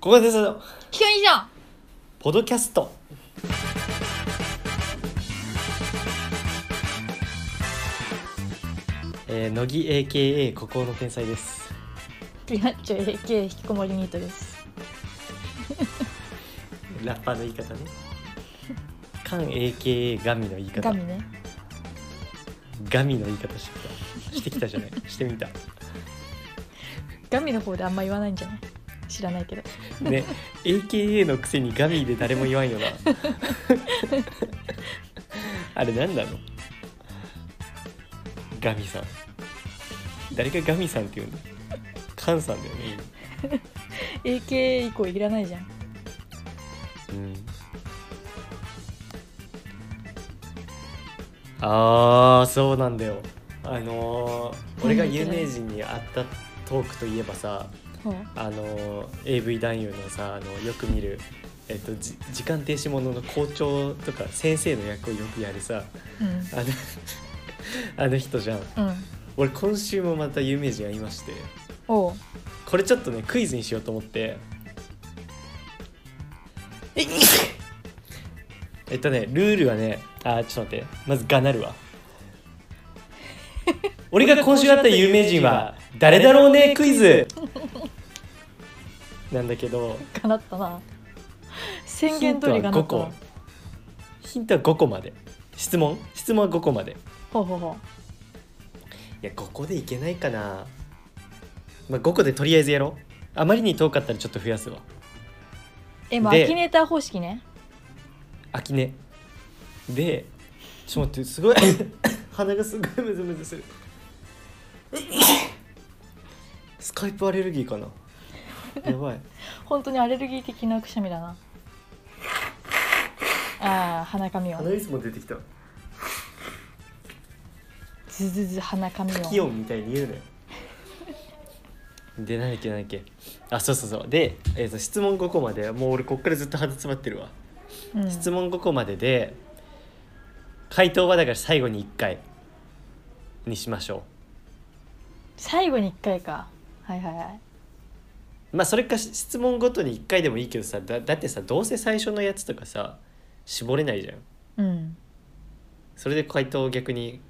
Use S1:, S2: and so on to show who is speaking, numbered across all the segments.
S1: ここですの
S2: 聞こえじゃん
S1: ポドキャストえー、乃木 AKA 孤高の天才です
S2: リアッチョ AK 引きこもりニートです
S1: ラッパーの言い方ねカン AKA ガミの言い方
S2: ガミね
S1: ガミの言い方してきたしてきたじゃないしてみた
S2: ガミの方であんま言わないんじゃない知らないけど
S1: ね AKA のくせにガミで誰も言わんよな あれ何なのガミさん誰がガミさんって言うのカンさんだよね
S2: AK 以降いらないじゃん
S1: うんあーそうなんだよあのー俺が有名人に会ったトークといえばさ
S2: ほう
S1: あの AV 男優のさあのよく見る、えっと、じ時間停止ものの校長とか先生の役をよくやるさ
S2: うん
S1: あの あの人じゃん
S2: うん
S1: 俺今週もまた有名人がいまして
S2: おう
S1: これちょっとねクイズにしようと思ってえっえっとねルールはねあちょっと待ってまずがなるわ俺が今週会った有名人は誰だろうねクイズなんだけど
S2: かなったな宣言通りがな
S1: 5
S2: った
S1: 個
S2: な
S1: ヒントは5個まで質問質問は5個までい
S2: ほうほうほ
S1: や5個でいけないかな、まあ、5個でとりあえずやろうあまりに遠かったらちょっと増やすわ
S2: うえまあア
S1: で
S2: キネーター方式ね
S1: あきねでちょっと待ってすごい 鼻がすごいムズムズする スカイプアレルギーかなやばい
S2: 本当にアレルギー的なくしゃみだなあー鼻紙を
S1: 水も出てきた
S2: ズズズ鼻紙を
S1: 気音みたいに言うのよで何だっけ何だっけあそうそうそうで、えーと質問5個までもう俺こっからずっと鼻詰まってるわ、
S2: うん
S1: 質問5個までで回答はだから最後に1回にしましょ
S2: 最後に1回かはいはいはいう
S1: まあそれかし質問ごとに1回でもいいけどさだだってさどうせ最初のやつとかさ絞れないじゃん
S2: うん
S1: それで回答を逆に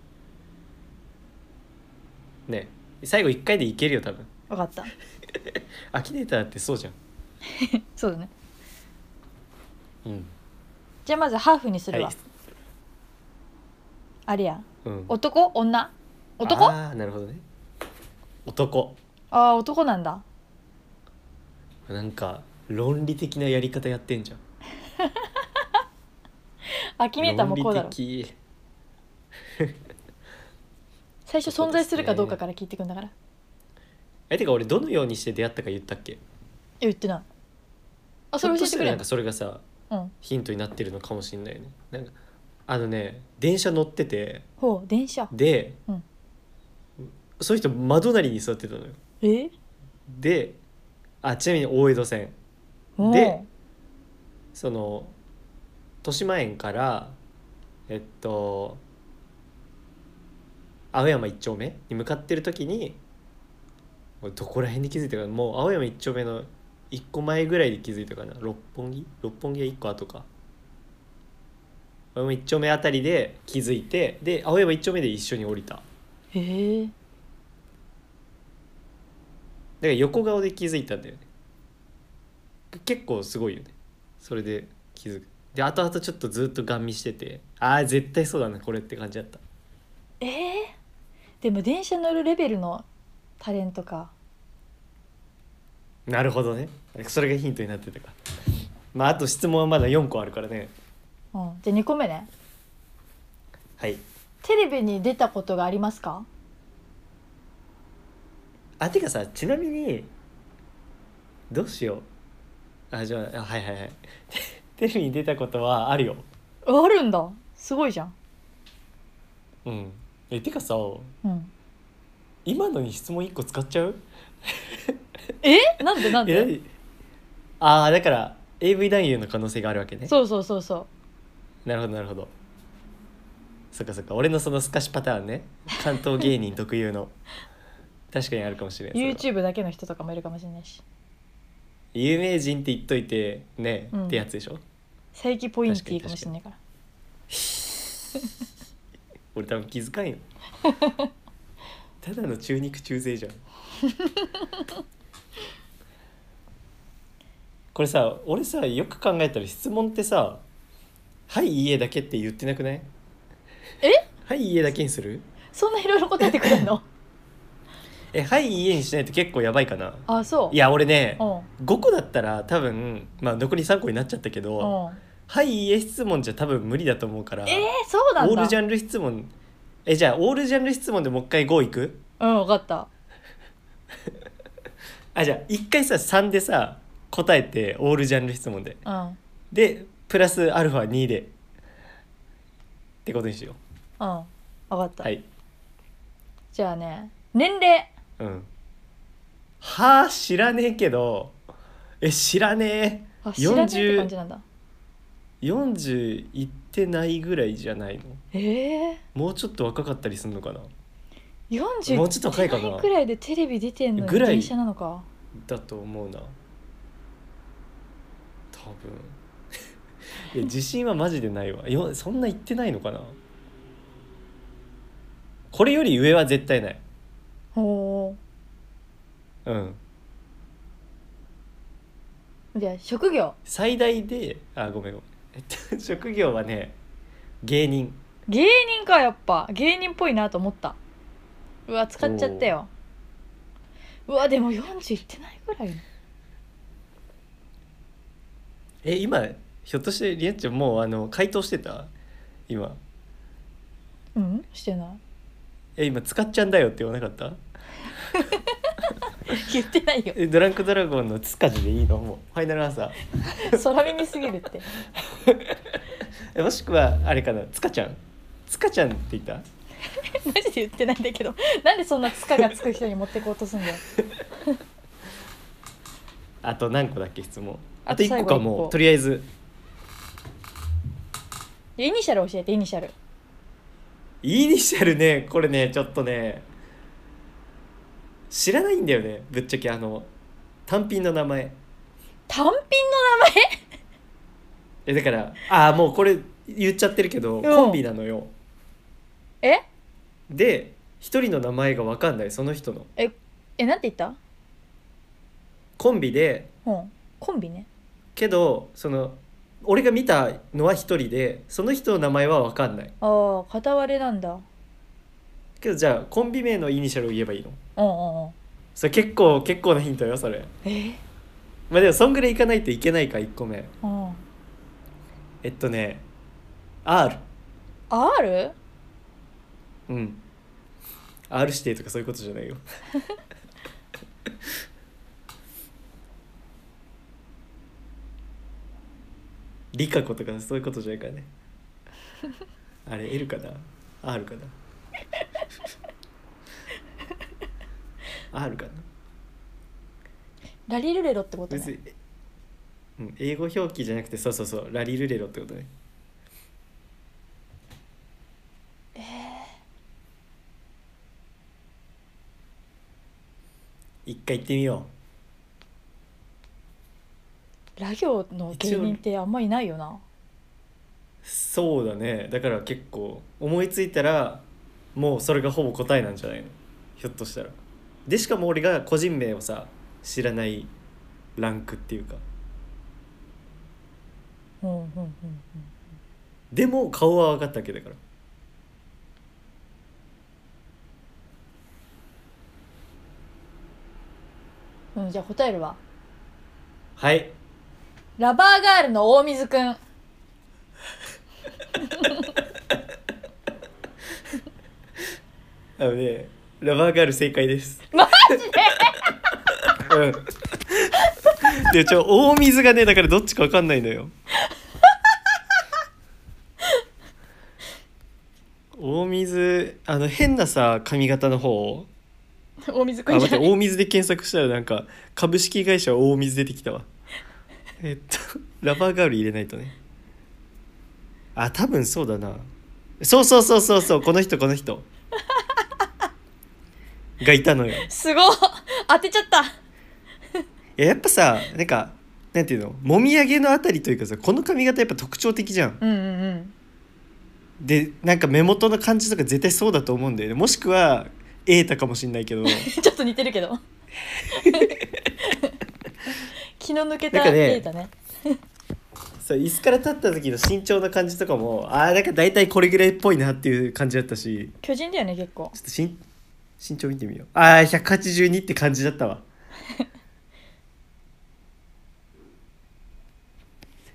S1: ね最後1回でいけるよ多分
S2: 分かった
S1: アキネーターってそうじゃん
S2: そうだね
S1: うん
S2: じゃあまずハーフにするわ、
S1: はい
S2: あれや
S1: うん
S2: 男女男あ
S1: ああなるほどね男
S2: あー男なんだ
S1: なんか論理的なやり方やってんじゃん
S2: アキネーターもこうだろ
S1: 論理的
S2: 最初存在するかどうかから聞いてくんだから、
S1: えてか俺どのようにして出会ったか言ったっけ
S2: いや言ってないあそれ教えてくれ
S1: ひょっとしたらなん
S2: ん
S1: かそれがさ
S2: うん
S1: ヒントになってるのかもしれないよねなんかあのね電車乗ってて
S2: ほう電車
S1: で、
S2: うん
S1: そういう人窓なりに座ってたのよ
S2: え
S1: であちなみに大江戸線
S2: おう
S1: でその豊島園からえっと青山一丁目に向かってる時に俺どこら辺で気づいたかなもう青山一丁目の一個前ぐらいで気づいたかな六本木六本木は一個後か青山一丁目あたりで気づいてで青山一丁目で一緒に降りただか
S2: えー、
S1: ら横顔で気づいたんだよね結構すごいよねそれで気づくで後々ちょっとずっとガン見しててああ絶対そうだなこれって感じだった
S2: えー、でも電車乗るレベルのタレントか
S1: なるほどねそれがヒントになってたかまああと質問はまだ4個あるからね
S2: うんじゃあ2個目ね
S1: はい
S2: テレビに出たことがありますか
S1: あてかさちなみにどうしようあじゃああはいはい はいテテレビに出たことはあるよ
S2: あるんだすごいじゃん
S1: うんえてかさ
S2: うん
S1: 今のに質問1個使っちゃう
S2: えなんでなん
S1: え
S2: で
S1: 何ああだから AV 男優の可能性があるわけね
S2: そうそうそうそう
S1: なるほどなるほどそっかそっか俺のその透かしパターンね関東芸人 特有の確かにあるかもしれないそれは
S2: YouTube だけの人とかもいるかもしれないし
S1: 有名人って言っといてね、
S2: うん
S1: ってやつでしょ
S2: 佐伯ポインティーかもしれないから
S1: 俺多分気づかん よただの中肉中背じゃん これさ俺さよく考えたら質問ってさ「はいいいえ」だけって言ってなくない
S2: え
S1: はいいいえだけにする
S2: そんないろいろ答えてくれるの
S1: えはいいいえにしないと結構やばいかな
S2: あそう
S1: い
S2: いや
S1: や俺ね
S2: うんうん
S1: 5個だったら多分まあ残り3個になっちゃったけど「はいいいえ」質問じゃ多分無理だと思うから
S2: えー、そうなんだ
S1: オールジ
S2: ゃ
S1: ャンル質問えじゃあオールジャンル質問でもう一回5いく
S2: うん分かった
S1: あじゃあ一回さ3でさ答えてオールジャンル質問で
S2: うん
S1: でプラスアルファ2でってことにしよ
S2: うん分かっ
S1: う
S2: た、
S1: はい
S2: じゃあね年齢
S1: うんはあ知らねえけどえ知らね
S2: あ知らないって感じなんだ
S1: え40いってないぐらいじゃないの
S2: ええ
S1: もうちょっと若かったりすんのかな
S2: ー、40
S1: もうちょっと若いかな
S2: くらいでテレビ出てんのに
S1: ぐらい
S2: 電車なのか
S1: だと思うな多分 いや自信はマジでないわよそんな言ってないのかなこれより上は絶対ない
S2: ほ
S1: うん
S2: うじゃあ職業
S1: 最大であごめんごめん えっと職業はね芸人
S2: 芸人かやっぱ芸人っぽいなと思ったうわ使っちゃったようわでも40いってないぐらい
S1: え今ひょっとしてりえちゃんもうあの回答してた今
S2: うんしてない
S1: え今使っちゃんだよって言わなかった
S2: 言ってないよ
S1: えドランクドラゴンのつかじでいいのもうファイナルアンサー
S2: 空耳すぎるって
S1: えもしくはあれかなつかちゃんつかちゃんって言った
S2: マジで言ってないんだけどなんでそんなつかがつく人に持ってこうとすん だよ
S1: あと何個だっけ質問
S2: あと
S1: あと1個か
S2: 最後一
S1: も
S2: 個
S1: うとりあえず
S2: イニシャル教えてイニシャル
S1: イニシャルねこれねちょっとね知らないんだよねぶっちゃけあの単品の名前
S2: 単品の
S1: えだからああもうこれ言っちゃってるけど、
S2: ん
S1: コンビなのよ
S2: 名前
S1: で一人の名前が分かんないその人の
S2: えええなんて言った
S1: コンビで
S2: うんコンビね
S1: けどその俺が見たのは一人でその人の名前は分かんない
S2: ああ片割れなんだ
S1: けどじゃあコンビ名のイニシャルを言えばいいの
S2: うんうんうん
S1: それ結構結構なヒントよそれ
S2: え
S1: まあでもそんぐらいいかないといけないか1個目
S2: うん
S1: えっとね R
S2: R?
S1: うん R 指定とかそういうことじゃないよ リカコとかそういうことじゃないからねあれ L かな R かな R かな
S2: ラリルレロってこと
S1: 別
S2: ね
S1: に、うん、英語表記じゃなくてそうそうそうラリルレロってことねえ一回行ってみよ
S2: ラ行の芸人ってあんまいないよな
S1: うそうだねだから結構思いついたらもうそれがほぼ答えなんじゃないのひょっとしたらでしかも俺が個人名をさ知らないランクっていうか
S2: うんうんうんうん
S1: でも顔は分かったわけだから
S2: うん、じゃあ答えるわ。
S1: はい
S2: ラバーガールの大水くん。
S1: あのねラバーガール正解です
S2: マジで
S1: うんでちょ大水がねだからどっちかわかんないのよ大水あの変なさ髪型の方
S2: 大水
S1: あ
S2: くん
S1: 待
S2: じ
S1: っ
S2: ゃな
S1: て
S2: い。
S1: 大水で検索したらなんか株式会社大水出てきたわえっとラバーガール入れないとねあ多分そうだなそうそうそうそうそうこの人この人がいたのよ
S2: すごい当てちゃった。
S1: ややっぱさなんかなんていうのもみあげのあたりというかさこの髪型やっぱ特徴的じゃん
S2: うんうんうん
S1: でなんか目元の感じとか絶対そうだと思うんだよねもしくは瑛太かもしんないけど
S2: ちょっと似てるけど気の抜けた
S1: なんかね
S2: データね
S1: そう椅子から立った時の身長の感じとかもあーなんか大体これぐらいっぽいなっていう感じだったし
S2: 巨人だよね結構
S1: ちょっとしん身長見てみようあー182って感じだったわ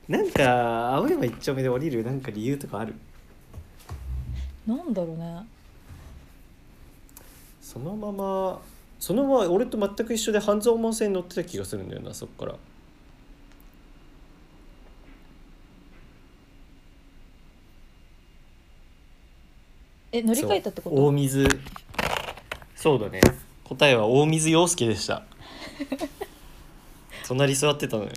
S1: なんか青山一丁目で降りるなんか理由とかある
S2: なんだろうね
S1: そのままそのまま俺と全く一緒で半蔵門線に乗ってた気がするんだよなそっから
S2: え乗り換えたってこ
S1: そう大
S2: と
S1: 水そうだね答えは大水陽介でした 隣座ってたのよ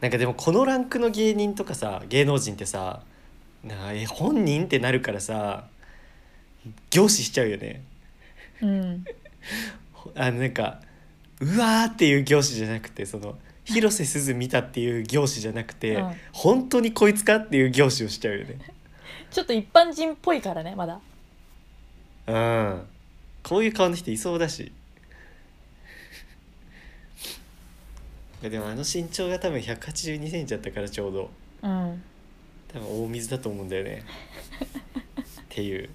S1: なんかでもこのランクの芸人とかさ芸能人ってさなあえ本人ってなるからさ凝視しちゃうよね
S2: うん
S1: ほあのなんかうわーっていう凝視じゃなくてその広瀬すず見たっていう凝視じゃなくて、
S2: うん
S1: 本当にこいつかっていう凝視をしちゃうよね
S2: ちょっと一般人っぽいからねまだ
S1: うんこういう顔の人いそうだしいやでもあの身長が多分1 8 2センチだったからちょうど
S2: うん
S1: 多分大水だと思うんだよねっていう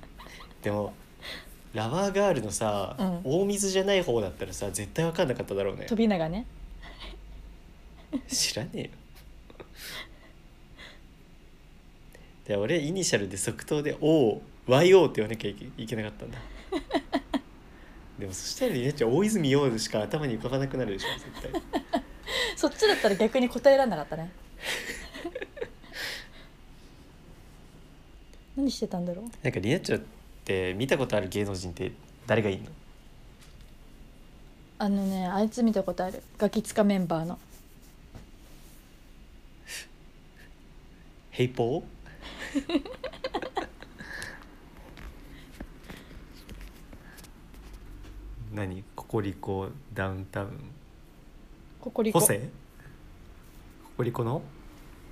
S1: でもラバーガールのさ、
S2: うん
S1: 大水じゃない方だったらさ絶対分かんなかっただろうね
S2: 飛びながね
S1: 知らねえよで俺イニシャルで即答で OYO って言わなきゃいけいけなかったんだでもそしたらりなちゃん大泉洋しか頭に浮かばなくなるでしょ絶対
S2: そっちだったら逆に答えられなかっ たね何してたんだろう
S1: なんかりなちゃんって見たことある芸能人って誰がいんの
S2: あのねあいつ見たことあるガキツカメンバーの
S1: ヘイポー何ココリコダウンタウン
S2: ココリ
S1: ホ
S2: コ
S1: セココリコの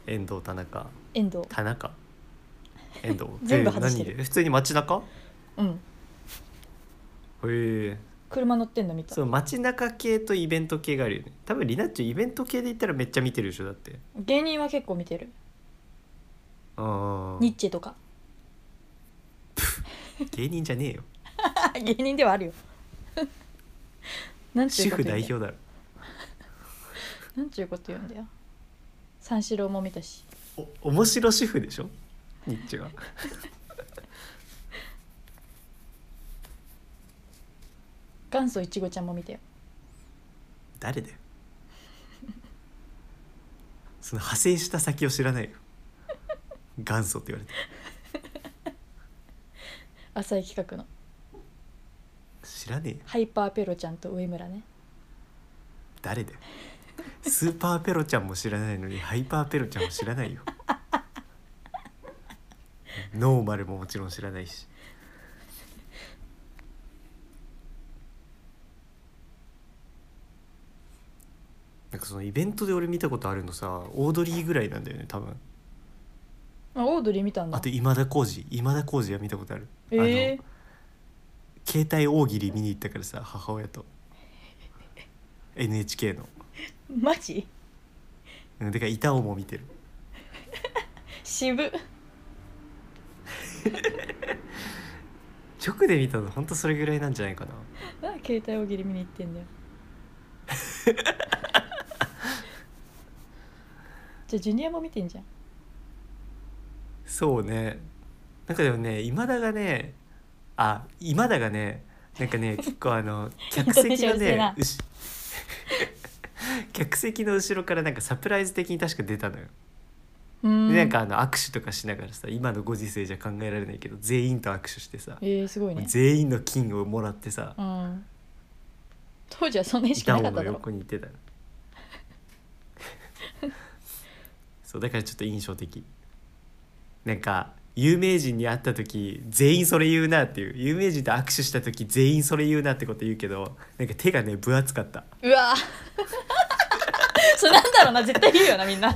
S1: 遠藤田中
S2: 遠藤
S1: 田中遠藤
S2: 全部外してる
S1: え何で普通に街中
S2: うん
S1: へえ
S2: 車乗ってんの見た
S1: そう街中系とイベント系があるよね多分リナッチョイベント系で言ったらめっちゃ見てるでしょだって
S2: 芸人は結構見てる
S1: ああ
S2: ニッチェとか
S1: 芸人じゃね えよ
S2: 芸人ではあるよなんちゅ
S1: 主
S2: うこと
S1: 婦
S2: 言
S1: 代表
S2: うんだよ
S1: だろ
S2: なんちゅうこと言うんだよ三四郎も見たし
S1: お面白主婦でしょニッチは
S2: 元祖いちごちゃんも見たよ
S1: 誰だよその派生した先を知らないよ元祖って言われて
S2: 浅井企画の
S1: 知らねえよ
S2: ハイパーペロちゃんと上村ね
S1: 誰だよスーパーペロちゃんも知らないのにハイパーペロちゃんも知らないよノーマルももちろん知らないしなんかそのイベントで俺見たことあるのさオードリーぐらいなんだよね多分
S2: あオードリー見たんだ
S1: あと今田耕司今田耕司は見たことある、
S2: ええ
S1: あの携帯大喜利見に行ったからさ母親と NHK の
S2: マジ
S1: うんだから板尾も見てる
S2: 渋
S1: 直で見たのほんとそれぐらいなんじゃないかな
S2: な携帯大喜利見に行っ てんだよじゃあジュニアも見てんじゃん
S1: そうねなんかでもね今田がねあ今田がねなんかね結構あの 客席の
S2: インドネシアうるせえ
S1: ね
S2: な
S1: うし 客席の後ろからなんかサプライズ的に確か出たのよ、
S2: うーん
S1: でなんかあの握手とかしながらさ今のご時世じゃ考えられないけど全員と握手してさ、
S2: えー、すごいね
S1: 全員の金をもらってさ
S2: うん当時はそんな意識
S1: 板
S2: なか
S1: 尾
S2: った
S1: の
S2: だろ
S1: 横にいてた のそうだからちょっと印象的なんか有名人に会った時全員それ言うなっていう有名人と握手した時全員それ言うなってこと言うけどなんか手がね分厚かった
S2: うわそれなんだろうな絶対言うよなみんな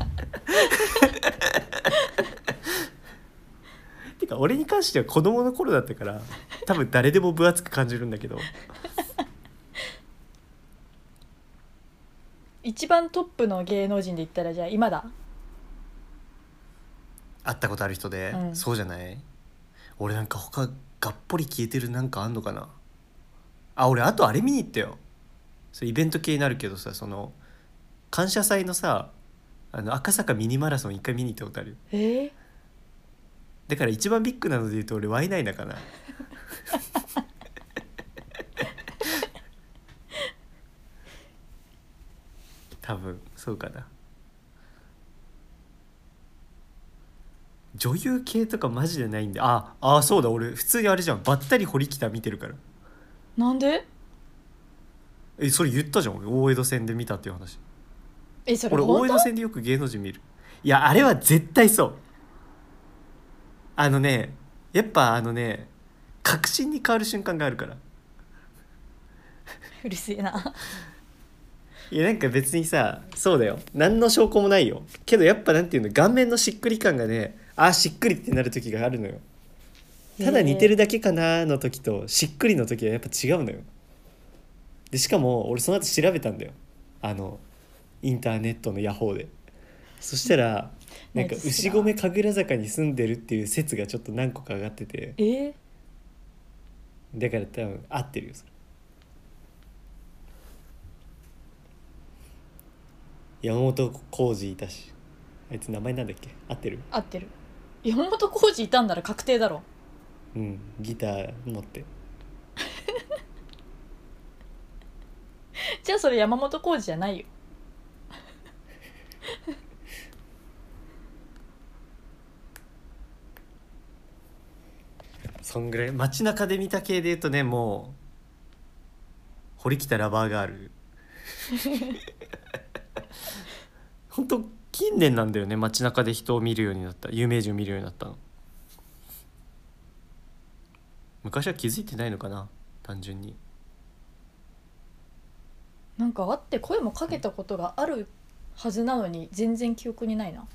S1: てか俺に関しては子供の頃だったから多分誰でも分厚く感じるんだけど
S2: 一番トップの芸能人で言ったらじゃあ今だ
S1: 会ったことある人で、
S2: うん
S1: そうじゃない俺なんか他がっぽり消えてるなんかあんのかなあ俺あとあれ見に行ったよそれイベント系になるけどさその感謝祭のさあの赤坂ミニマラソン一回見に行ったことあるよ
S2: えー、
S1: だから一番ビッグなので言うと俺ワイナイナかな多分そうかな女優系とかマジでないんでああそうだ俺普通にあれじゃんばったり堀北見てるから
S2: なんで
S1: えそれ言ったじゃん俺大江戸線で見たっていう話
S2: えそれ
S1: 俺大
S2: 本
S1: 江
S2: 当
S1: 戸線でよく芸能人見るいやあれは絶対そうあのねやっぱあのね確信に変わる瞬間があるから
S2: うるせえない
S1: やなんか別にさそうだよ何の証拠もないよけどやっぱなんていうの顔面のしっくり感がねあーしっくりってなる時があるのよただ似てるだけかなの時としっくりの時はやっぱ違うのよでしかも俺その後調べたんだよあのインターネットのヤホーでそしたらなんか
S2: 何です
S1: 牛
S2: か
S1: 込神楽坂に住んでるっていう説がちょっと何個か上がってて
S2: えー、
S1: だから多分合ってるよそれ山本浩二いたしあいつ名前なんだっけ合ってる
S2: 合ってる山本浩二いたんなら確定だろ
S1: うんギター持って
S2: じゃあそれ山本浩二じゃないよ
S1: そんぐらい街中で見た系で言うとねもう堀北ラバーガール本当近年なんだよね街中で人を見るようになった有名人を見るようになったの昔は気づいてないのかな単純に
S2: なんか会って声もかけたことがあるはずなのに全然記憶にないな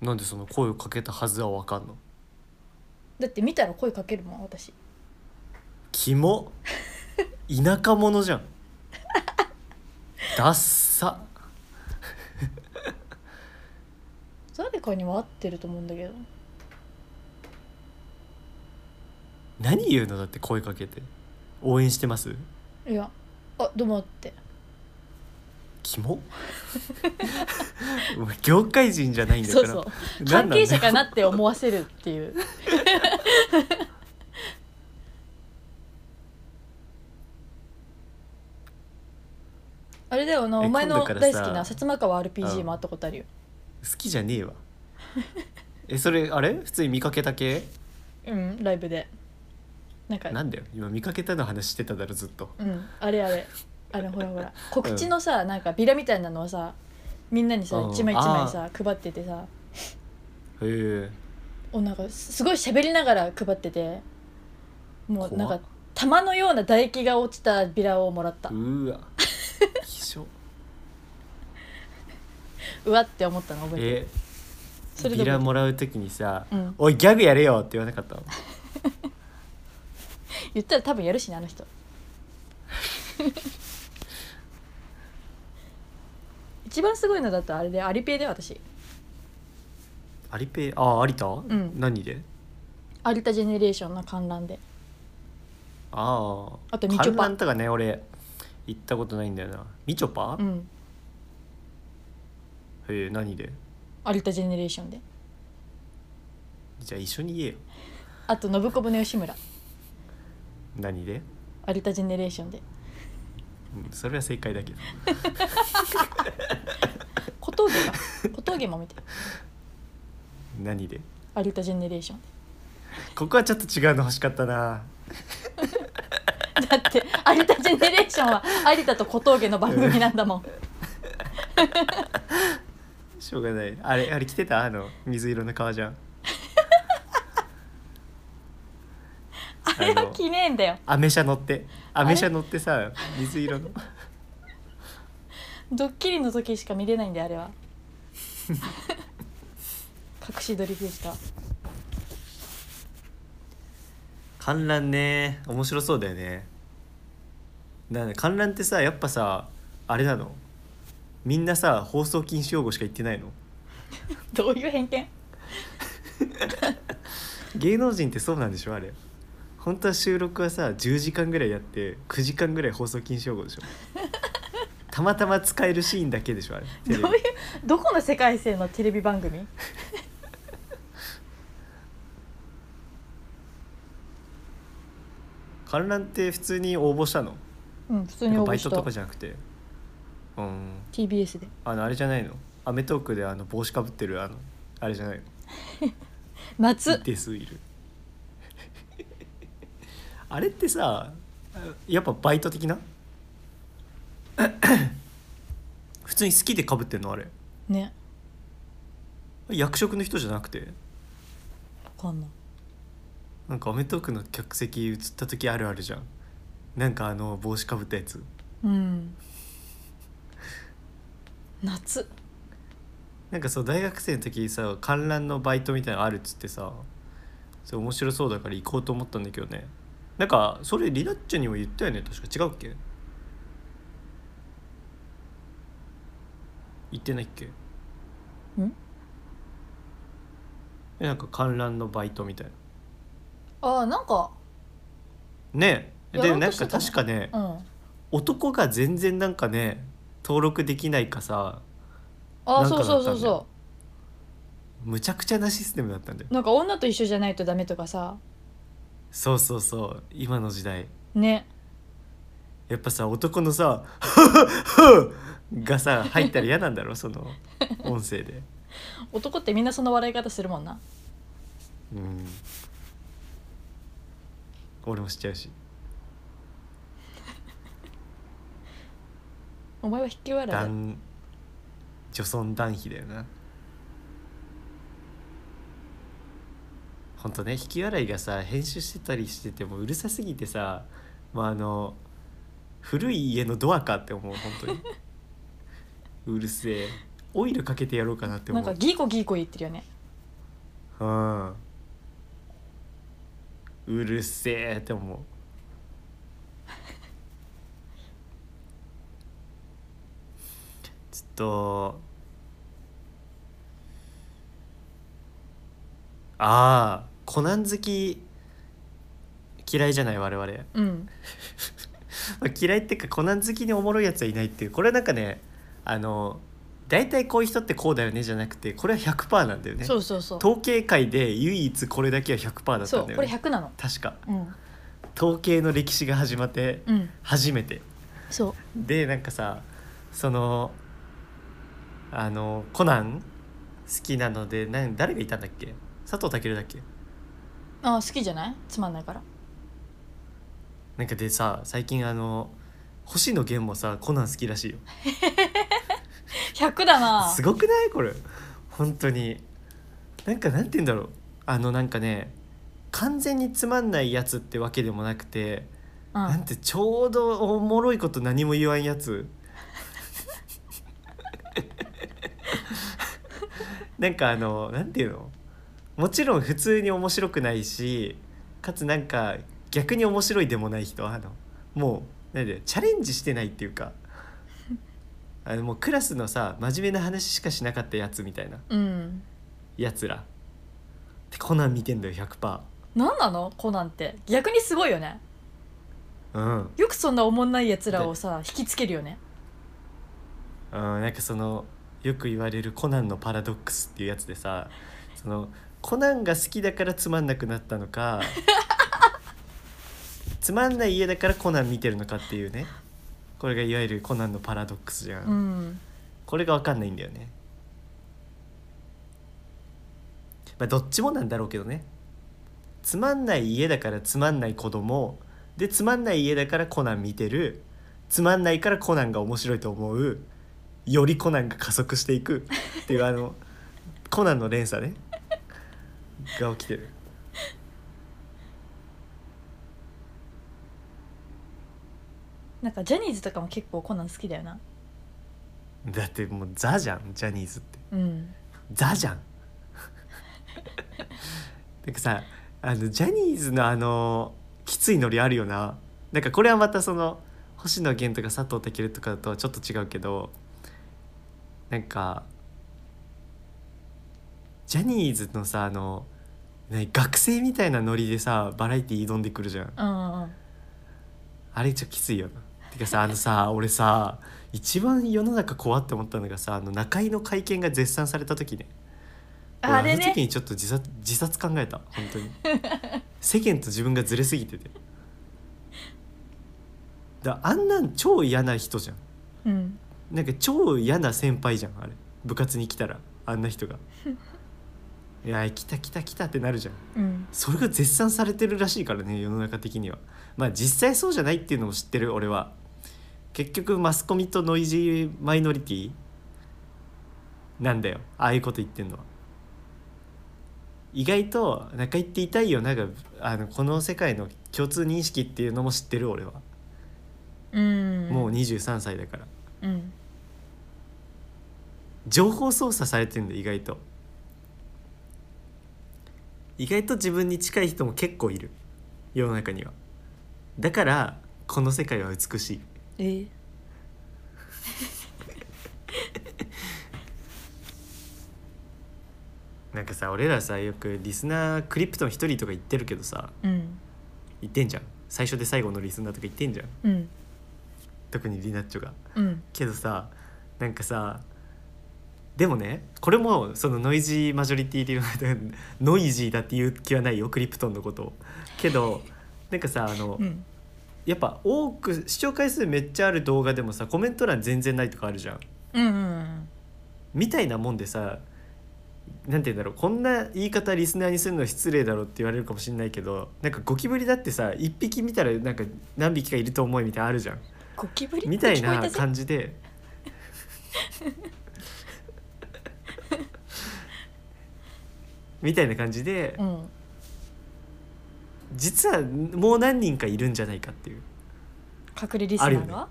S1: なんでその声をかけたはずは分かんの
S2: だって見たら声かけるもん私
S1: キモ田舎者じゃんダッサ
S2: 誰かには合ってると思うんだけど
S1: 何言うのだって声かけて応援してます
S2: いやあどうもって
S1: キモお前 業界人じゃないんだか
S2: そ
S1: ら
S2: うそう
S1: 何な
S2: 関
S1: んだよ
S2: 係者かなって思わせるっていう あれだよな
S1: え
S2: お前
S1: 今
S2: の
S1: 度からさ
S2: 大好きな薩摩川 RPG もあったことあるよ、
S1: 好きじゃねえわえそれあれ普通に見かけた系
S2: うん、ライブでなんか
S1: なんだよ今見かけたの話してただろずっと
S2: うんあれあれあれほら ほら告知のさ、なんかビラみたいなのをさみんなにさ
S1: うん
S2: 一枚一枚さ配っててさ
S1: へえ
S2: おなんかすすごい喋りながら配っててもう
S1: 怖
S2: なん
S1: っ
S2: か玉のような唾液が落ちたビラをもらった
S1: うーわ希少
S2: うわって思ったの覚えてる
S1: え
S2: それで
S1: ビ
S2: も
S1: ラもらう時にさ
S2: うん
S1: 「おいギャグやれよ」って言わなかったの
S2: 言ったら多分やるしねあの 人一番すごいのだとあれでアリペイで私
S1: アリペイああ有田、
S2: ん
S1: 何で
S2: 有田ジェネレーションの観覧で
S1: ああ
S2: あとみちょ
S1: 観
S2: ぱ
S1: 覧とかね俺行ったことないんだよなみちょぱ、
S2: う
S1: へ
S2: ん
S1: え何で
S2: 有田ジェネレーションで
S1: じゃあ一緒に言えよ
S2: あと信子の吉村
S1: 何で、
S2: 有田ジェネレーションで
S1: うん、それは正解だけど
S2: 小峠か小峠も見て
S1: 何で
S2: 有田ジェネレーション
S1: ここはちょっと違うの欲しかったな
S2: でだって有田ジェネレーションは有田と小峠の番組なんだもん
S1: しょうがないあれあれ着てたあの水色の革ジャン
S2: あれは着ねえんだよ
S1: アメ車乗ってアメ車乗ってさ水色の
S2: ドッキリの時しか見れないんだよあれ は隠し撮りでした
S1: 観覧ね面白そうだよねなんで観覧ってさやっぱさあれなのみんなさ放送禁止用語しか言ってないの
S2: どういう偏見
S1: 芸能人ってそうなんでしょあれ本当は収録はさ10時間ぐらいやって9時間ぐらい放送禁止用 語でしょたまたま使えるシーンだけでしょあれテレビ
S2: どういうどこの世界線のテレビ番組
S1: 観覧って普通に応募したの
S2: うん普通
S1: なん
S2: に
S1: か
S2: 応
S1: バ
S2: 募
S1: イ
S2: し
S1: ト
S2: た
S1: とかじゃなくてうん
S2: TBS で
S1: あのあれじゃないの『アメトーーク』であの帽子かぶってるあのあれじゃないの一
S2: 夏
S1: 定数いる あれってさやっぱバイト的な 普通に好きでかぶってんのあれ
S2: ね
S1: 役職の人じゃなくて
S2: 分かんない
S1: なんか『アメトーーク』の客席映った時あるあるじゃんなんかあの帽子かぶったやつ
S2: うん夏
S1: なんかそう大学生の時さ観覧のバイトみたいなのあるっつってさそれ面白そうだから行こうと思ったんだけどねなんかそれリナッチョにも言ったよね確か違うっけ言ってないっけ
S2: ん
S1: えなんか観覧のバイトみたい
S2: ああなんか
S1: なねえ
S2: や
S1: で
S2: ろう
S1: なん
S2: として
S1: か
S2: たの
S1: 確かね
S2: うん
S1: 男が全然なんかね登録できないかさ
S2: あ
S1: なん
S2: あ
S1: か
S2: そ
S1: だ
S2: う
S1: ったんだよ
S2: そうそうそ
S1: むちゃくちゃなシステムだったんだよ
S2: うなんか女と一緒じゃないとダメとかさ
S1: そうそうそう今の時代
S2: ね
S1: やっぱさ男のさ 「ふっふっがさ入ったら嫌なんだろその音声で。
S2: 男ってみんなその笑い方するもんな
S1: うん俺もしちゃうし
S2: お前は引き笑いだ
S1: 男女尊男卑だよなほんとね引き笑いがさ編集してたりしててもうるさすぎてさまああの古い家のドアかって思う本当 にうるせえオイルかけてやろうかなって思
S2: な
S1: うん
S2: かギーコギーコ言ってるよね
S1: うんうるせえって思うちょっとああコナン好き嫌いじゃない我々ま
S2: うん
S1: あ嫌いっていうかコナン好きにおもろいやつはいないっていうこれはなんかねあの大体こういう人ってこうだよねじゃなくてこれは100%なんだよね
S2: そうそうそう
S1: 統計界で唯一これだけは100%だっ
S2: そ
S1: たんだ
S2: う
S1: よ、
S2: これ
S1: ね、
S2: 100なの
S1: 確か
S2: うん
S1: 統計の歴史が始まって
S2: うん
S1: 初めて
S2: そう
S1: でなんかさそのあのコナン好きなのでなん誰がいたんだっけ佐藤健だっけ
S2: ああ好きじゃないつまんないから
S1: なんかでさ最近あの星野源もさコナン好きらしいよ
S2: 100だな
S1: すごくないこれ本当になんかなんて言うんだろうあのなんかね完全につまんないやつってわけでもなくて
S2: う
S1: なん
S2: ん、
S1: てちょうどおもろいこと何も言わんやつなんかあのなんていうのもちろん普通に面白くないしかつなんか逆に面白いでもない人あのもうなんでチャレンジしてないっていうかあのもうクラスのさ真面目な話しかしなかったやつみたいな
S2: うん、
S1: やつらでコナン見てんだよ100%
S2: 何なのコナンって逆にすごいよね
S1: うん
S2: よくそんなおもんないやつらをさ引きつけるよね
S1: うん、なんかそのよく言われるコナンのパラドックスっていうやつでさそのコナンが好きだからつまんなくなったのかつまんない家だからコナン見てるのかっていうねこれがいわゆるコナンのパラドックスじゃん、
S2: うん
S1: これが分かんないんだよねまあどっちもなんだろうけどねつまんない家だからつまんない子供でつまんない家だからコナン見てるつまんないからコナンが面白いと思うよりコナンが加速していくっていうあのコナンの連鎖ねが起きてる
S2: なんかジャニーズとかも結構コナン好きだよな
S1: だってもうザじゃんジャニーズって
S2: うん
S1: ザじゃんなんかさあのジャニーズのあのきついノリあるよななんかこれはまたその星野源とか佐藤健とかとはちょっと違うけどなんかジャニーズのさあの、ね、学生みたいなノリでさバラエティー挑んでくるじゃん
S2: うんうんうん
S1: あれちょっときついよなてかさあのさ俺さ一番世の中怖って思ったのがさあの中居の会見が絶賛された時ね
S2: あれ
S1: 俺あの時
S2: ね
S1: にちょっと自殺自殺考えた本 当に世間と自分がずれすぎててだあんなん超嫌な人じゃん
S2: うん
S1: なんか超嫌な先輩じゃんあれ部活に来たらあんな 人がいや来た来た来たってなるじゃん
S2: うん
S1: それが絶賛されてるらしいからね世の中的にはまあ実際そうじゃないっていうのも知ってる俺は結局マスコミとノイジーマイノリティなんだよああいうこと言ってんのは意外と中井って痛いよなんかあのこの世界の共通認識っていうのも知ってる俺は
S2: うん
S1: もう23歳だから
S2: うん
S1: 情報操作されてんだよ意外と意外と自分に近い人も結構いる世の中にはだからこの世界は美しい
S2: え
S1: なんかさ俺らさよくリスナークリプトン一人とか言ってるけどさ
S2: うん
S1: 言ってんじゃん最初で最後のリスナーとか言ってんじゃん
S2: うん
S1: 特にリナッチョが
S2: うん
S1: けどさなんかさでもねこれもそのノイジーマジョリティで言われて ノイジーだっていう気はないよクリプトンのことをけどなんかさあの、
S2: うん
S1: やっぱ多く視聴回数めっちゃある動画でもさコメント欄全然ないとかあるじゃん
S2: うんうん
S1: みたいなもんでさなんて言うんだろうこんな言い方リスナーにするの失礼だろって言われるかもしれないけどなんかゴキブリだってさ1匹見たらなんか何匹かいると思いみたいなのあるじゃん
S2: ゴキブリ
S1: み
S2: ったて
S1: い
S2: 聞こえ
S1: な
S2: たぜ
S1: 感じで みたいな感じで
S2: うん
S1: 実はもう何人かいるんじゃないかっていう
S2: 隠れリスナーが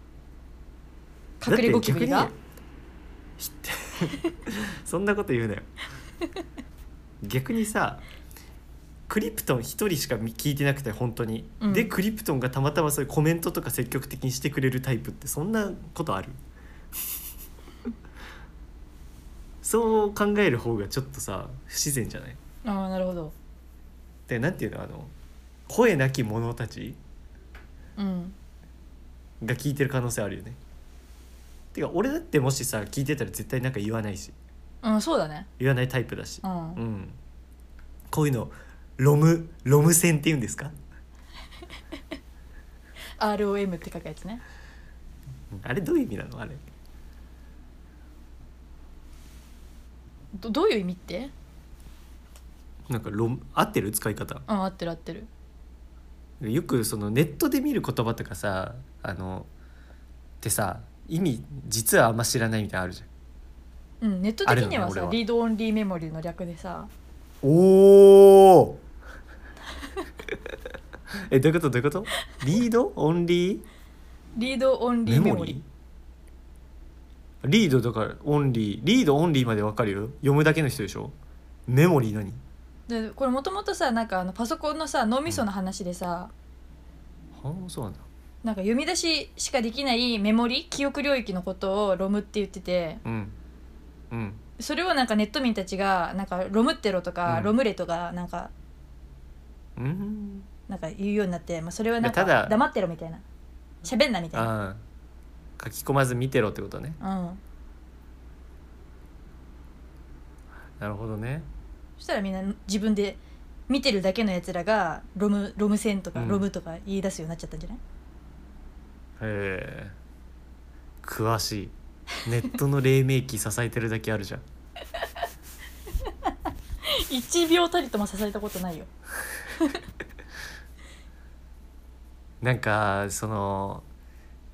S2: 隠れゴキブリ
S1: だっ
S2: が
S1: て逆に そんなこと言うなよ逆にさクリプトン一人しか聞いてなくて本当に、
S2: うん
S1: でクリプトンがたまたまそういうコメントとか積極的にしてくれるタイプってそんなことあ るそう考える方がちょっとさ不自然じゃない
S2: ああなるほど
S1: でなんていうのあの声なき者たち
S2: うん
S1: が聞いてる可能性あるよねてか俺だってもしさ聞いてたら絶対なんか言わないし
S2: うんそうだね
S1: 言わないタイプだし
S2: う、ん
S1: うん、こういうのロムロム線って言うんですか
S2: ROM って書くやつね
S1: あれどういう意味なのあれ
S2: どどういう意味って
S1: なんかロム合ってる使い方
S2: うん合ってる合ってる
S1: よくそのネットで見る言葉とかさあのってさ意味実はあんま知らないみたいなのあるじゃん
S2: うんネット的には
S1: あるよね俺
S2: さ
S1: は
S2: リードオンリーメモリーの略でさ
S1: おお えどういうことどういうことリードオンリー
S2: リードオンリ
S1: メ
S2: ーメ
S1: モ
S2: モリー
S1: リーリードだからオンリーリードオンリーまでわかるよ読むだけの人でしょメモリー何
S2: でこれもともとさなんかあのパソコンのさ脳みその話でさ、
S1: はあそうなんだ
S2: なんか読み出ししかできないメモリ記憶領域のことをロムって言ってて
S1: うんうん
S2: それをなんかネット民たちがなんかロムってろとか、
S1: うん
S2: ロムレとかなんか
S1: うん
S2: なんか言うようになって、まあ、それはなんか
S1: ただ
S2: 黙ってろみたいな喋んなみたいな
S1: ああ書き込まず見てろってことね
S2: うん
S1: なるほどね
S2: そしたらみんな自分で見てるだけのやつらがロムロム線とか
S1: うん
S2: ロムとか言い出すようになっちゃったんじゃない、
S1: へえ詳しいネットの黎明期支えてるだけあるじゃん
S2: 一秒たりとも支えたことないよ
S1: なんかその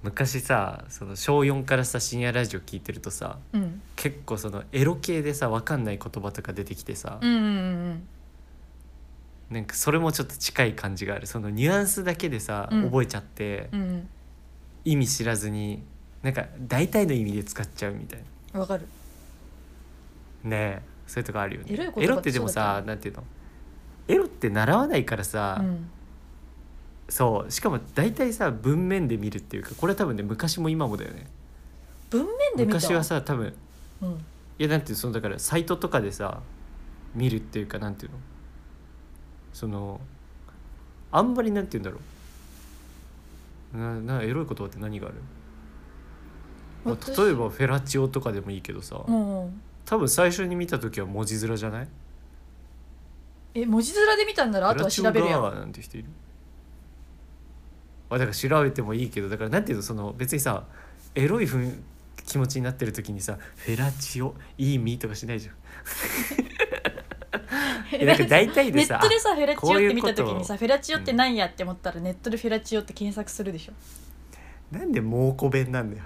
S1: 昔さその小4からさ深夜ラジオ聞いてるとさ
S2: うん
S1: 結構そのエロ系でさ分かんない言葉とか出てきてさ、
S2: うんうんうん
S1: なんかそれもちょっと近い感じがあるそのニュアンスだけでさ、
S2: うん
S1: 覚えちゃって、
S2: うんうん
S1: 意味知らずになんか大体の意味で使っちゃうみたい
S2: うんわかる
S1: なねえそういうとこあるよね
S2: エロい言葉って
S1: ってでも
S2: そうだった
S1: さ
S2: よ
S1: なんていうのエロって習わないからさ、
S2: うん
S1: そうしかも大体さ文面で見るっていうかこれは多分ね昔も今もだよね
S2: 文面で見た
S1: 昔はさ多分
S2: うん
S1: いやなんていうそのだからサイトとかでさ見るっていうかなんていうのそのあんまりなんていうんだろうななエロい言葉って何がある、まあ、
S2: 私
S1: 例えばフェラチオとかでもいいけどさ、
S2: うんうん
S1: 多分最初に見た時は文字面じゃない
S2: え文字面で見たんならあとは調べるや
S1: フラチオ
S2: ん
S1: ガーなんて人いるあだから調べてもいいけどだからなんていうのその別にさエロいふん気持ちになってる時にさ「フェラチオいい身」とかしないじゃん。 えなんか大体
S2: ネ
S1: でさ
S2: ットでさフェラチオっ
S1: こういう
S2: て見た時
S1: こ
S2: に
S1: と
S2: さフェラチオってなんやって思ったらネットでフェラチオって検索するでしょ
S1: なんで蒙古弁なんだよ。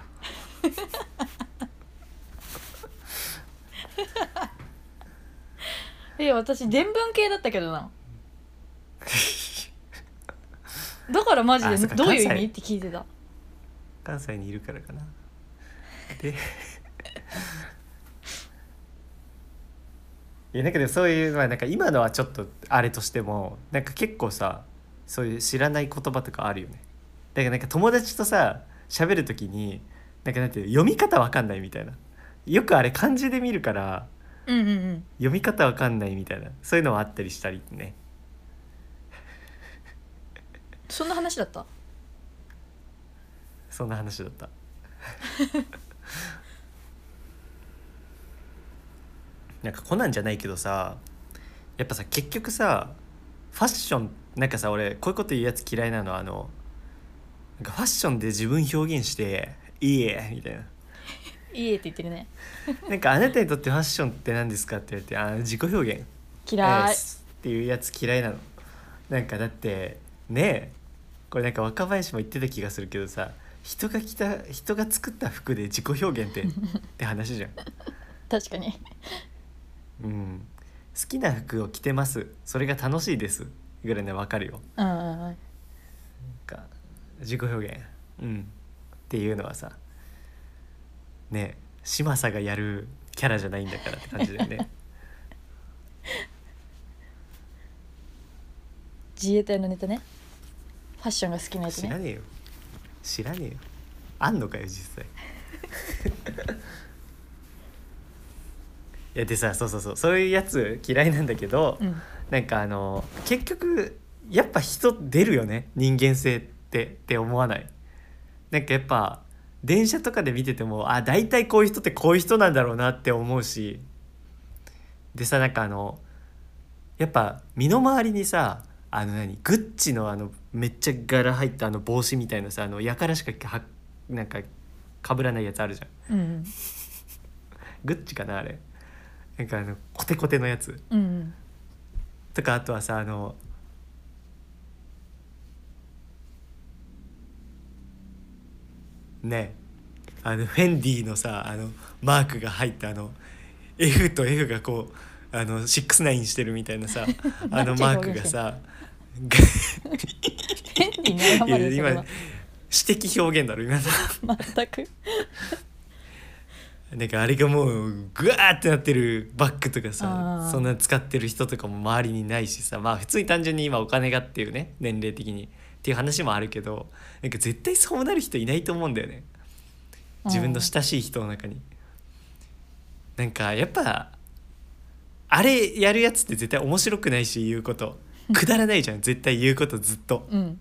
S2: え私伝文系だったけ どなだからマジ
S1: あ
S2: で
S1: そっか
S2: どういう意
S1: 関
S2: 味
S1: 西
S2: って聞いてた
S1: 関西にいるからかな。 でいやなんかでもそういうまあなんか今のはちょっとあれとしてもなんか結構さそういう知らない言葉とかあるよね。だからなんか友達とさ喋る時になんかなんていうの読み方わかんないみたいなよくあれ漢字で見るから
S2: うんうんうん
S1: 読み方わかんないみたいなそういうのはあったりしたりね。
S2: そんな話だった
S1: そんな話だった。なんかコナンじゃないけどさやっぱさ結局さファッションなんかさ俺こういうこと言うやつ嫌いなのあのなんかファッションで自分表現して「いいえ」みたいな。
S2: いいえって言ってるね
S1: なんかあなたにとってファッションって何ですかって言われて「あー自己表現」
S2: 嫌い
S1: ですっていうやつ嫌いなのなんかだってねえこれなんか若林も言ってた気がするけどさ人が着た人が作った服で自己表現ってって話じゃん、
S2: 確かに
S1: うん、好きな服を着てますそれが楽しいですぐらいねわかるよ
S2: うんうんうん
S1: なんか自己表現うんっていうのはさねえ嶋佐がやるキャラじゃないんだからって感じだよね
S2: 自衛隊のネタねファッションが好きなやつ
S1: 知ら
S2: ね
S1: ねえよ知らねえよあんのかよ実際 いやでさそうそうそうそういうやつ嫌いなんだけど、
S2: うん
S1: なんかあの結局やっぱ人出るよね人間性ってって思わないなんかやっぱ電車とかで見ててもあ大体こういう人ってこういう人なんだろうなって思うしでさなんかあのやっぱ身の回りにさあの何グッチのあのめっちゃ柄入ったあの帽子みたいなさあのやからしかはなんかかぶらないやつあるじゃん
S2: うんうん
S1: グッチかなあれなんかあのコテコテのやつ
S2: うんうん
S1: とかあとはさあのねえあのフェンディのさあのマークが入ったあの F と F がこうあの69してるみたいな さあのマークが さ
S2: 変にねあんまり
S1: い
S2: そ
S1: や
S2: れ
S1: 今
S2: は
S1: 詩的表現だろ今の
S2: 全く
S1: なんかあれがもうグワーってなってるバッグとか
S2: あ
S1: さ
S2: ー
S1: そんな使ってる人とかも周りにないしさまあ普通に単純に今お金がっていうね年齢的にっていう話もあるけどなんか絶対そうなる人いないと思うんだよね自分の親しい人の中に。なんかやっぱあれやるやつって絶対面白くないし言うことくだらないじゃん絶対言うことずっと。
S2: うん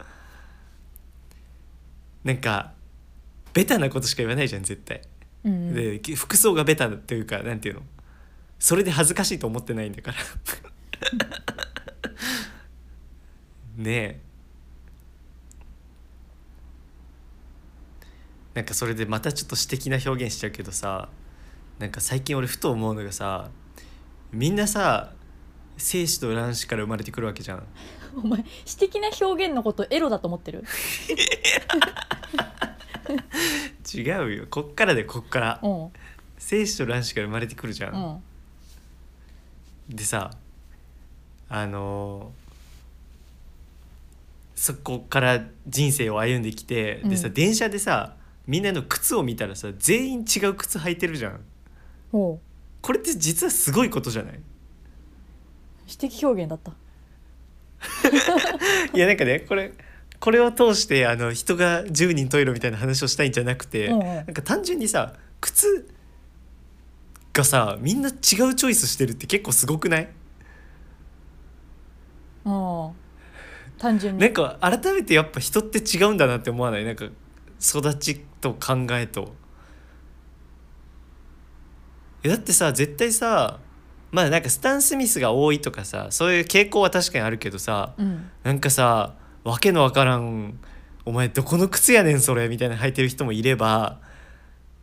S1: なんかベタなことしか言わないじゃん絶対。
S2: うんうん
S1: でき服装がベタだっていうかなんていうのそれで恥ずかしいと思ってないんだ からねえなんかそれでまたちょっと詩的な表現しちゃうけどさなんか最近俺ふと思うのがさみんなさ精子と卵子から生まれてくるわけじゃん
S2: お前詩的な表現のことエロだと思ってる
S1: 違うよこっからでこっから
S2: うん
S1: 精子と卵子から生まれてくるじゃ、
S2: うんん
S1: でさあのーそこから人生を歩んできて、でさ
S2: うん
S1: 電車でさみんなの靴を見たらさ全員違う靴履いてるじゃん
S2: ほ
S1: これって実はすごいことじゃない
S2: う詩的表現だった
S1: いやなんかねこれこれを通してあの人が10人トイレみたいな話をしたいんじゃなくて、
S2: うんうん
S1: なんか単純にさ靴がさみんな違うチョイスしてるって結構すごくない
S2: うん単純
S1: な
S2: に
S1: んか改めてやっぱ人って違うんだなって思わないなんか育ちと考えとえだってさ絶対さまあなんかスタン・スミスが多いとかさそういう傾向は確かにあるけどさ
S2: うん
S1: なんかさわけのわからんお前どこの靴やねんそれみたいな履いてる人もいれば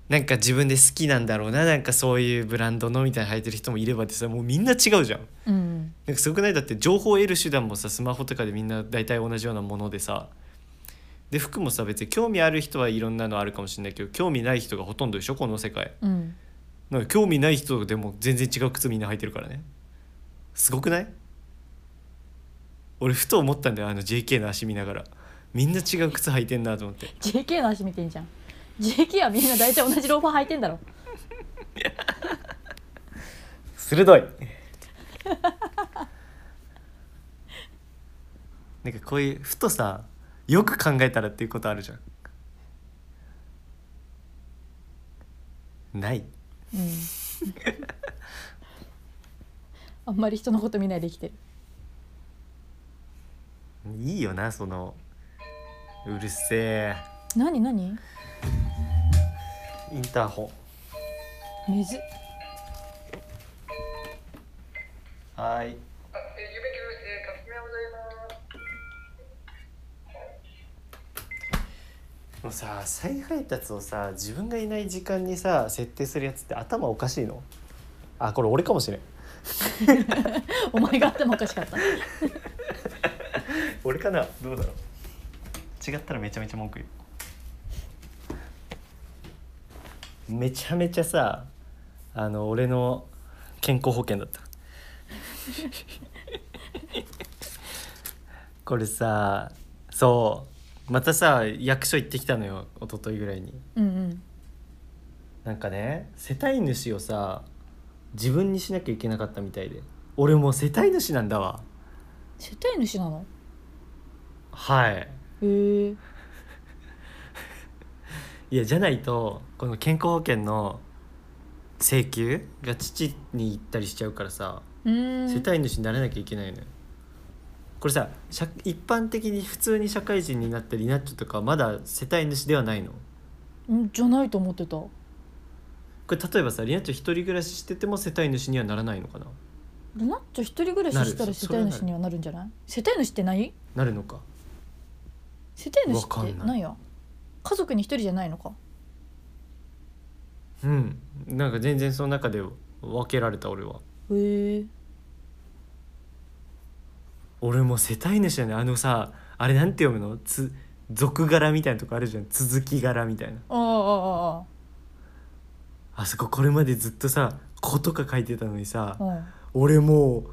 S1: なんか自分で好きなんだろうななんかそういうブランドのみたいな履いてる人もいればってさもうみんな違うじゃん。
S2: うん
S1: なんかすごくないだって情報を得る手段もさスマホとかでみんな大体同じようなものでさで服もさ別に興味ある人はいろんなのあるかもしれないけど興味ない人がほとんどでしょこの世界
S2: うん
S1: なんか興味ない人でも全然違う靴みんな履いてるからねすごくない俺ふと思ったんだよあの JK の足見ながらみんな違う靴履いてんなと思って
S2: JK の足見てんじゃん JK はみんな大体同じローファー履いてんだろ
S1: 鋭い なんかこういうふとさよく考えたらっていうことあるじゃんない
S2: うんあんまり人のこと見ないで生きてる
S1: いいよなそのうるせえ
S2: 何何
S1: インターホ
S2: 水
S1: ンはー
S3: えー、ゆ
S1: い
S3: めきゅう、えー、かすみはございます。
S1: もうさ再配達をさ自分がいない時間にさ設定するやつって頭おかしいのあこれ俺かもしれん
S2: お前があってもおかしかった
S1: 俺かなどうだろう違ったらめちゃめちゃ文句言うめちゃめちゃさあの俺の健康保険だった これさそうまたさ役所行ってきたのよ一昨日ぐらいに
S2: うんうん
S1: なんかね世帯主をさ自分にしなきゃいけなかったみたいで俺もう世帯主なんだわ
S2: 世帯主なの
S1: はい
S2: へえ
S1: いやじゃないとこの健康保険の請求が父に行ったりしちゃうからさ、
S2: うーん
S1: 世帯主にならなきゃいけないのよこれさ社一般的に普通に社会人になったりなっちゃとかまだ世帯主ではないの
S2: んじゃないと思ってた
S1: これ例えばさリナッチョ一人暮らししてても世帯主にはならないのかな
S2: ルナッチョ一人暮らしし
S1: な
S2: たら
S1: る
S2: 世
S1: それは
S2: 帯
S1: なる
S2: 主にはなるんじゃない世帯主って何
S1: なるのか
S2: 世帯主って
S1: わかんな
S2: 何や家族に一人じゃないのか
S1: うんなんか全然その中で分けられた俺は
S2: へえ
S1: 俺もう世帯主だねあのさあれなんて読むのつ続柄みたいなとこあるじゃん続き柄みたいな
S2: あああ
S1: あそここれまでずっとさ「子」とか書いてたのにさ
S2: あああうん
S1: 俺も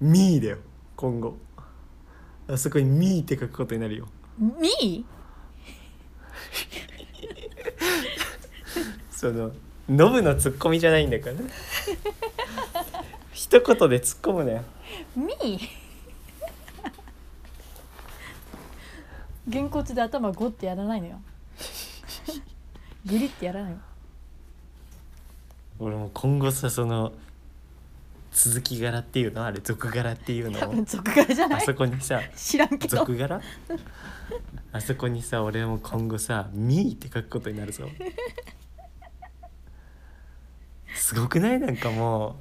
S1: う「ミー」だよ今後あそこに「ミー」って書くことになるよ
S2: みー
S1: そのノブのツッコミじゃないんだから一言で突っ込むなよ
S2: みー げんこつで頭ゴってやらない のよグリってやらないの
S1: 俺も今後さその続き柄っていうのあれ続柄っていうの
S2: 多分
S1: を
S2: 俗柄じゃな
S1: あ
S2: い
S1: そこにさ
S2: 知らんけど
S1: 俗柄あそこにさ俺も今後さ「ミー」って書くことになるぞすごくないなんかも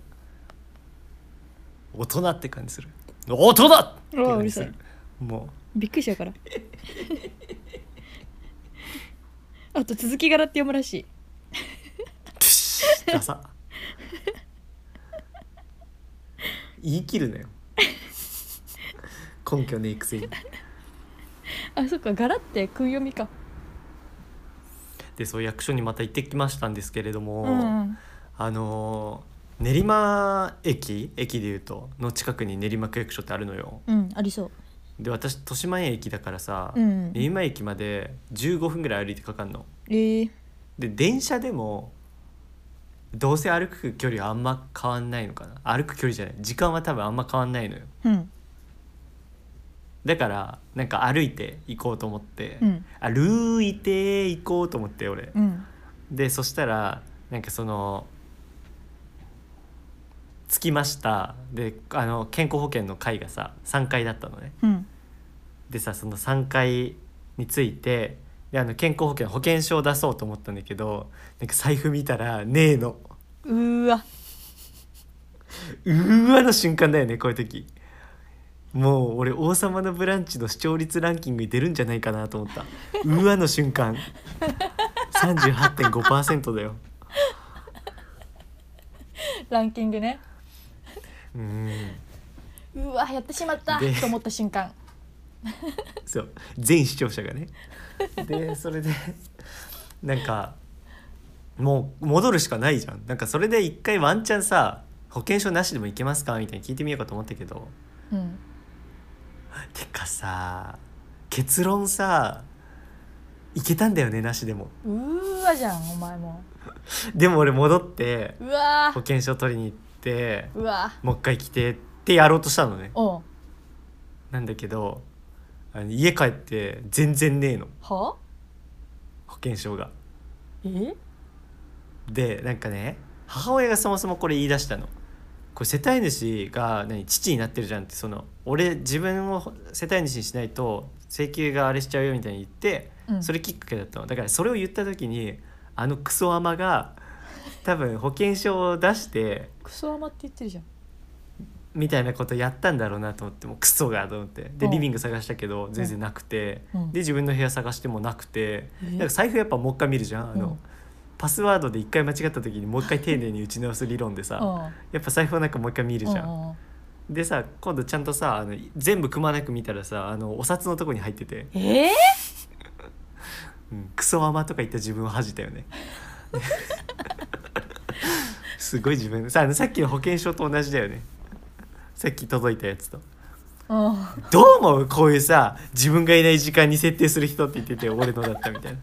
S1: う大人って感じする大人って感じす
S2: うわう
S1: る
S2: る
S1: も
S2: びっくりしちゃうからあと続き柄って読むらしいう
S1: プシッダサ言い切るなよ根拠ねえくせに
S2: あそっか柄って訓読みか
S1: でそう役所にまた行ってきましたんですけれども、
S2: うんうん
S1: あのー練馬駅駅でいうとの近くに練馬区役所ってあるのよ
S2: うんありそう
S1: で私豊島園駅だからさ、
S2: うん
S1: 練馬駅まで15分ぐらい歩いてかかんの
S2: えー、
S1: で電車でもどうせ歩く距離はあんま変わんないのかな歩く距離じゃない時間は多分あんま変わんないのよ
S2: うん
S1: だからなんか歩いて行こうと思って、
S2: うん
S1: 歩いて行こうと思って俺、
S2: うん
S1: でそしたらなんかその着きましたであの健康保険の会がさ3階だったのね
S2: うん
S1: でさその3階についてであの健康保険保険証を出そうと思ったんだけどなんか財布見たらねえの
S2: うーわ
S1: うーわの瞬間だよねこういう時もう俺「王様のブランチ」の視聴率ランキングに出るんじゃないかなと思 ったうーわの瞬間38.5%だよ
S2: ランキングね
S1: うん
S2: うわやってしまった
S1: で
S2: と思った瞬間
S1: そう全視聴者がねでそれでなんかもう戻るしかないじゃんなんかそれで一回ワンチャンさ保険証なしでも行けますかみたいに聞いてみようかと思ったけど
S2: うん
S1: てかさ結論さ行けたんだよねなしでも
S2: うーわじゃんお前も
S1: でも俺戻って
S2: うわ
S1: 保険証取りに行って
S2: うわ
S1: もう一回来てってやろうとしたのね
S2: おう
S1: なんだけどあの家帰って全然ねえの
S2: は
S1: 保険証が
S2: え
S1: でなんかね母親がそもそもこれ言い出したのこれ世帯主が何父になってるじゃんってその俺自分を世帯主にしないと請求があれしちゃうよみたいに言って
S2: うん
S1: それきっかけだったのだからそれを言った時にあのクソアマが多分保険証を出して
S2: クソ甘って言ってるじゃん
S1: みたいなことやったんだろうなと思ってもうクソがと思ってで
S2: うん
S1: リビング探したけど全然なくて、
S2: うん
S1: で自分の部屋探してもなくて、
S2: え
S1: なんか財布やっぱもう一回見るじゃんあの、
S2: うん
S1: パスワードで一回間違った時にもう一回丁寧に打ち直す理論でさ、
S2: うん
S1: やっぱ財布なんかもう一回見るじゃん、
S2: うんうん
S1: でさ今度ちゃんとさあの全部くまなく見たらさあのお札のとこに入ってて、
S2: えー、
S1: うん、クソアマとか言った自分を恥じたよ ね すごい自分さあのさっきの保険証と同じだよねさっき届いたやつと。
S2: うん
S1: どう思うこういうさ自分がいない時間に設定する人って言ってて俺のだったみたい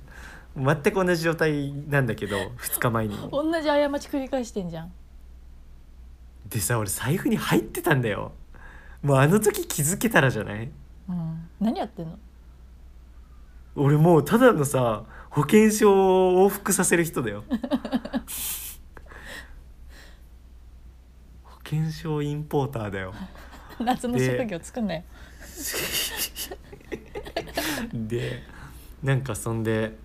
S1: な全く同じ状態なんだけど2日前にも
S2: 同じ過ち繰り返してんじゃん
S1: でさ俺財布に入ってたんだよもうあの時気づけたらじゃない
S2: うん何やっ てんの
S1: 俺もうただのさ保険証を往復させる人だよ保険証インポーターだよ
S2: 夏の
S1: で
S2: 職業作んなよ
S1: でなんかそんで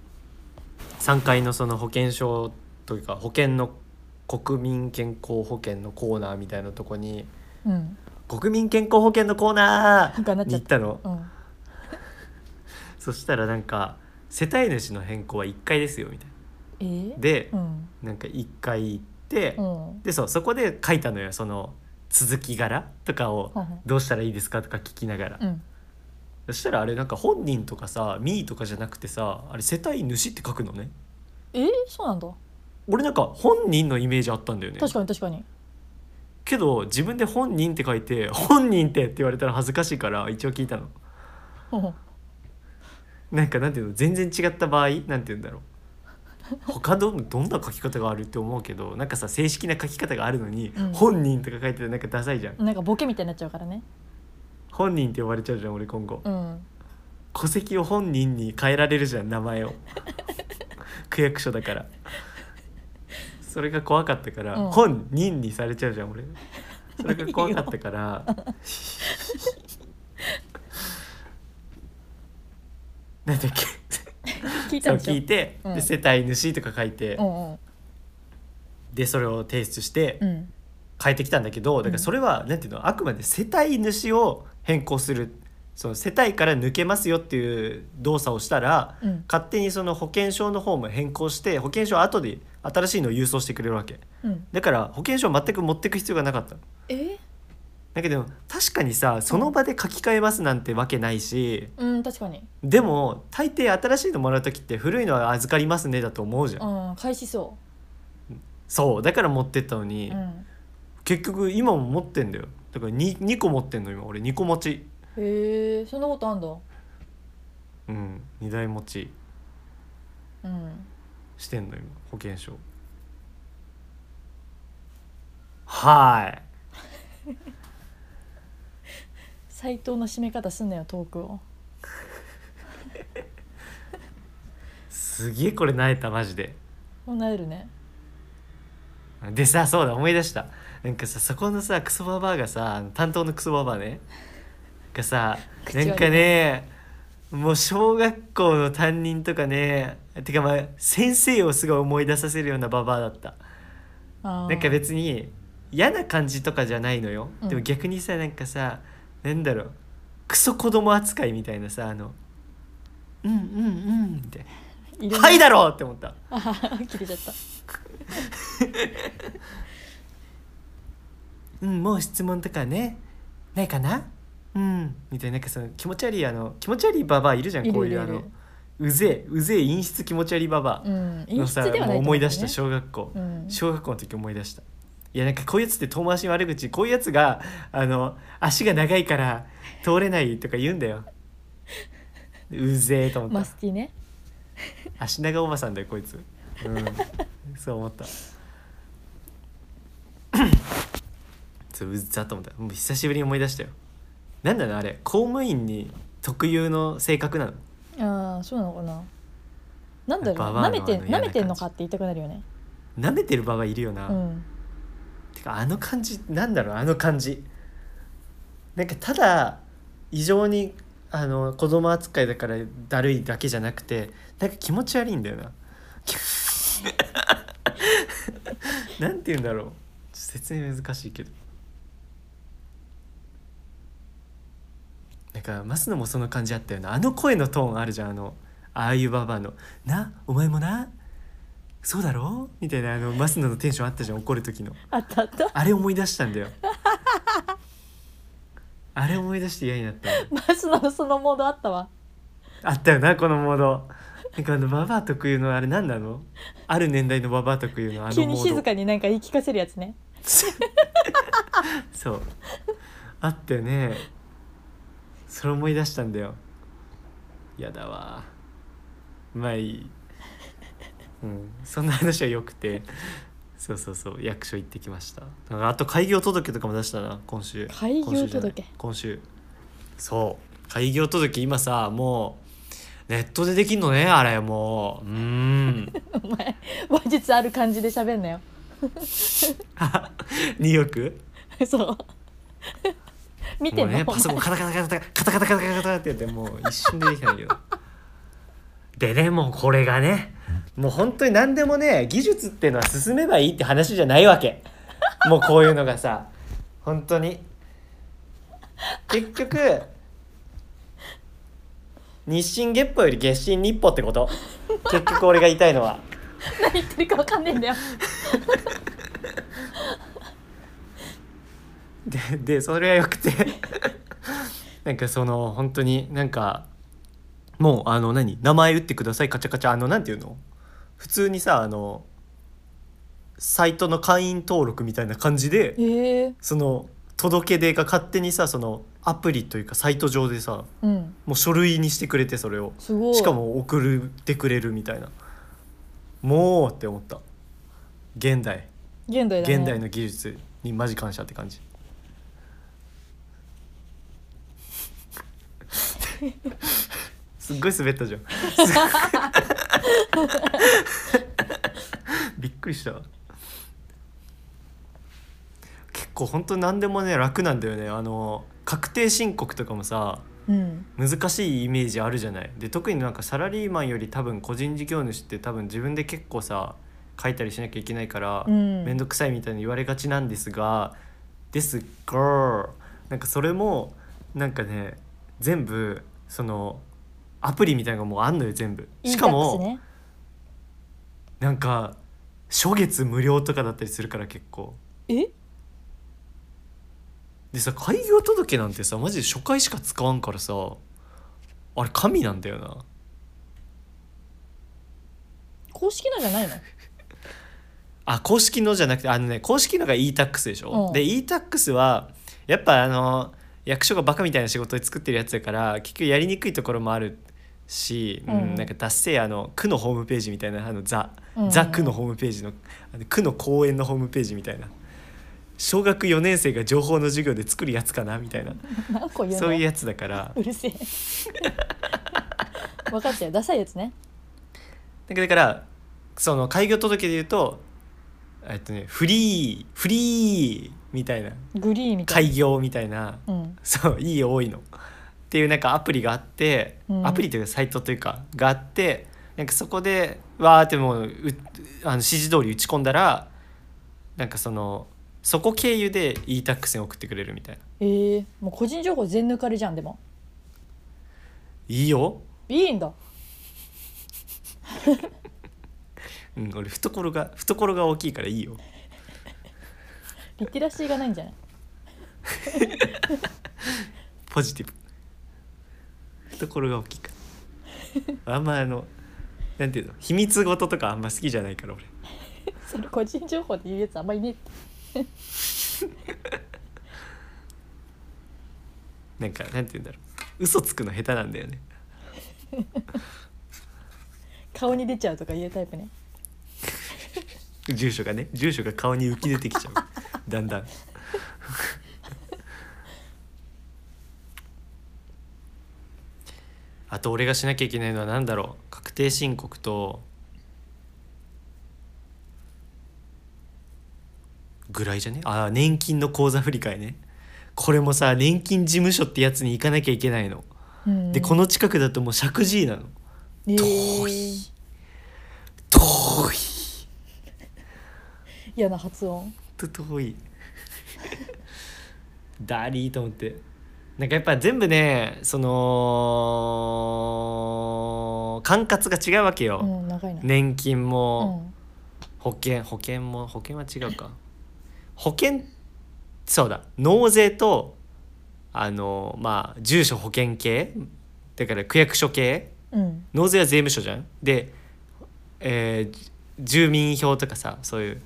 S1: 3階のその保険証というか保険の国民健康保険のコーナーみたいなとこに
S2: うん
S1: 「国民健康保険のコーナー!」
S2: がなっ
S1: に
S2: ちゃ
S1: 行
S2: っ
S1: ったたの
S2: うん
S1: そしたらなんか「世帯主の変更は1階ですよ」みたい
S2: えー
S1: なで
S2: うん
S1: なんか1階行って
S2: うん
S1: でそうそこで書いたのよその続き柄とかを
S2: ほんほん
S1: どうしたらいいですかとか聞きながら
S2: うん
S1: そしたらあれなんか本人とかさ「ミー」とかじゃなくてさあれ世帯主って書くのね
S2: えー、そうなんだ
S1: 俺なんか本人のイメージあったんだよね
S2: 確かに確かに
S1: けど自分で「本人」って書いて「本人って」って言われたら恥ずかしいから一応聞いたの
S2: ほんほん
S1: なんかなんていうの全然違った場合なんて言うんだろう他どどんな書き方があるって思うけどなんかさ正式な書き方があるのに「
S2: うん
S1: 本人」とか書いてたらなんかダサいじゃん
S2: なんかボケみたいになっちゃうからね
S1: 「本人」って呼ばれちゃうじゃん俺今後
S2: うん
S1: 戸籍を本人に変えられるじゃん名前 を区役所だからそれが怖かったから、
S2: うん
S1: 本人にされちゃうじゃん俺それが怖かったからなんだっけ
S2: 聞い
S1: そ
S2: た
S1: うん
S2: でしょ
S1: 聞いて、
S2: うん
S1: で世帯主とか書いて、
S2: うんうん
S1: でそれを提出して
S2: うん
S1: 変えてきたんだけどだからそれは、なんていうのあくまで世帯主を変更するその世帯から抜けますよっていう動作をしたら、
S2: うん
S1: 勝手にその保険証の方も変更して保険証は後で新しいのを郵送してくれるわけ
S2: うん
S1: だから保険証を全く持ってく必要がなかったの
S2: え
S1: だけど確かにさその場で書き換えますなんてわけないし、
S2: うん確かに
S1: でも大抵新しいのもらう時って古いのは預かりますねだと思うじゃん、
S2: うん返しそ
S1: そうだから持ってったの
S2: う、
S1: に、
S2: うん、
S1: 結局今も持ってんだよだから 2, 2個持ってんの今俺2個持ち
S2: へえそんなことあんだ
S1: うん2台持ち
S2: うん
S1: してんの今保険証は
S2: 斎藤の締め方すんなよトークを
S1: ーいすげえこれなえたマジで
S2: もうなえるね
S1: でさそうだ思い出したなんかさそこのさクソババアがさ担当のクソババアねがさ
S2: 口
S1: な
S2: 悪い
S1: んかねもう小学校の担任とかねてかまあ先生をすごい思い出させるようなババアだった
S2: あー
S1: なんか別に嫌な感じとかじゃないのよ、
S2: うん
S1: でも逆にさなんかさなんだろうクソ子供扱いみたいなさあの「うんうんうん」みたいな
S2: 入
S1: 「
S2: れ
S1: は
S2: ない
S1: だろ!」って思った
S2: あはは 切れちゃった
S1: 「うんもう質問とかねないかな?」うんみたいななんかその気持ち悪いあの気持ち悪いババアいるじゃん
S2: いる
S1: こういう
S2: いる
S1: あ
S2: いる
S1: のうぜえうぜえ陰湿気持ち悪いババ
S2: うん
S1: アの
S2: 陰
S1: さ、
S2: 湿では
S1: も
S2: な
S1: う
S2: いと
S1: 思
S2: 思う
S1: い
S2: けどね
S1: 出した小学校、
S2: うん
S1: 小学校の時思い出したいやなんかこういうやつって遠回しに悪口こういうやつがあの足が長いから通れないとか言うんだようぜえと思
S2: マ
S1: っ
S2: ス
S1: た
S2: ティね
S1: 足長おばさんだよこいつ、うん、そう思ったそううざっと思ったもう久しぶりに思い出したよなんだろうあれ公務員に特有の性格なの
S2: ああそうなのかななんだろう
S1: ババア
S2: な
S1: の
S2: めて
S1: あの嫌な
S2: なめてんのか
S1: 感
S2: って言いたくなるよね
S1: 舐めてる場合いるよな、
S2: うん
S1: てかあの感じなんだろうあの感じなんかただ異常にあの子供扱いだからだるいだけじゃなくてなんか気持ち悪いんだよな なんて言うんだろう説明難しいけどなんかマスのもその感じあったよなあの声のトーンあるじゃんあのああいうババアの「なお前もなそうだろ?」みたいなあのマスののテンションあったじゃん怒る時の。
S2: あったあった
S1: あれ思い出したんだよあれ思い出して嫌になったの
S2: マスのそのモードあったわ
S1: あったよなこのモードなんかあのババア特有のあれ何なのある年代のババア特有のあ
S2: 急
S1: の
S2: に
S1: モー
S2: 静
S1: ド
S2: かになんか言い聞かせるやつね
S1: そうあったよねそれ思い出したんだよやだわまあいいうんそんな話はよくてそうそうそう役所行ってきましたなんかあと開業届とかも出したな今週
S2: 開業
S1: 今週じゃない
S2: 届
S1: 今週そう開業届今さもうネットでできんのねあれもううーん
S2: お前話術ある感じで喋んなよ
S1: ニューヨーク
S2: そう 見て
S1: も
S2: ん
S1: う
S2: の、
S1: ねパソコンカタカタカタカタカタカタカタカタってやってもう一瞬でできないけど でねもうこれがねもう本当に何でもね技術ってのは進めばいいって話じゃないわけもうこういうのがさ本当に結局日進月歩より月進日歩ってこと結局俺が言いたいのは
S2: お 前何言ってるかわかんねえ んだよ
S1: で でそれはよくて なんかその本当になんかもうあの何名前打ってくださいカチャカチャあのなんていうの普通にさあのサイトの会員登録みたいな感じで
S2: へえ
S1: その届け出が勝手にさそのアプリというかサイト上でさ
S2: うん
S1: もう書類にしてくれてそれを
S2: すごい
S1: しかも送ってくれるみたいなもうって思った現代
S2: 現代だね
S1: 現代の技術にマジ感謝って感じすっごい滑ったじゃんびっくりしたわ結構ほんと何でもね楽なんだよねあの確定申告とかもさ
S2: うん
S1: 難しいイメージあるじゃないで特になんかサラリーマンより多分個人事業主って多分自分で結構さ書いたりしなきゃいけないから、
S2: うん
S1: めんどくさいみたいに言われがちなんですがですがなんかそれもなんかね全部そのアプリみたいなのがもうあんのよ全部しかも、
S2: いいタックスね
S1: なんか初月無料とかだったりするから結構
S2: え
S1: でさ開業届なんてさマジで初回しか使わんからさあれ神なんだよな
S2: 公式のじゃないの
S1: あ公式のじゃなくてあのね公式のが e-tax でしょ、
S2: うん
S1: で e-tax はやっぱあの役所がバカみたいな仕事で作ってるやつだから結局やりにくいところもあるし、うん
S2: うん
S1: なんか達成あの区のホームページみたいなあのザ、
S2: うん
S1: ザ区のホームページのあの区の公園のホームページみたいな小学4年生が情報の授業で作るやつかなみたいな
S2: 何個言うの
S1: そういうやつだから
S2: うるせえ 分かったよダサいやつね
S1: だからだからその開業届で言うとえっとねフリーフリーみたいな
S2: グリーンみたい
S1: 開業みたいな。
S2: なうん
S1: そういいよ多いのっていうなんかアプリがあって、
S2: うん
S1: アプリというかサイトというかがあってなんかそこでわーってもううあの指示通り打ち込んだらなんかそのそこ経由で e-tax に送ってくれるみたいな
S2: えー、もう個人情報全抜かれじゃんでも
S1: いいよ、
S2: いいんだ
S1: うん、俺懐が懐が大きいからいいよ
S2: リテラシーがないんじゃない
S1: ポジティブ懐が大きいから あんまあのなんていうの秘密事とかあんま好きじゃないから俺
S2: それ個人情報って言うやつあんまいねえって
S1: なんかなんていうんだろう嘘つくの下手なんだよね
S2: 顔に出ちゃうとか言うタイプね
S1: 住所がね住所が顔に浮き出てきちゃうだんだ んあと俺がしなきゃいけないのは何だろう確定申告とぐらいじゃねあー年金の口座振り替えねこれもさ年金事務所ってやつに行かなきゃいけないの、
S2: うん
S1: でこの近くだともう石神井なの
S2: えー
S1: 遠い遠い
S2: 嫌な発音
S1: ちょっと遠い ダリーと思ってなんかやっぱ全部ねその管轄が違うわけ
S2: う
S1: よ、
S2: ん長いな、
S1: 年金
S2: う
S1: も
S2: ん
S1: 保険保険も保険は違うか保険そうだ納税とあのーまあ住所保険系だから区役所系
S2: うん
S1: 納税は税務署じゃんで、えー住民票とかさそういう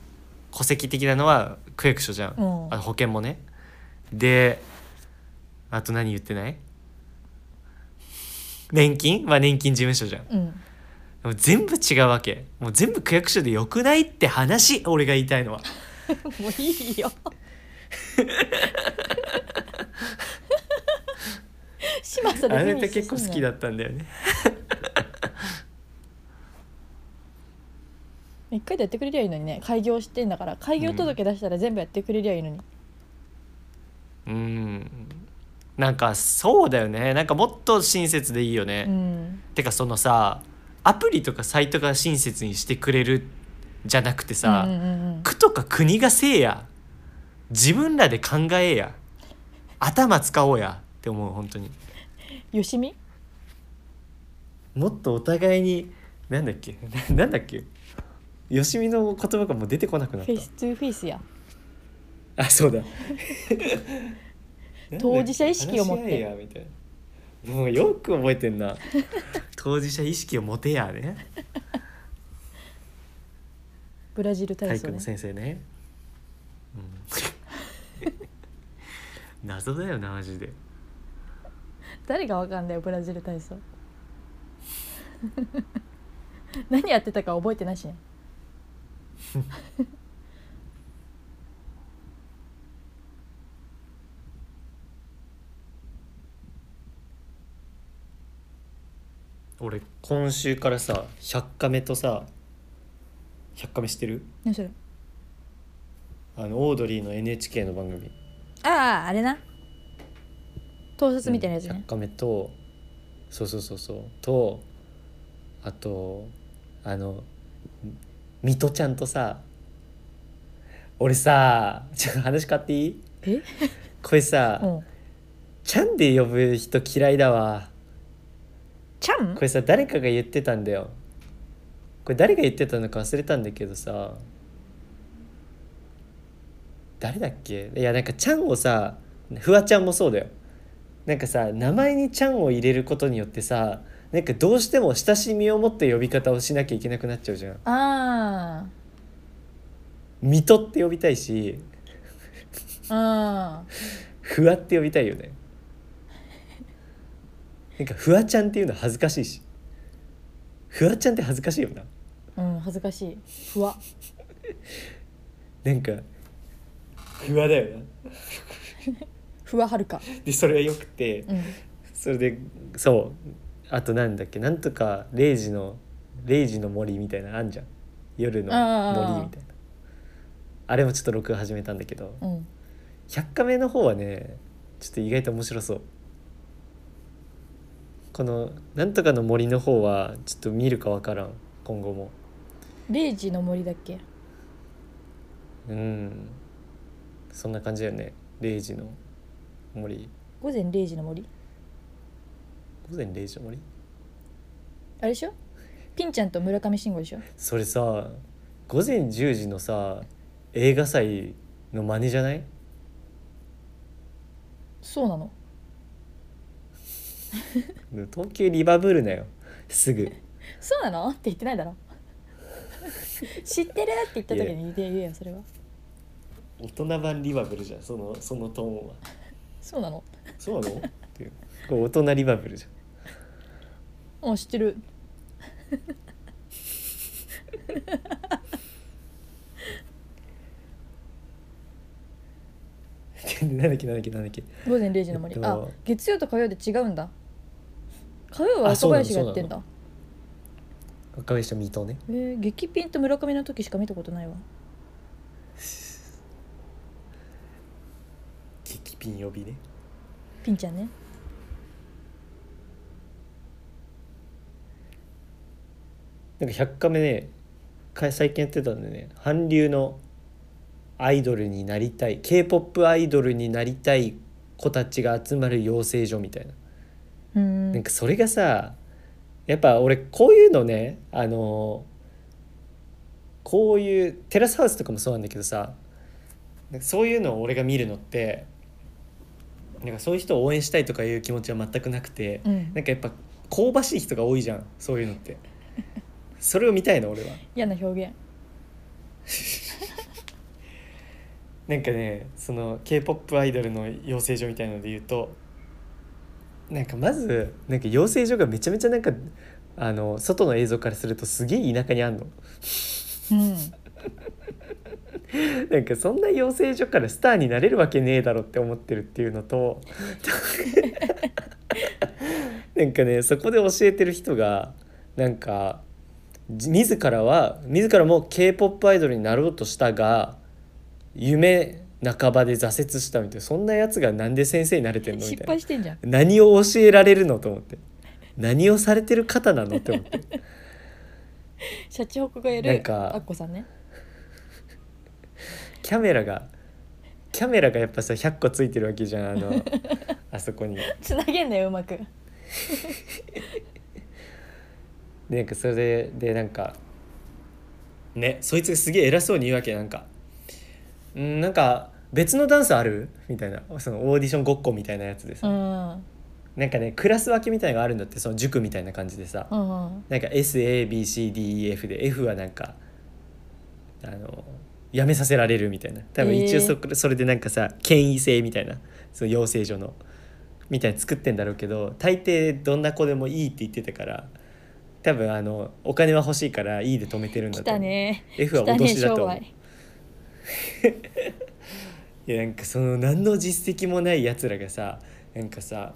S1: 戸籍的なのは区役所じゃん、
S2: うん
S1: あ保険もねであと何言ってない年金は年金事務所じゃんで
S2: うん
S1: も全部違うわけもう全部区役所でよくないって話俺が言いたいのは
S2: もういいよ嶋佐
S1: あ
S2: で
S1: な
S2: フィニッ
S1: た
S2: シュ
S1: 結構
S2: すん
S1: 好
S2: な
S1: きだったんだよね
S2: 一回でやってくれりゃいいのにね開業してんだから開業届出したら全部やってくれりゃいいのに、
S1: うんなんかそうだよねなんかもっと親切でいいよね、
S2: うん、
S1: てかそのさアプリとかサイトが親切にしてくれるじゃなくてさ、
S2: うんうんうん
S1: 区とか国がせいや自分らで考えや頭使おうやって思う本当に
S2: うん、よしみ
S1: もっとお互いになんだっけ なんだっけよしみの言葉がもう出てこなくなっ
S2: フェイストゥフェイスや
S1: たあそうだ
S2: 当事者意識を持って
S1: 話し合えやみたいなもうよく覚えてんな 当事者意識を持てやね
S2: ブラジル
S1: 体
S2: 体操
S1: 育
S2: ね
S1: の先生ね、うん 謎だよなマジで
S2: 誰がわかんだよブラジル体操 何やってたか覚えてないしね
S1: 俺今週からさ「100カメ」とさ「100カメ」知ってる
S2: 何それ
S1: あのオードリーの NHK の番組
S2: あああれな盗撮みたいなやつ
S1: うん
S2: ね
S1: 100、カメ」とそうそうそうそうとあとあのミトちゃんとさ俺さちょっと話変わっていい
S2: え
S1: これさ、
S2: うん
S1: ちゃんで呼ぶ人嫌いだわ
S2: ちゃん
S1: これさ誰かが言ってたんだよこれ誰が言ってたのか忘れたんだけどさ誰だっけいやなんかちゃんをさフワちゃんもそうだよなんかさ名前に「ちゃん」を入れることによってさなんかどうしても親しみを持って呼び方をしなきゃいけなくなっちゃうじゃん
S2: あ
S1: 「水戸」って呼びたいし
S2: あ
S1: 「フワ」って呼びたいよねなんか「フワちゃん」っていうの恥ずかしいし「フワちゃん」って恥ずかしいよな
S2: うんうん恥ずかしいふわ
S1: なんか「フワ」だよ
S2: ふわはるか
S1: なでそれがよくて
S2: うん
S1: それでそうあとなんだっけなんとか0時の0時の森みたいなのあんじゃん夜の森みたいなあれもちょっと録画始めたんだけど
S2: うん
S1: 「100カメ」の方はねちょっと意外と面白そうこの「なんとかの森」の方はちょっと見るか分からん今後も
S2: 0時の森だっけ
S1: うんそんな感じだよね0時の森
S2: 午前0時の森
S1: 午前0時の森
S2: あれでしょピンちゃんと村上信五でしょ
S1: それさ午前10時のさ映画祭の真似じゃない
S2: そうなの
S1: 東急リバブルなよすぐ
S2: そうなのって言ってないだろ 知ってるって言った時に言え言えよそれは
S1: 大人版リバブルじゃんそのそのトーンは
S2: そうなの
S1: そうなのっていうこれ大人リバブルじゃん
S2: うん知ってる
S1: なんだっけなんだっけなんだっけ
S2: 午前0時の森、
S1: えっと
S2: あ月曜と火曜で違うんだ火曜は
S1: あそ
S2: 若
S1: うなの
S2: 林がやってんだ
S1: 若林と水戸ね
S2: えー、激ピンと村上の時しか見たことないわ
S1: 激ピン呼びね
S2: ピンちゃんね
S1: なんか100カメねか最近やってたんでね韓流のアイドルになりたい k p o p アイドルになりたい子たちが集まる養成所みたいな
S2: うーん
S1: なんかそれがさやっぱ俺こういうのねあのこういうテラスハウスとかもそうなんだけどさなんかそういうのを俺が見るのってなんかそういう人を応援したいとかいう気持ちは全くなくて
S2: うん
S1: なんかやっぱ香ばしい人が多いじゃんそういうの ってそれを見たいの俺は
S2: 嫌な表現
S1: なんかねその k p o p アイドルの養成所みたいので言うとなんかまずなんか養成所がめちゃめちゃなんかあの外の映像からするとすげえ田舎にあんの
S2: うん
S1: なんかそんな養成所からスターになれるわけねえだろって思ってるっていうの となんかねそこで教えてる人がなんかじ自らは自らも k p o p アイドルになろうとしたが夢半ばで挫折したみたいなそんなやつがなんで先生になれてんのみ
S2: 失
S1: たい
S2: 敗
S1: な
S2: してんじゃん
S1: 何を教えられるのと思って何をされてる方なのって思って
S2: シャチホコがや
S1: なん
S2: る
S1: か
S2: アッコさんね
S1: キャメラがキャメラがやっぱさ100個ついてるわけじゃんあ のあそこに。
S2: つなげんなようまく
S1: でなんかそれででなんかねそいつがすげえ偉そうに言うわけなんか「うんなんか別のダンスある?」みたいなそのオーディションごっこみたいなやつで
S2: う
S1: さ、
S2: んうん
S1: なんかねクラス分けみたいなのがあるんだってその塾みたいな感じでさ、
S2: うん
S1: なんか SABCDEF で F はなんかあのやめさせられるみたいな多分一応そ,、それでなんかさ権威性みたいなその養成所のみたいに作ってんだろうけど大抵どんな子でもいいって言ってたから多分あのお金は欲しいからいいで止めてるんだ
S2: 来
S1: と
S2: た
S1: 思う
S2: ね
S1: F は
S2: 来た
S1: 脅
S2: ね
S1: しだと
S2: 商
S1: 思う
S2: 売
S1: いやなんかその何の実績もないやつらがさなんかさ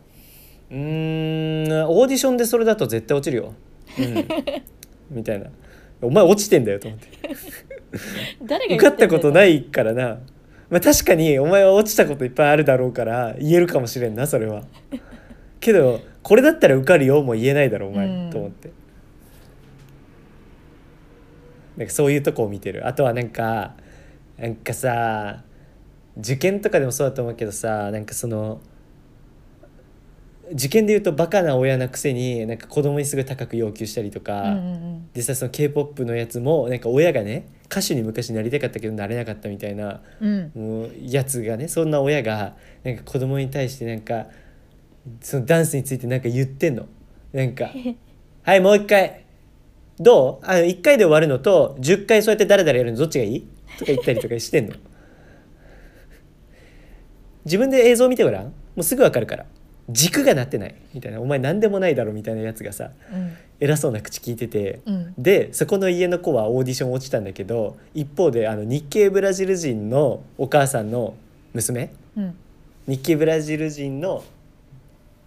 S1: うーんオーディションでそれだと絶対落ちるよ、 うん、みたいなお前落ちてんだよと思って
S2: 誰が
S1: 受かったことないいからな、まあ、確かにお前は落ちたこといっぱいあるだろうから言えるかもしれんなそれ はけどこれだったら受かるよも言えないだろお前、
S2: うん
S1: と思ってなんかそういうとこを見てるあとはなんかなんかさ受験とかでもそうだと思うけどさなんかその受験で言うとバカな親なくせになんか子供にすごい高く要求したりと
S2: う
S1: か、
S2: んうん
S1: 実際その k p o p のやつもなんか親がね歌手に昔なりたかったけどなれなかったみたいな
S2: うんうん
S1: もうやつがねそんな親がなんか子供に対してなんかそのダンスについてなんか言ってんのなんか「はいもう一回どうあの一回で終わるのと10回そうやって誰々やるのどっちがいい?」とか言ったりとかしてんの 自分で映像見てごらんもうすぐわかるから軸がなってないみたいな「お前何でもないだろ」みたいなやつがさ
S2: うん
S1: 偉そうな口聞いてて
S2: うん
S1: でそこの家の子はオーディション落ちたんだけど一方であの日系ブラジル人のお母さんの娘
S2: うん
S1: 日系ブラジル人の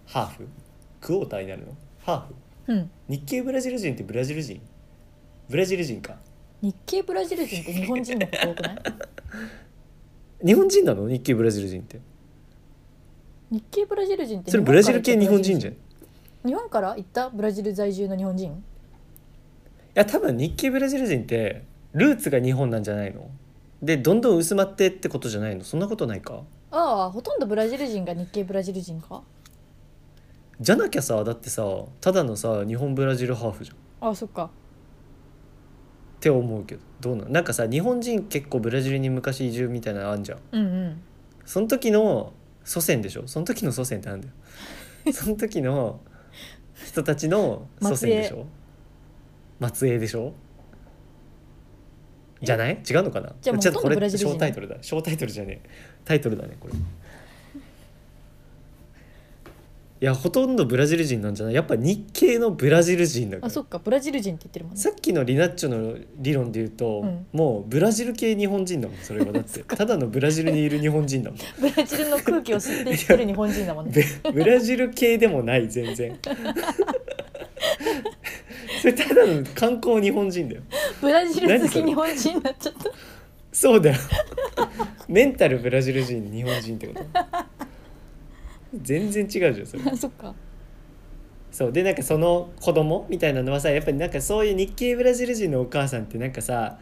S1: ハーフクォーターになるのハーフ
S2: うん
S1: 日系ブラジル人ってブラジル人ブラジル人か
S2: 日系ブラジル人って日本人のこと多く ない
S1: 日本人なの日系ブラジル人って
S2: 日系ブラジル人って
S1: それブラジル系日本人じゃんい
S2: ん日本から行ったブラジル在住の日本人
S1: や多分日系ブラジル人ってルーツが日本なんじゃないのでどんどん薄まってってことじゃないのそんなことないか
S2: ああほとんどブラジル人が日系ブラジル人か
S1: じゃなきゃさだってさただのさ日本ブラジルハーフじゃん
S2: ああそっか
S1: って思うけどどうなんなんかさ日本人結構ブラジルに昔移住みたいなのあんじゃん
S2: うんうん
S1: その時の祖先でしょその時の祖先ってなん だよその時の人たちの祖先でしょ末裔でしょじゃない違うのかな
S2: じゃあもう
S1: ちょっとこれ
S2: ほとんどブラジル人
S1: 小タイトルだ小タイトルじゃねえタイトルだねこれいやほとんどブラジル人なんじゃないやっぱ日系のブラジル人だから
S2: あそっかブラジル人って言ってるもんね
S1: さっきのリナッチョの理論で言うと、
S2: うん
S1: もうブラジル系日本人だもんそれはだって ただのブラジルにいる日本人だもん
S2: ブラジルの空気を吸って生きてる日本人だもんね
S1: ブブラジル系でもない全然 それただの観光日本人だよ
S2: ブラジル好
S1: 何そ
S2: き
S1: れ
S2: 日本人になっちゃった
S1: そうだよメンタルブラジル人日本人ってこと全然違うじゃんそれ
S2: あそっか
S1: そうでなんかその子供みたいなのはさやっぱりなんかそういう日系ブラジル人のお母さんってなんかさ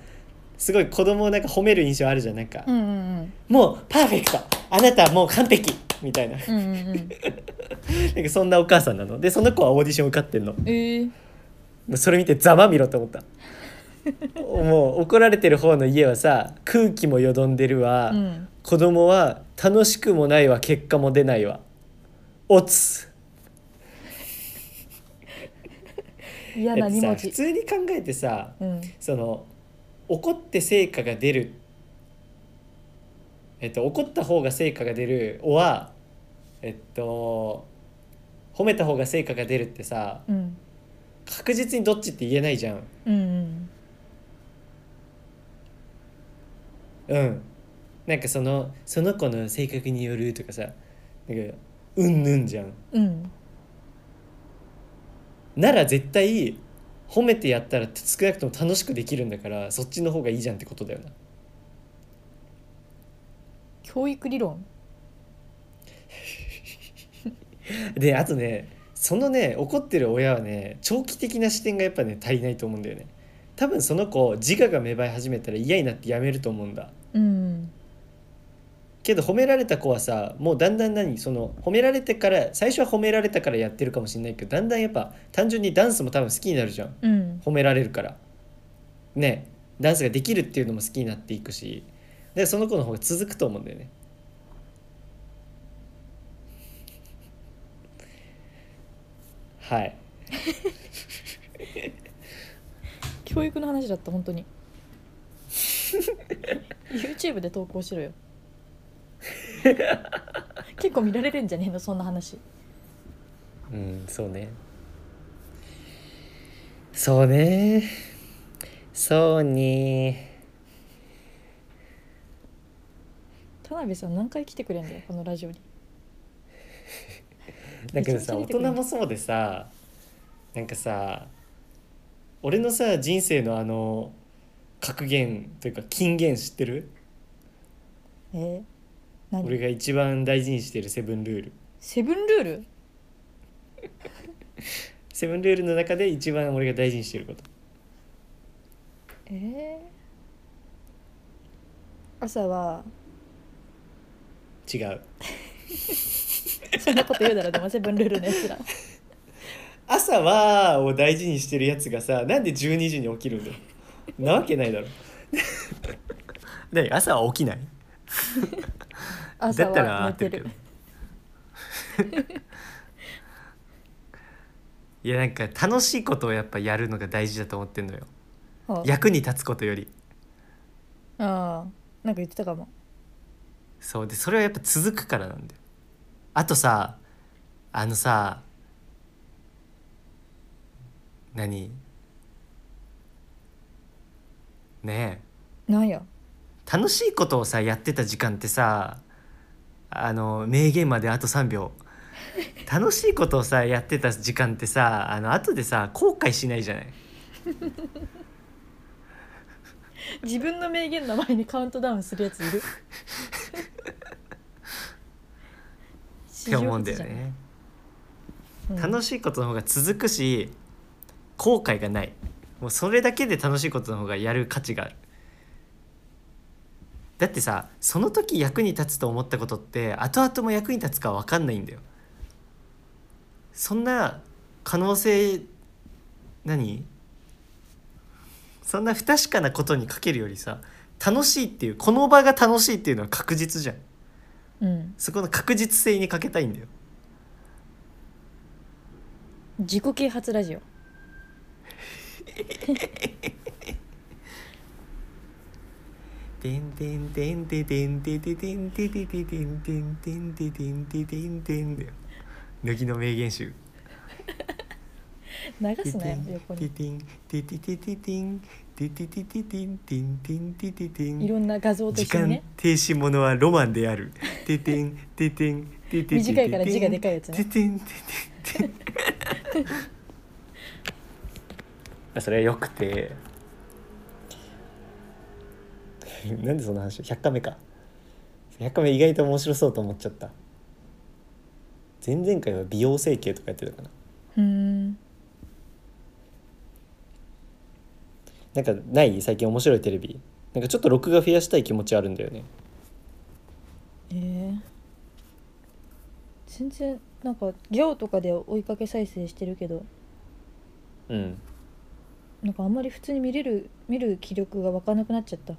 S1: すごい子供をなんか褒める印象あるじゃんなんか、
S2: うんうん
S1: もうパーフェクトあなたはもう完璧みたいな
S2: うんうんうんうん
S1: なんかそんなお母さんなのでその子はオーディション受かってんの
S2: えー、
S1: それ見てざまみろと思ったもう怒られてる方の家はさ空気もよどんでるわ、
S2: うん
S1: 子供は楽しくもないわ結果も出ないわおつ
S2: 嫌
S1: だ
S2: な
S1: って
S2: 2
S1: さ
S2: 文
S1: 普
S2: 字
S1: 通に考えてさ
S2: うん
S1: その怒って成果が出るえっと怒った方が成果が出るおはえっと褒めた方が成果が出るってさ
S2: うん
S1: 確実にどっちって言えないじゃん
S2: うんうん
S1: うんなんかそのその子の性格によるとかさなんかうんぬんじゃん
S2: うん
S1: なら絶対褒めてやったら少なくとも楽しくできるんだからそっちの方がいいじゃんってことだよな
S2: 教育理論
S1: であとねそのね怒ってる親はね長期的な視点がやっぱね足りないと思うんだよね多分その子自我が芽生え始めたら嫌になってやめると思うんだ
S2: うん
S1: けど褒められた子はさもうだんだん何その褒められてから最初は褒められたからやってるかもしれないけどだんだんやっぱ単純にダンスも多分好きになるじゃん
S2: うん
S1: 褒められるからねダンスができるっていうのも好きになっていくしでその子の方が続くと思うんだよねはい
S2: 教育の話だった本当に YouTube で投稿しろよ結構見られるんじゃねえのそんな話
S1: うんそうねそうねそうね
S2: 田辺さん何回来てくれんだよこのラジオに
S1: だけどさ大
S2: めちゃめちゃ出てくる
S1: 人もそうでさなんかさ俺のさ人生のあの格言というか金言知ってる
S2: えー、何
S1: 俺が一番大事にしてるセブンルール
S2: セブンルール
S1: セブンルールの中で一番俺が大事にしてること
S2: えー、朝は
S1: 違う
S2: そんなこと言うだろでもセブンルールのやつら
S1: 朝はを大事にしてるやつがさなんで12時に起きるんだよなわけないだ ろ何朝は起きない
S2: 朝は寝てる
S1: けど いやなんか楽しいことをやっぱやるのが大事だと思ってんのよ
S2: ほう
S1: 役に立つことより
S2: あーなんか言ってたかも
S1: そうでそれはやっぱ続くからなんだよあとさあのさ何ねえ
S2: なんや
S1: 楽しいことをさやってた時間ってさあの名言まであと3秒楽しいことをさやってた時間ってさあの後でさ後悔しないじゃない
S2: 自分の名言の前にカウントダウンするやついるっ
S1: って思うんだよね、楽
S2: し
S1: しいことの方が続くし後悔がないもうそれだけで楽しいことの方がやる価値があるだってさその時役に立つと思ったことって後々も役に立つか分かんないんだよそんな可能性何そんな不確かなことにかけるよりさ楽しいっていうこの場が楽しいっていうのは確実じゃん
S2: い、うん、
S1: そこの確実性にかけたいんだよ
S2: 自己啓発ラジオ
S1: でんでんでんででんでででんででででんでんでんででんででんでんだよ。乃木の名言集。
S2: 流
S1: です
S2: なよ横にいろんな画像と
S1: 時
S2: 一緒に
S1: 間
S2: ね
S1: 停止ものはロマンである。ててんててんててん。
S2: 短いから字がでかいやつ
S1: て
S2: ね
S1: てんててんてん。それよくて。なんでその話100カメか100カメ意外と面白そうと思っちゃった前々回は美容整形とかやってたかな
S2: うーん
S1: なんかない最近面白いテレビなんかちょっと録画増やしたい気持ちあるんだよね
S2: えー、全然なんかギャオとかで追いかけ再生してるけど
S1: うん
S2: なんかあんまり普通に見れる見る気力が湧かなくなっちゃった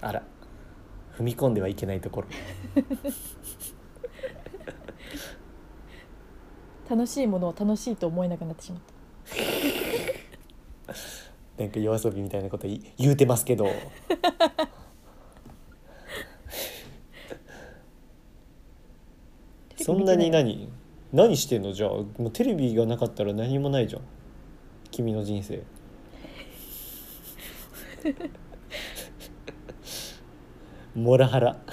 S1: あら踏み込んではいけないところ
S2: 楽しいものを楽しいと思えなくなってしまった
S1: なんか夜遊びみたいなことい言うてますけどそんなに何何してんのじゃあもうテレビがなかったら何もないじゃん君の人生 モラハラ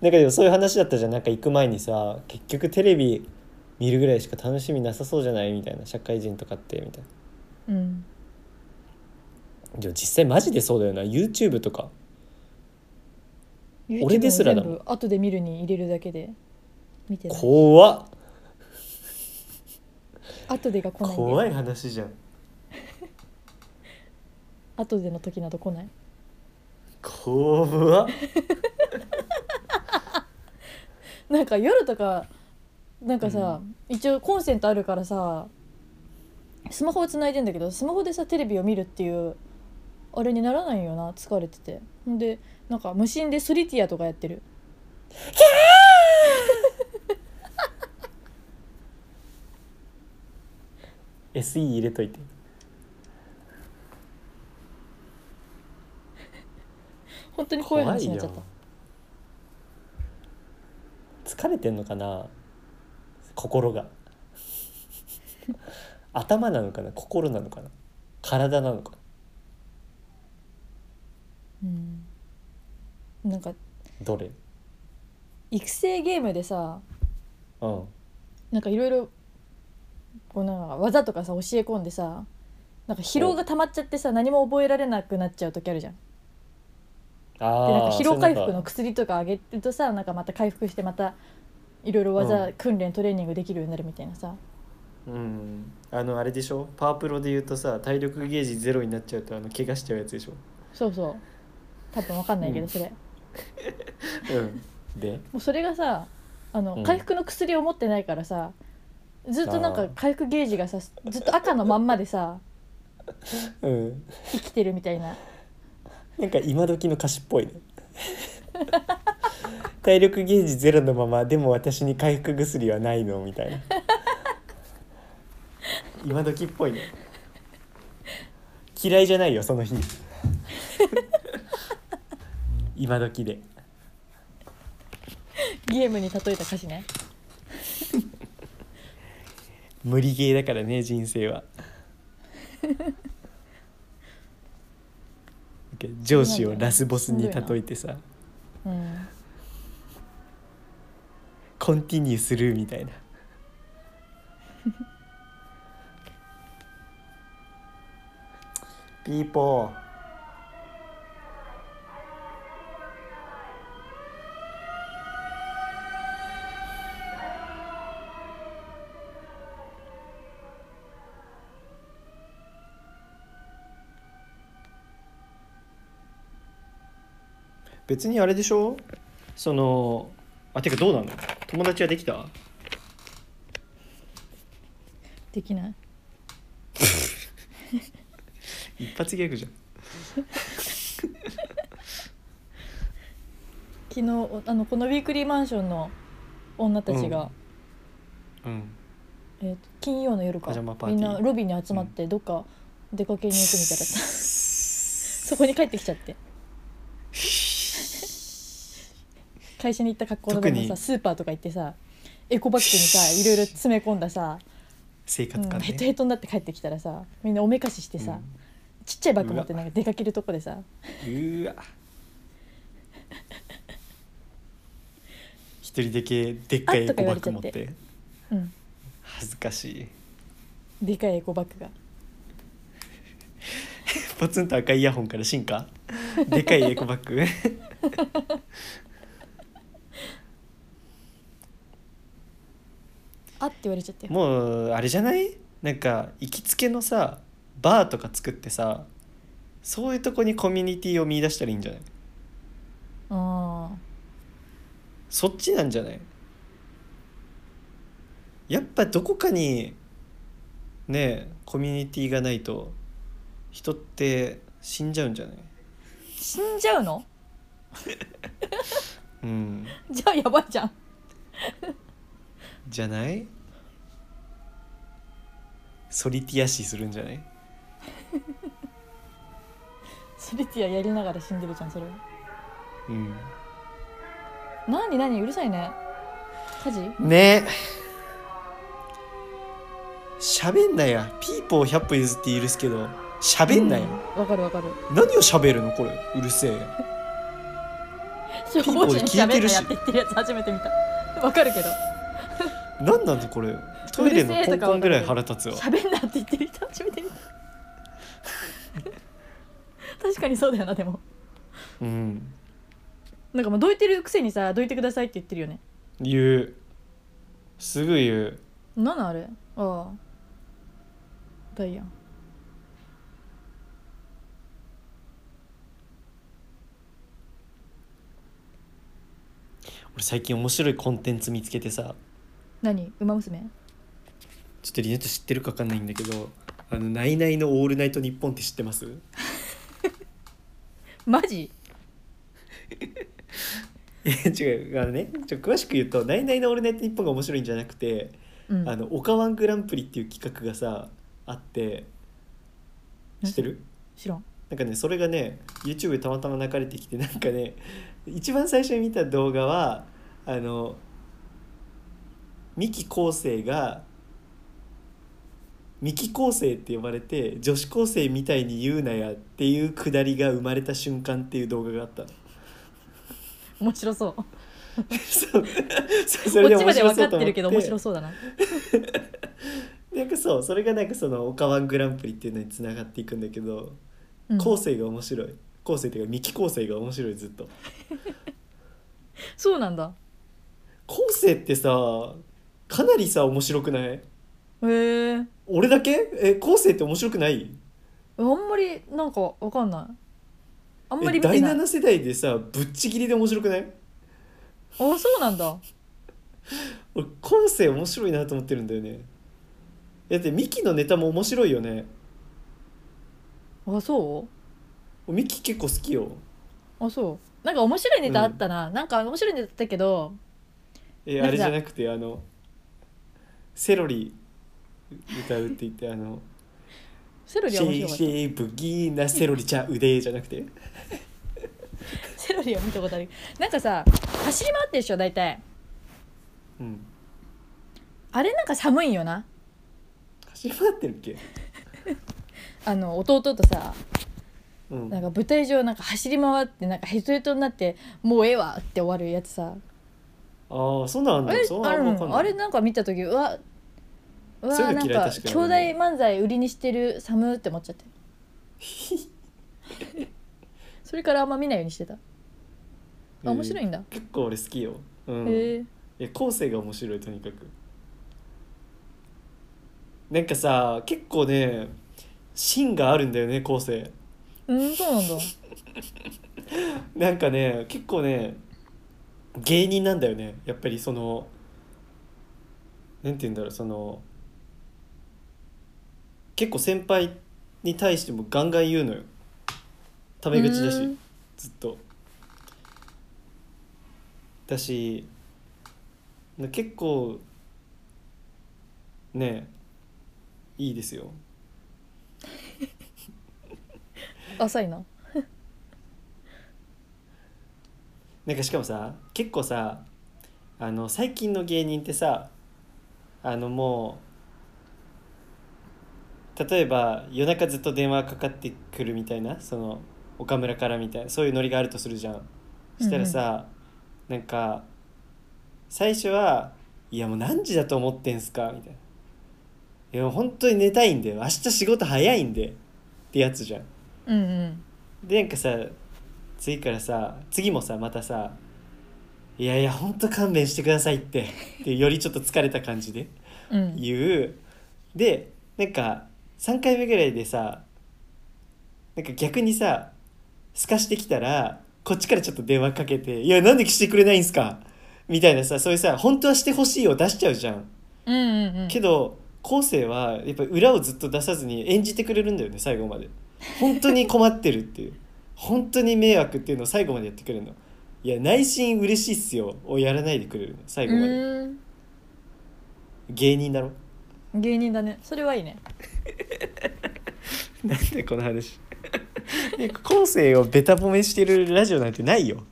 S1: なんかでもそういう話だったじゃんなんか行く前にさ結局テレビ見るぐらいしか楽しみなさそうじゃないみたいな社会人とかってみたい
S2: うん
S1: なでも実際マジでそうだよな YouTube とか俺
S2: YouTube
S1: ですらだ
S2: も全部後で見るに入れるだけで見てない
S1: 怖っ
S2: 後でが来ないんだよ
S1: 怖い話じゃん
S2: 後での時など来ない
S1: 怖っ
S2: なんか夜とかなんかさ、一応コンセントあるからさスマホをつないでんだけどスマホでさテレビを見るっていうあれにならないよな疲れててほんでなんか無心でソリティアとかやってる
S1: え SE 入れといて
S2: 本当にこう
S1: 怖
S2: いう話
S1: い
S2: になっちゃ
S1: よ
S2: った
S1: 疲れてんのかな心 が頭なのかな心なのかな体なのかな
S2: うんなんか
S1: どれ
S2: 育成ゲームでさ
S1: うん
S2: なんかいろいろこうなんか技とかさ教え込んでさなんか疲労が溜まっちゃってさ何も覚えられなくなっちゃう時あるじゃん
S1: あ
S2: で
S1: ー
S2: なんか疲労回復の
S1: そ
S2: 薬とかあげるとさなんかまた回復してまたいろいろ技、
S1: うん
S2: 訓練トレーニングできるようになるみたいな
S1: れ
S2: さ
S1: なんかうんあのあれでしょパワープロで言うとさ体力ゲージゼロになっちゃうとあの怪我しちゃうやつでしょ
S2: そうそう多分わかんないけど、
S1: うん
S2: それ
S1: うんで
S2: もうそれがさあの、
S1: うん
S2: 回復の薬を持ってないからさずっとなん
S1: あ
S2: か
S1: ー
S2: 回復ゲージがさずっと赤のまんまでさ
S1: うん
S2: 生きてるみたいな
S1: なんか今時の歌詞っぽいね体力ゲージゼロのままでも私に回復薬はないのみたいな今時っぽいね嫌いじゃないよその日今時で
S2: ゲームに例えた歌詞ね
S1: 無理ゲーだからね人生は上司をラスボスに例えてさ
S2: うん
S1: コンティニューするみた いなピーポー別にあれでしょそのあてかどうなの友達はできた
S2: できない
S1: 一発ギャグじゃん
S2: 昨日おあのこのウィークリーマンションの女たちが、
S1: うん
S2: えーと金曜の夜か
S1: パジャマパーテ
S2: み
S1: ィー
S2: んなロビーに集まってどっか出かけに行くみたいだった、そこに帰ってきちゃって会社に行った格好のまま
S1: 特
S2: さ
S1: に
S2: スーパーとか行ってさエコバッグにさいろいろ詰め込んださ、
S1: 生
S2: う
S1: 活
S2: ん、
S1: 感
S2: ヘト
S1: ね、
S2: ヘトになって帰ってきたらさみんなおめかししてさ、ちっちゃいバッグ持ってなんか出かけるとこでさ
S1: うんうわ一人だけでっかいエコバッグ持って
S2: あとか言われちゃうん
S1: 恥ずかしい
S2: でかいエコバッグが
S1: ポツンと赤いイヤホンから進化でかいエコバッグ
S2: あって言われちゃって
S1: もうあれじゃないなんか行きつけのさバーとか作ってさそういうとこにコミュニティを見出したらいいんじゃない
S2: あ
S1: そっちなんじゃないやっぱどこかにねえコミュニティがないと人って死んじゃうんじゃない
S2: ー死んじゃうの
S1: うん
S2: じゃあやばいじゃん
S1: じゃないソリティアシするんじゃない
S2: スリティアやりながら死んでるじゃんそれは
S1: うん
S2: なになにうるさいね火事
S1: ねえ喋んなやピーポー100歩譲って許すけど喋んなよ、
S2: うんわかるわかる
S1: 何を喋るのこれうるせえ
S2: 消
S1: ーポー
S2: 防士
S1: で
S2: に
S1: 聞い
S2: 喋
S1: て
S2: る
S1: る
S2: な
S1: し
S2: やって言ってるやつ初めて見たわかるけど
S1: 何なんだこれトイレの
S2: うるせ
S1: コ
S2: え
S1: ン
S2: とか
S1: コ
S2: わ
S1: ン
S2: か
S1: ぐらい
S2: るけど
S1: 腹立つわ
S2: 喋んなって言ってる人初めて見た 確かにそうだよなでも
S1: うん
S2: なんかもうどいてるくせにさどいてくださいって言ってるよね
S1: 言うすぐ言う
S2: なんなんあれああダイヤン
S1: 俺最近面白いコンテンツ見つけてさ
S2: 何ウマ娘
S1: ちょっとリネット知ってるか分かんないんだけど「あのナイナイのオールナイトニッポン」って知ってます
S2: マジ
S1: いや 違うあのねちょ詳しく言うと「ナイナイのオールナイトニッポン」が面白いんじゃなくて
S2: うん
S1: あの「オカワングランプリ」っていう企画がさあって知ってる
S2: 知らん
S1: なんかねそれがね YouTube でたまたま流れてきてなんかね一番最初に見た動画はあの三木昴生が三木昴生って呼ばれて女子高生みたいに言うなやっていうくだりが生まれた瞬間っていう動画があったの。
S2: 面白そうこ
S1: そうそうそ
S2: っ
S1: れで
S2: ちまで分か
S1: そう
S2: ってるけど面白そうだな
S1: なんかそうそれがなんかその「オカワングランプリ」っていうのにつながっていくんだけど
S2: うん
S1: 昴生が面白い昴生っていうか三木昴生が面白いずっと。
S2: そうなんだ
S1: 昴生ってさかなりさ面白くない
S2: へえあ
S1: 俺だけえ昴生って面白くない
S2: んまりなんかわかんないあんまり
S1: え
S2: 見て
S1: 第
S2: ない
S1: 7世代でさぶっちぎりで面白くない
S2: あそうなんだ
S1: 俺今世面白いなと思ってるんだよねだってミキのネタも面白いよね
S2: あそ
S1: ミキ結構好きよ
S2: うあそうなんか面白いネタあったな、なんか面白いネタあったけど
S1: え
S2: なんか
S1: あれじゃなくてあのセロリ歌うって言ってあの
S2: セロリは
S1: シェ
S2: 面
S1: イ
S2: 白かっ
S1: シェイブギーなセロリちゃうでじゃなくて
S2: たセロリは見たことあるなんかさ走り回ってるでしょ大体
S1: うん
S2: あれなんか寒いよな
S1: 走り回ってるっけ
S2: あの弟とさ
S1: うん
S2: なんか舞台上なんか走り回ってなんかヘトヘトになってもうええわって終わるやつさ
S1: ああそんなんあん
S2: あ
S1: だ
S2: れ
S1: そん
S2: あ
S1: なんわかん
S2: の
S1: ない
S2: あれなんか見た時うわうわ
S1: そういう
S2: な
S1: の
S2: ん
S1: 嫌い
S2: か
S1: 確か
S2: 兄
S1: に
S2: 弟漫才売りにしてるサムって思っちゃって それからあんま見ないようにしてたあ面白いんだ、
S1: 結構俺好きようん
S2: へえ
S1: いや後世が面白いとにかくなんかさ結構ね芯があるんだよね後世
S2: うんそうなんだ
S1: なんかね結構ね芸人なんだよねやっぱりそのなんて言うんだろうその結構先輩に対してもガンガン言うのよタメ口だ
S2: う
S1: し
S2: ん
S1: ずっとだしな結構ねいいですよ
S2: 浅いな
S1: なんかしかもさ結構さあの最近の芸人ってさあのもう例えば夜中ずっと電話かかってくるみたいなその岡村からみたいなそういうノリがあるとするじゃん。したらさ、なんか最初は「いやもう何時だと思ってんすか?」みたいな「いやもう本当に寝たいんで明日仕事早いんで」ってやつじゃん。
S2: うんうん
S1: でなんかさ次からさ次もさまたさ「いやいやほんと勘弁してください」ってでよりちょっと疲れた感じで
S2: うん
S1: 言うでなんか3回目ぐらいでさなんか逆にさすかしてきたらこっちからちょっと電話かけて「いやなんでしてくれないんすか?」みたいなさそういうさ本当はしてほしいを出しちゃうじゃん。
S2: うんうんうん
S1: けど後世はやっぱ裏をずっと出さずに演じてくれるんだよね最後まで本当に困ってるっていう 本当に迷惑っていうのを最後までやってくれるのいや内心嬉しいっすよをやらないでくれるの最後まで
S2: う
S1: 芸人だろ
S2: ーん芸人だねそれはいいね
S1: なんでこの話後世をベタ褒めしてるラジオなんて ないよ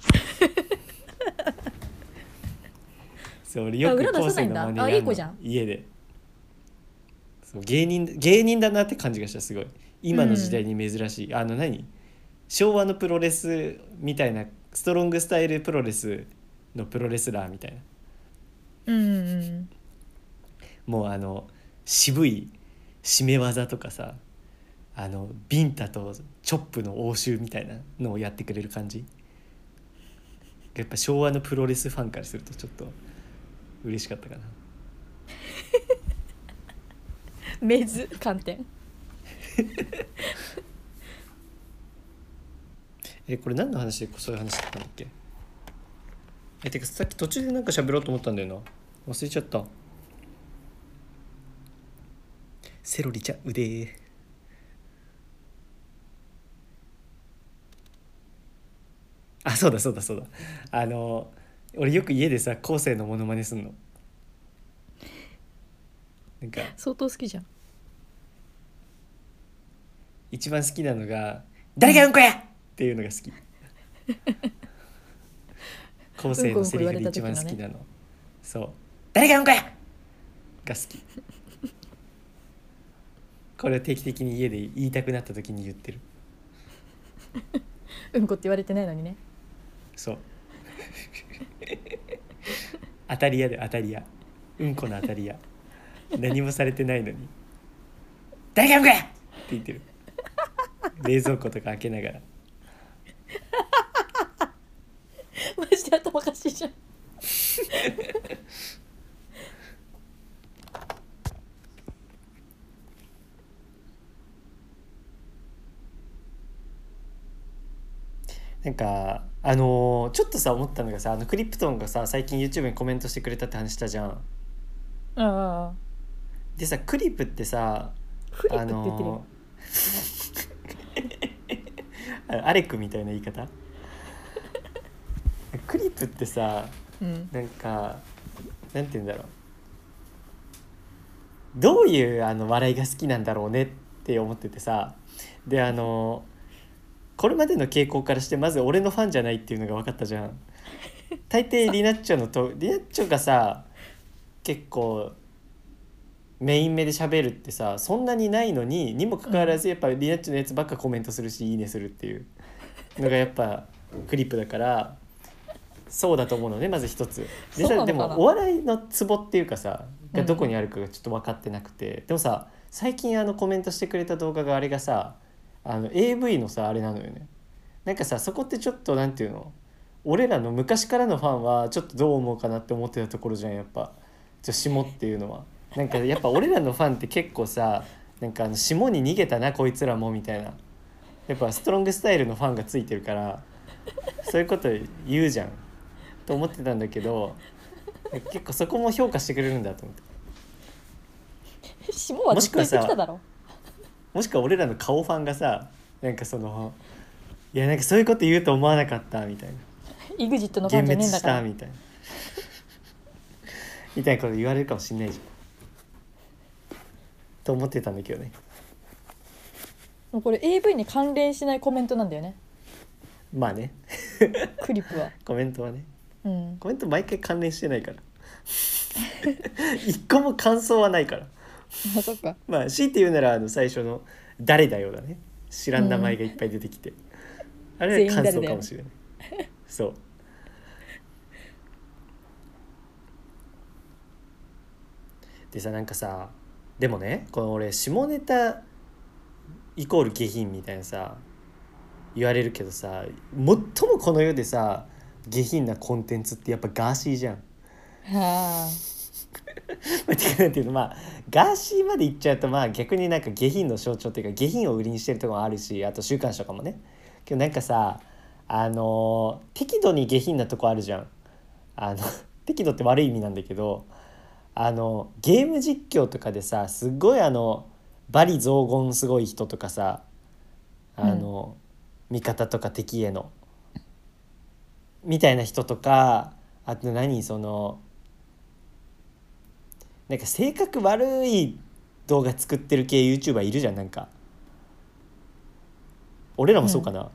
S1: そう俺よ
S2: あ
S1: く
S2: 裏出
S1: 後
S2: さ
S1: 世
S2: ないん
S1: の
S2: だ
S1: 真似や
S2: あいい子じゃん
S1: 家でそう芸人芸人だなって感じがしたすごい今の時代に珍しい、あの何昭和のプロレスみたいなストロングスタイルプロレスのプロレスラーみたいな
S2: うんうんうん
S1: もうあの渋い締め技とかさあのビンタとチョップの応酬みたいなのをやってくれる感じやっぱ昭和のプロレスファンからするとちょっと嬉しかったかな
S2: メズ観点
S1: えこれ何の話でそういう話だったんだっけえてかさっき途中でなんか喋ろうと思ったんだよな忘れちゃったセロリちゃうでーあそうだそうだそうだあの俺よく家でさ後世のモノマネすんのなんか
S2: 相当好きじゃん
S1: 一番好きなのが「誰がうんこや!」っていうのが好き後世のセリフで一番好きなのそう「誰がうんこや!」が好きこれを定期的に家で言いたくなった時に言ってる
S2: うんこって言われてないのにね
S1: そう当たり屋で当たり屋うんこの当たり屋何もされてないのに「誰がうんこや!」って言ってる冷蔵庫とか開けながら
S2: マジで頭おかしいじゃん
S1: なんかあのーちょっとさ思ったのがさあのクリプトンがさ最近 YouTube にコメントしてくれたって話したじゃん
S2: ああ
S1: でさクリプってさ
S2: フリッ
S1: あ
S2: プって言ってる
S1: の
S2: よ
S1: ーあのアレクみたいな言い方 クリプってさ
S2: うん
S1: なんかなんて言うんだろうどういうあの笑いが好きなんだろうねって思っててさであのこれまでの傾向からしてまず俺のファンじゃないっていうのが分かったじゃん大抵リナッチョのとリナッチョがさ結構メイン目で喋るってさそんなにないのににもかかわらずやっぱリナッチョのやつばっかコメントするし「いいね」するっていうのがやっぱクリップだからそうだと思うのねまず一つ。で
S2: そうなの
S1: さで
S2: かな
S1: もお笑いのツボっていうかさ
S2: う
S1: が
S2: ん
S1: どこにあるかがちょっと分かってなくて、でもさ最近あのコメントしてくれた動画があれがさあの AV のさあれなのよね。なんかさそこってちょっとなんていうの俺らの昔からのファンはちょっとどう思うかなって思ってたところじゃんやっぱじゃ霜っていうのはなんかやっぱ俺らのファンって結構さなんかあの霜に逃げたなこいつらもみたいなやっぱストロングスタイルのファンがついてるからそういうこと言うじゃんと思ってたんだけど結構そこも評価してくれるんだと思って
S2: 霜は
S1: も
S2: ず
S1: し
S2: っ
S1: く
S2: と
S1: は
S2: 言って
S1: さ
S2: きただろ
S1: もしくは俺らの顔ファンがさなんかそのいやなんかそういうこと言うと思わなかったみたいな
S2: EXIT のフ
S1: 幻
S2: ァンじゃ
S1: 滅
S2: ねえんだ
S1: し
S2: か
S1: た
S2: ら
S1: みたいなみたいなこと言われるかもしんないじゃんと思ってたんだけどね
S2: もうこれ AV に関連しないコメントなんだよね
S1: まあね
S2: クリップは
S1: コメントはね
S2: うん
S1: コメント毎回関連して ないから一個も感想はないから
S2: あそっか
S1: まあ強いて言うならあの最初の「誰だよ」だね知らん名前がいっぱい出てきて、あれは感想かもしれないそうでさなんかさでもねこの俺下ネタイコール下品みたいなさ言われるけどさ最もこの世でさ下品なコンテンツってやっぱガーシーじゃん。
S2: はあ
S1: まあてかなんていうのまあガーシーまで行っちゃうとまあ逆になんか下品の象徴っていうか下品を売りにしてるところもあるしあと週刊誌とかもねけどなんかさあのー適度に下品なとこあるじゃんあの 適度って悪い意味なんだけどあのゲーム実況とかでさすっごいあの罵詈雑言すごい人とかさあの、味方とか敵へのみたいな人とかあと何そのなんか性格悪い動画作ってる系 YouTuber いるじゃんなんか俺らもそうかな、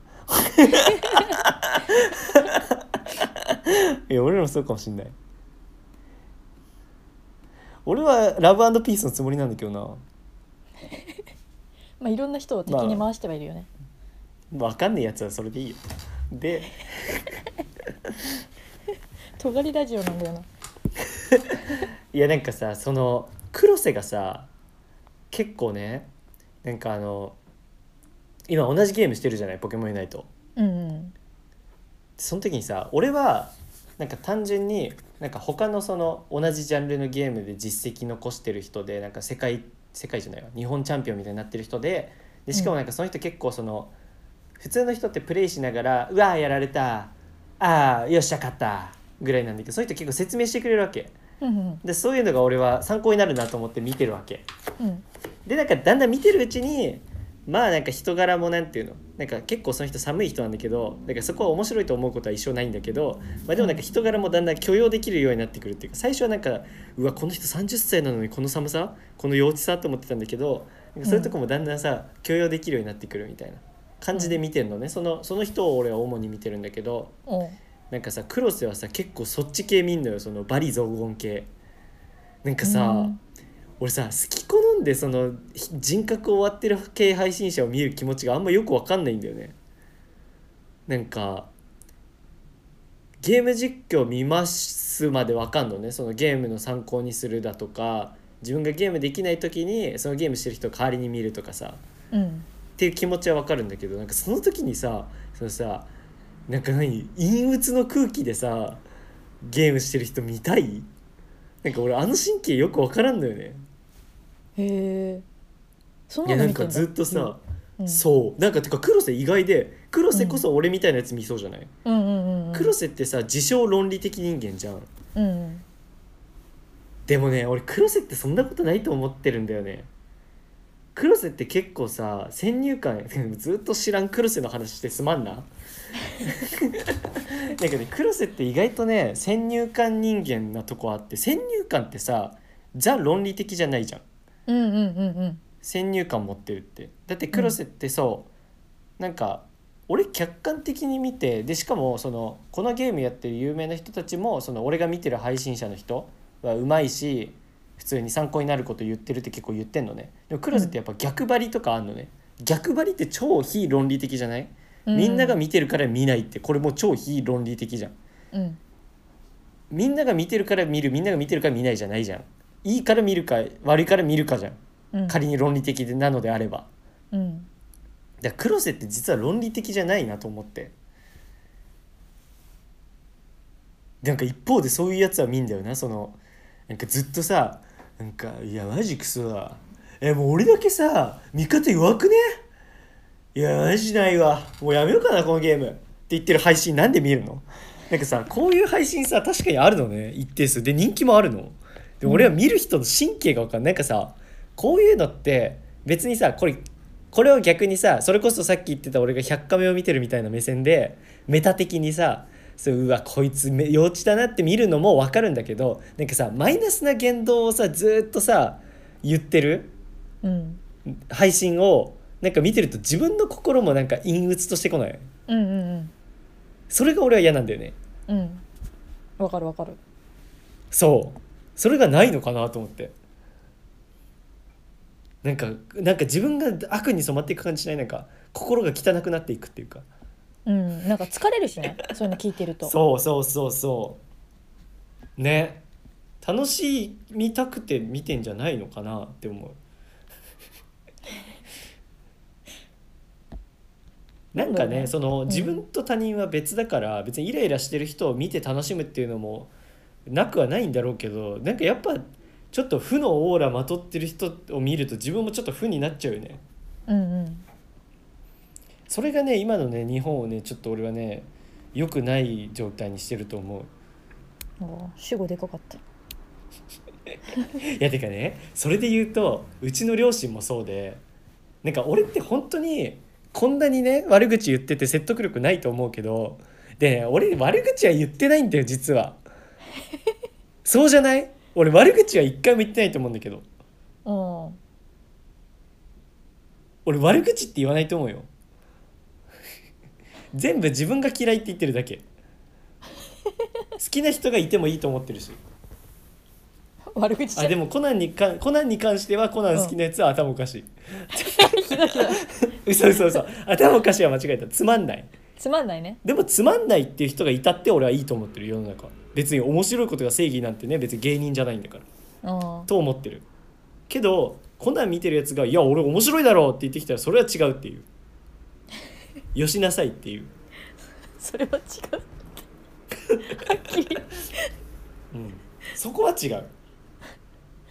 S1: いや俺らもそうかもしんない俺はラブピースのつもりなんだけどな
S2: まあいろんな人を敵に回してはいるよね、
S1: 分かんないやつはそれでいいよで
S2: 尖りラジオなんだよない
S1: やなんかさその黒瀬がさ結構ねなんかあの今同じゲームしてるじゃないポケモンユナイト
S2: うんうん
S1: その時にさ俺はなんか単純になんか他のその同じジャンルのゲームで実績残してる人でなんか世界世界じゃないわ日本チャンピオンみたいになってる人ででしかもなんかその人結構その、普通の人ってプレイしながら「うわーやられたあーよっしゃ勝った」ぐらいなんだけどその人結構説明してくれるわけ
S2: うんうん
S1: でそういうのが俺は参考になるなと思って見てるわけ
S2: うん
S1: でなんかだんだん見てるうちにまあなんか人柄もなんていうのなんか結構その人寒い人なんだけどなんかそこは面白いと思うことは一生ないんだけど、まあ、でもなんか人柄もだんだん許容できるようになってくるっていうか最初はなんかうわこの人30歳なのにこの寒さこの幼稚さと思ってたんだけどなんかそういうとこもだんだんさ、許容できるようになってくるみたいな感じで見てるのねそのその人を俺は主に見てるんだけど
S2: おう
S1: なんかさ黒瀬はさ結構そっち系見んのよそのバリ雑言系なんかさ、
S2: うん
S1: 俺さ好き好んでそのひ人格を終わってる系配信者を見る気持ちがあんまよくわかんないんだよねなんかゲーム実況見ますまでわかんのねそのゲームの参考にするだとか自分がゲームできない時にそのゲームしてる人を代わりに見るとかさ
S2: うん
S1: っていう気持ちはわかるんだけどなんかその時にさそのさなんか何陰鬱の空気でさゲームしてる人見たいなんか俺あの神経よくわからんのよね
S2: へえそん
S1: い
S2: な
S1: やなん
S2: の見て
S1: か
S2: んだ
S1: ずっとさ、
S2: うん
S1: そうなんかてか黒瀬意外で黒瀬こそ俺みたいなやつ見そうじゃない、
S2: うんうんうん
S1: 黒瀬ってさ自称論理的人間じゃん
S2: うん
S1: でもね俺黒瀬ってそんなことないと思ってるんだよね黒瀬って結構さ先入観 ずっと知らん黒瀬の話してす まんななんかね黒瀬って意外とね先入観人間なとこあって先入観ってさザ論理的じゃないじゃん
S2: うんうんうんうん
S1: 先入観持ってるってだって黒瀬ってそう、なんか俺客観的に見てでしかもそのこのゲームやってる有名な人たちもその俺が見てる配信者の人はうまいし普通に参考になること言ってるって結構言ってんのねでも黒瀬ってやっぱ逆張りとかあんのね、逆張りって超非論理的じゃない、
S2: うん
S1: みんなが見てるから見ないってこれもう超非論理的じゃん
S2: うん
S1: みんなが見てるから見るみんなが見てるから見ないじゃないじゃんいいから見るか悪いから見るかじゃん
S2: うん
S1: 仮に論理的でなのであれば
S2: うん
S1: だから黒瀬って実は論理的じゃないなと思ってでなんか一方でそういうやつは見んだよなそのなんかずっとさなんか「いやマジクソだえもう俺だけさ味方弱くねいやマジないわもうやめようかなこのゲーム」って言ってる配信なんで見るのなんかさこういう配信さ確かにあるのね一定数で人気もあるのでも俺は見る人の神経が分かんないなんかさこういうのって別にさこれこれを逆にさそれこそさっき言ってた俺が「100カメ」を見てるみたいな目線でメタ的にさそううわこいつめ幼稚だなって見るのも分かるんだけどなんかさマイナスな言動をさずーっとさ言ってる
S2: うん
S1: 配信をなんか見てると自分の心もなんか陰鬱としてこない
S2: うんうん
S1: それが俺は嫌なんだよね
S2: うんうんわかるわかる
S1: そうそれがないのかなと思ってなんかなんか自分が悪に染まっていく感じしないなんか心が汚くなっていくっていうか
S2: うんなんか疲れるしねそういうの聞いてると
S1: そうそうそうそうね楽しみたくて見てんじゃないのかなって 思うなんか
S2: そうだ
S1: ね
S2: ね
S1: その
S2: ん
S1: 自分と他人は別だから、別にイライラしてる人を見て楽しむっていうのもなくはないんだろうけどなんかやっぱちょっと負のオーラまとってる人を見ると自分もちょっと負になっちゃうよね。
S2: うんうん
S1: それがね今のね日本をねちょっと俺はね良くない状態にしてると思う。
S2: もう主語でかかった
S1: いやてかねそれで言うとうちの両親もそうでなんか俺って本当にこんなにね悪口言ってて説得力ないと思うけどで俺悪口は言ってないんだよ実はそうじゃない俺悪口は一回も言ってないと思うんだけど
S2: うん
S1: 俺悪口って言わないと思うよ全部自分が嫌いって言ってるだけ好きな人がいてもいいと思ってるし
S2: 悪口じ ゃ
S1: あ
S2: ん
S1: でもコナンにかコナンに関してはコナン好きなやつは頭おかしい。嘘嘘嘘頭おかしいは間違えたつまんない
S2: つまんないね
S1: でもつまんないっていう人がいたって俺はいいと思ってる世の中別に面白いことが正義なんてね別に芸人じゃないんだから
S2: うん
S1: と思ってるけどコナン見てるやつが「いや俺面白いだろ」って言ってきたらそれは違うっていうよしなさいっていう、
S2: それは違うはっきり
S1: うん、そこは違う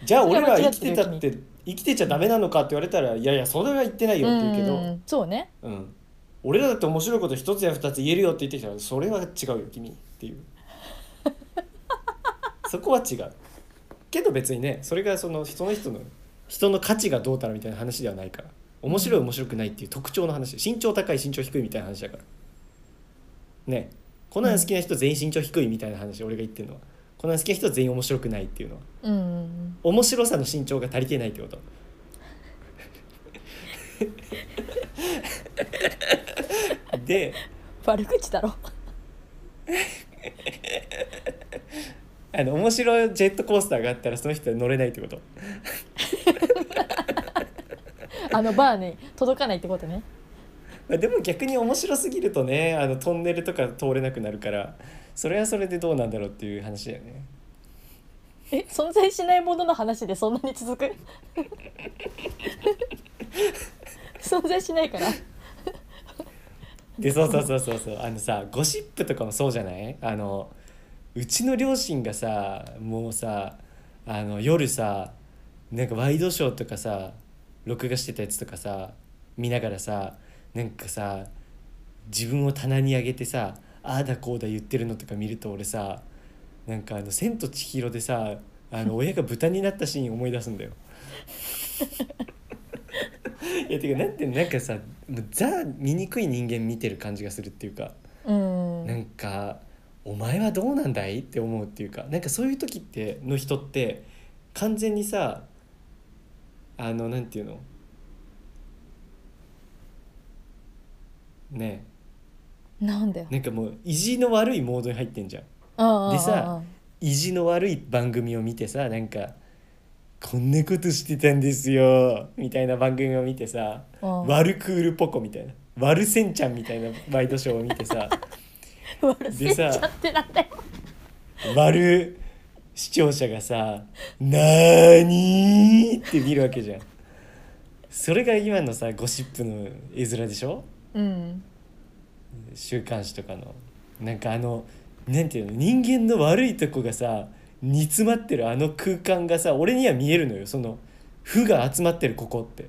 S1: じゃあ俺は生きてたって生きてちゃダメなのかって言われたら「いやいやそれは言ってないよ」って言うけど、
S2: うんそうね
S1: うん、俺らだって面白いこと一つや二つ言えるよって言ってきたらそれは違うよ君っていうそこは違うけど別にねそれがその人の人の人の価値がどうたらみたいな話ではないから面白い面白くないっていう特徴の話身長高い身長低いみたいな話だからねコナン好きな人全員身長低いみたいな話俺が言ってるのはコナン好きな人全員面白くないっていうのは
S2: うんうん
S1: 面白さの身長が足りてないってことで
S2: 悪口だろ
S1: あの面白いジェットコースターがあったらその人は乗れないってこと
S2: あのバーに届かないってことね
S1: まあでも逆に面白すぎるとねあのトンネルとか通れなくなるからそれはそれでどうなんだろうっていう話だよね
S2: え存在しないものの話でそんなに続く 存在しないから
S1: でそうそうそうそうそうあのさゴシップとかもそうじゃないあのうちの両親がさもうさあの夜さなんかワイドショーとかさ録画してたやつとかさ見ながらさなんかさ自分を棚に上げてさああだこうだ言ってるのとか見ると俺さなんかあの「千と千尋」でさあの親が豚になったシーン思い出すんだよ。いやてかなんてなんかさもうザ醜い人間見てる感じがするっていうか。
S2: うん
S1: なんか「お前はどうなんだい?」って思うっていうかなんかそういう時っての人って完全にさあのなんていうのね
S2: なんだよ
S1: えなんかもう意地の悪いモードに入ってんじゃん
S2: ああ
S1: でさ意地の悪い番組を見てさなんか「こんなことしてたんですよ」みたいな番組を見てさ「
S2: ああああ
S1: 悪クールポコ」みたいな「悪せんちゃん」みたいなワイドショーを見てさ
S2: 悪すぎちゃってなんだよ
S1: 割る視聴者がさ「なーにー?」って見るわけじゃんそれが今のさゴシップの絵面でしょ
S2: うん
S1: 週刊誌とかのなんかあのなんていうの人間の悪いとこがさ煮詰まってるあの空間がさ俺には見えるのよその負が集まってるここって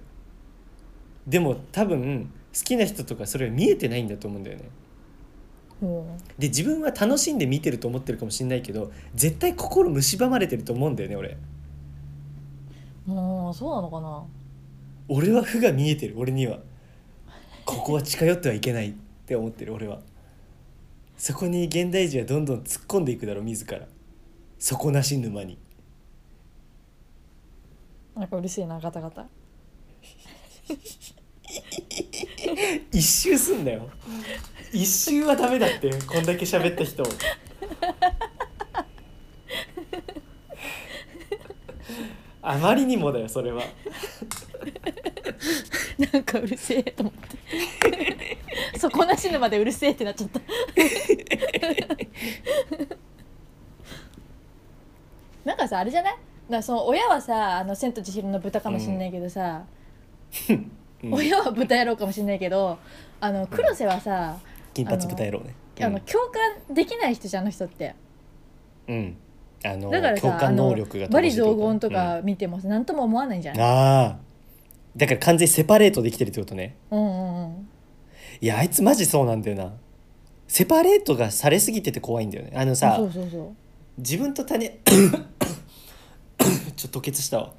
S1: でも多分好きな人とかそれは見えてないんだと思うんだよね
S2: も
S1: で自分は楽しんで見てると思ってるかもしれないけど絶対心蝕まれてると思うんだよね俺
S2: うもうそうなのかな
S1: 俺は負が見えてる俺にはここは近寄ってはいけないって思ってる俺はそこに現代人はどんどん突っ込んでいくだろう自ら底なし沼に
S2: なんかうるせえなガタガタ
S1: 一周すんだよ一周はダメだってこんだけ喋った人あまりにもだよそれは
S2: なんかうるせえと思ってそこなしぬまでうるせえってなっちゃったなんかさあれじゃないだからその親はさ「あの千と千尋の豚」かもしんないけどさ、
S1: うん
S2: 親は豚野郎かもしんないけどあの黒瀬はさ、
S1: 金髪豚野郎ね
S2: あの共感できない人じゃんあの人って
S1: うんあの
S2: だから
S1: 共
S2: さあ
S1: 感能
S2: の
S1: 力が
S2: バリ雑言と
S1: う
S2: か
S1: ん
S2: 見てもさ何とも思わないじゃん、
S1: ああだから完全にセパレートできてるってことね
S2: うんうんうん
S1: いやあいつマジそうなんだよなセパレートがされすぎてて怖いんだよねあのさ
S2: そうそうそう
S1: 自分と他人 ちょっと吐血したわ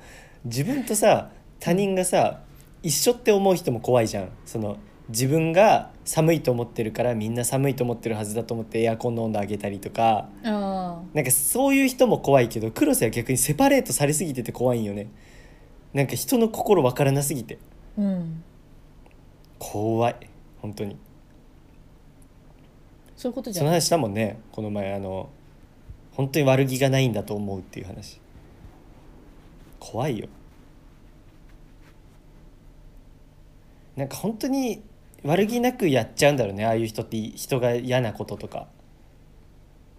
S1: 自分とさ他人がさ一緒って思う人も怖いじゃんその自分が寒いと思ってるからみんな寒いと思ってるはずだと思ってエアコンの温度上げたりとか
S2: あ
S1: なんかそういう人も怖いけど黒瀬は逆にセパレートされすぎてて怖いんよねなんか人の心わからなすぎて
S2: あうん
S1: 怖い本当に
S2: そういうことじ
S1: そ
S2: ゃ
S1: の
S2: ん
S1: 話したもんねこの前あの本当に悪気がないんだと思うっていう話怖いよなんか本当に悪気なくやっちゃうんだろうねああいう人って人が嫌なこととか、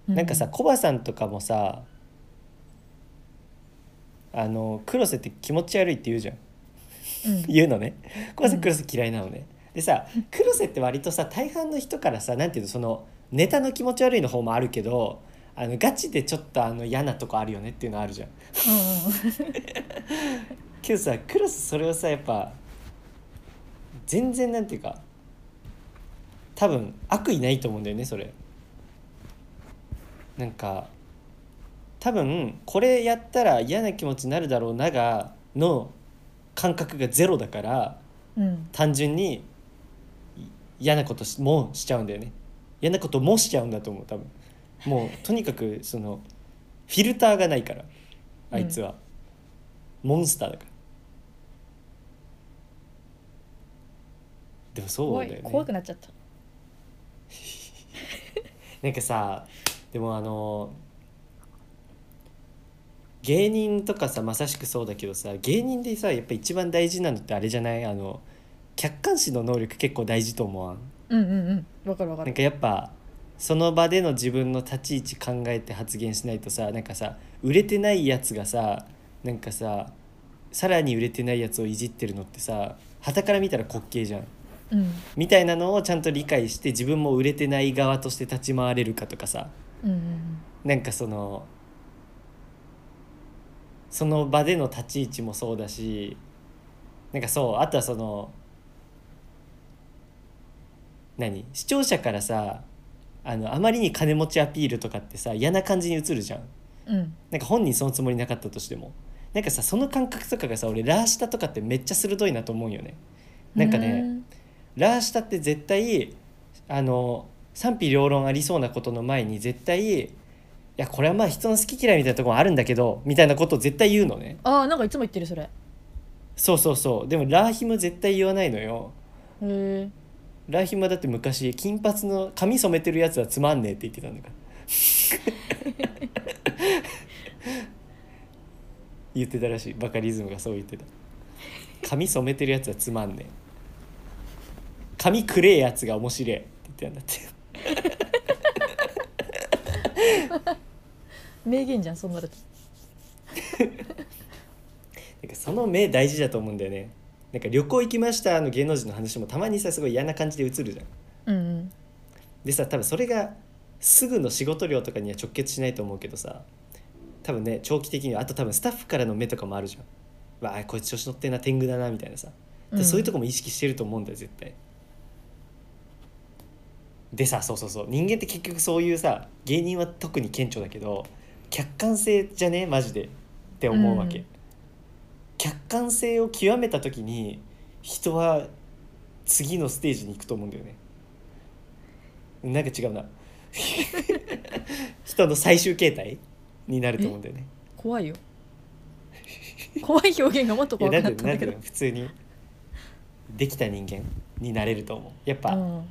S1: なんかさコバさんとかもさあの黒瀬って気持ち悪いって言うじゃん
S2: うん
S1: 言うのねコバさ
S2: うんん
S1: 黒瀬嫌いなのね、でさ黒瀬って割とさ大半の人からさなんていうのそのネタの気持ち悪いの方もあるけどあのガチでちょっとあの嫌なとこあるよねっていうのあるじゃん
S2: うんうん
S1: けどさ黒瀬それをさやっぱ全然なんていうか多分悪意ないと思うんだよねそれなんか多分これやったら嫌な気持ちになるだろうながの感覚がゼロだから
S2: うん
S1: 単純にい嫌なことしもうしちゃうんだよね嫌なこともしちゃうんだと思う多分もうとにかくそのフィルターがないからあいつは、モンスターだからでもそう
S2: 怖
S1: だ
S2: い
S1: よね
S2: 怖くなっちゃった
S1: なんかさでもあの芸人とかさまさしくそうだけどさ芸人でさやっぱ一番大事なのってあれじゃないあの客観視の能力結構大事と思わん
S2: うんうんうんわかるわか
S1: なん
S2: る
S1: かやっぱその場での自分の立ち位置考えて発言しないとさなんかさ売れてないやつがさなんかささらに売れてないやつをいじってるのってさ傍から見たら滑稽じゃん
S2: うん
S1: みたいなのをちゃんと理解して自分も売れてない側として立ち回れるかとかさ
S2: うんうん
S1: なんかそのその場での立ち位置もそうだしなんかそうあとはその何視聴者からさあのあまりに金持ちアピールとかってさ嫌な感じに映るじゃん
S2: うん
S1: なんか本人そのつもりなかったとしてもなんかさその感覚とかがさ俺ラーシタとかってめっちゃ鋭いなと思うよねなんかね、ラーシタって絶対あの賛否両論ありそうなことの前に絶対いやこれはまあ人の好き嫌いみたいなところもあるんだけどみたいなことを絶対言うのね
S2: ああなんかいつも言ってるそれへ
S1: そうそうそうでもラーヒム絶対言わないのよ
S2: え
S1: ラーヒムはだって昔金髪の髪染めてるやつはつまんねえって言ってたんだから言ってたらしいバカリズムがそう言ってた髪染めてるやつはつまんねえ髪くれえやつが面白えって言ってたんだって
S2: 名言じゃんそうなると
S1: なんかその目大事だと思うんだよねなんか旅行行きましたの芸能人の話もたまにさすごい嫌な感じで映るじゃん
S2: うんうん
S1: でさ多分それがすぐの仕事量とかには直結しないと思うけどさ多分ね長期的にはあと多分スタッフからの目とかもあるじゃんわあこいつ調子乗ってんな天狗だなみたいなさ、で
S2: うん
S1: そういうとこも意識してると思うんだよ絶対でさそうそうそう人間って結局そういうさ芸人は特に顕著だけど客観性じゃねマジでって思うわけ、
S2: うん
S1: 客観性を極めた時に人は次のステージに行くと思うんだよねなんか違うな 人の最終形態になると思うんだよね
S2: 怖いよ怖い表現がもっと
S1: いや
S2: 怖
S1: な
S2: く
S1: んて
S2: な
S1: い
S2: っ
S1: う
S2: た
S1: のなんていう
S2: んだけど
S1: の普通にできた人間になれると思うやっぱ、
S2: うん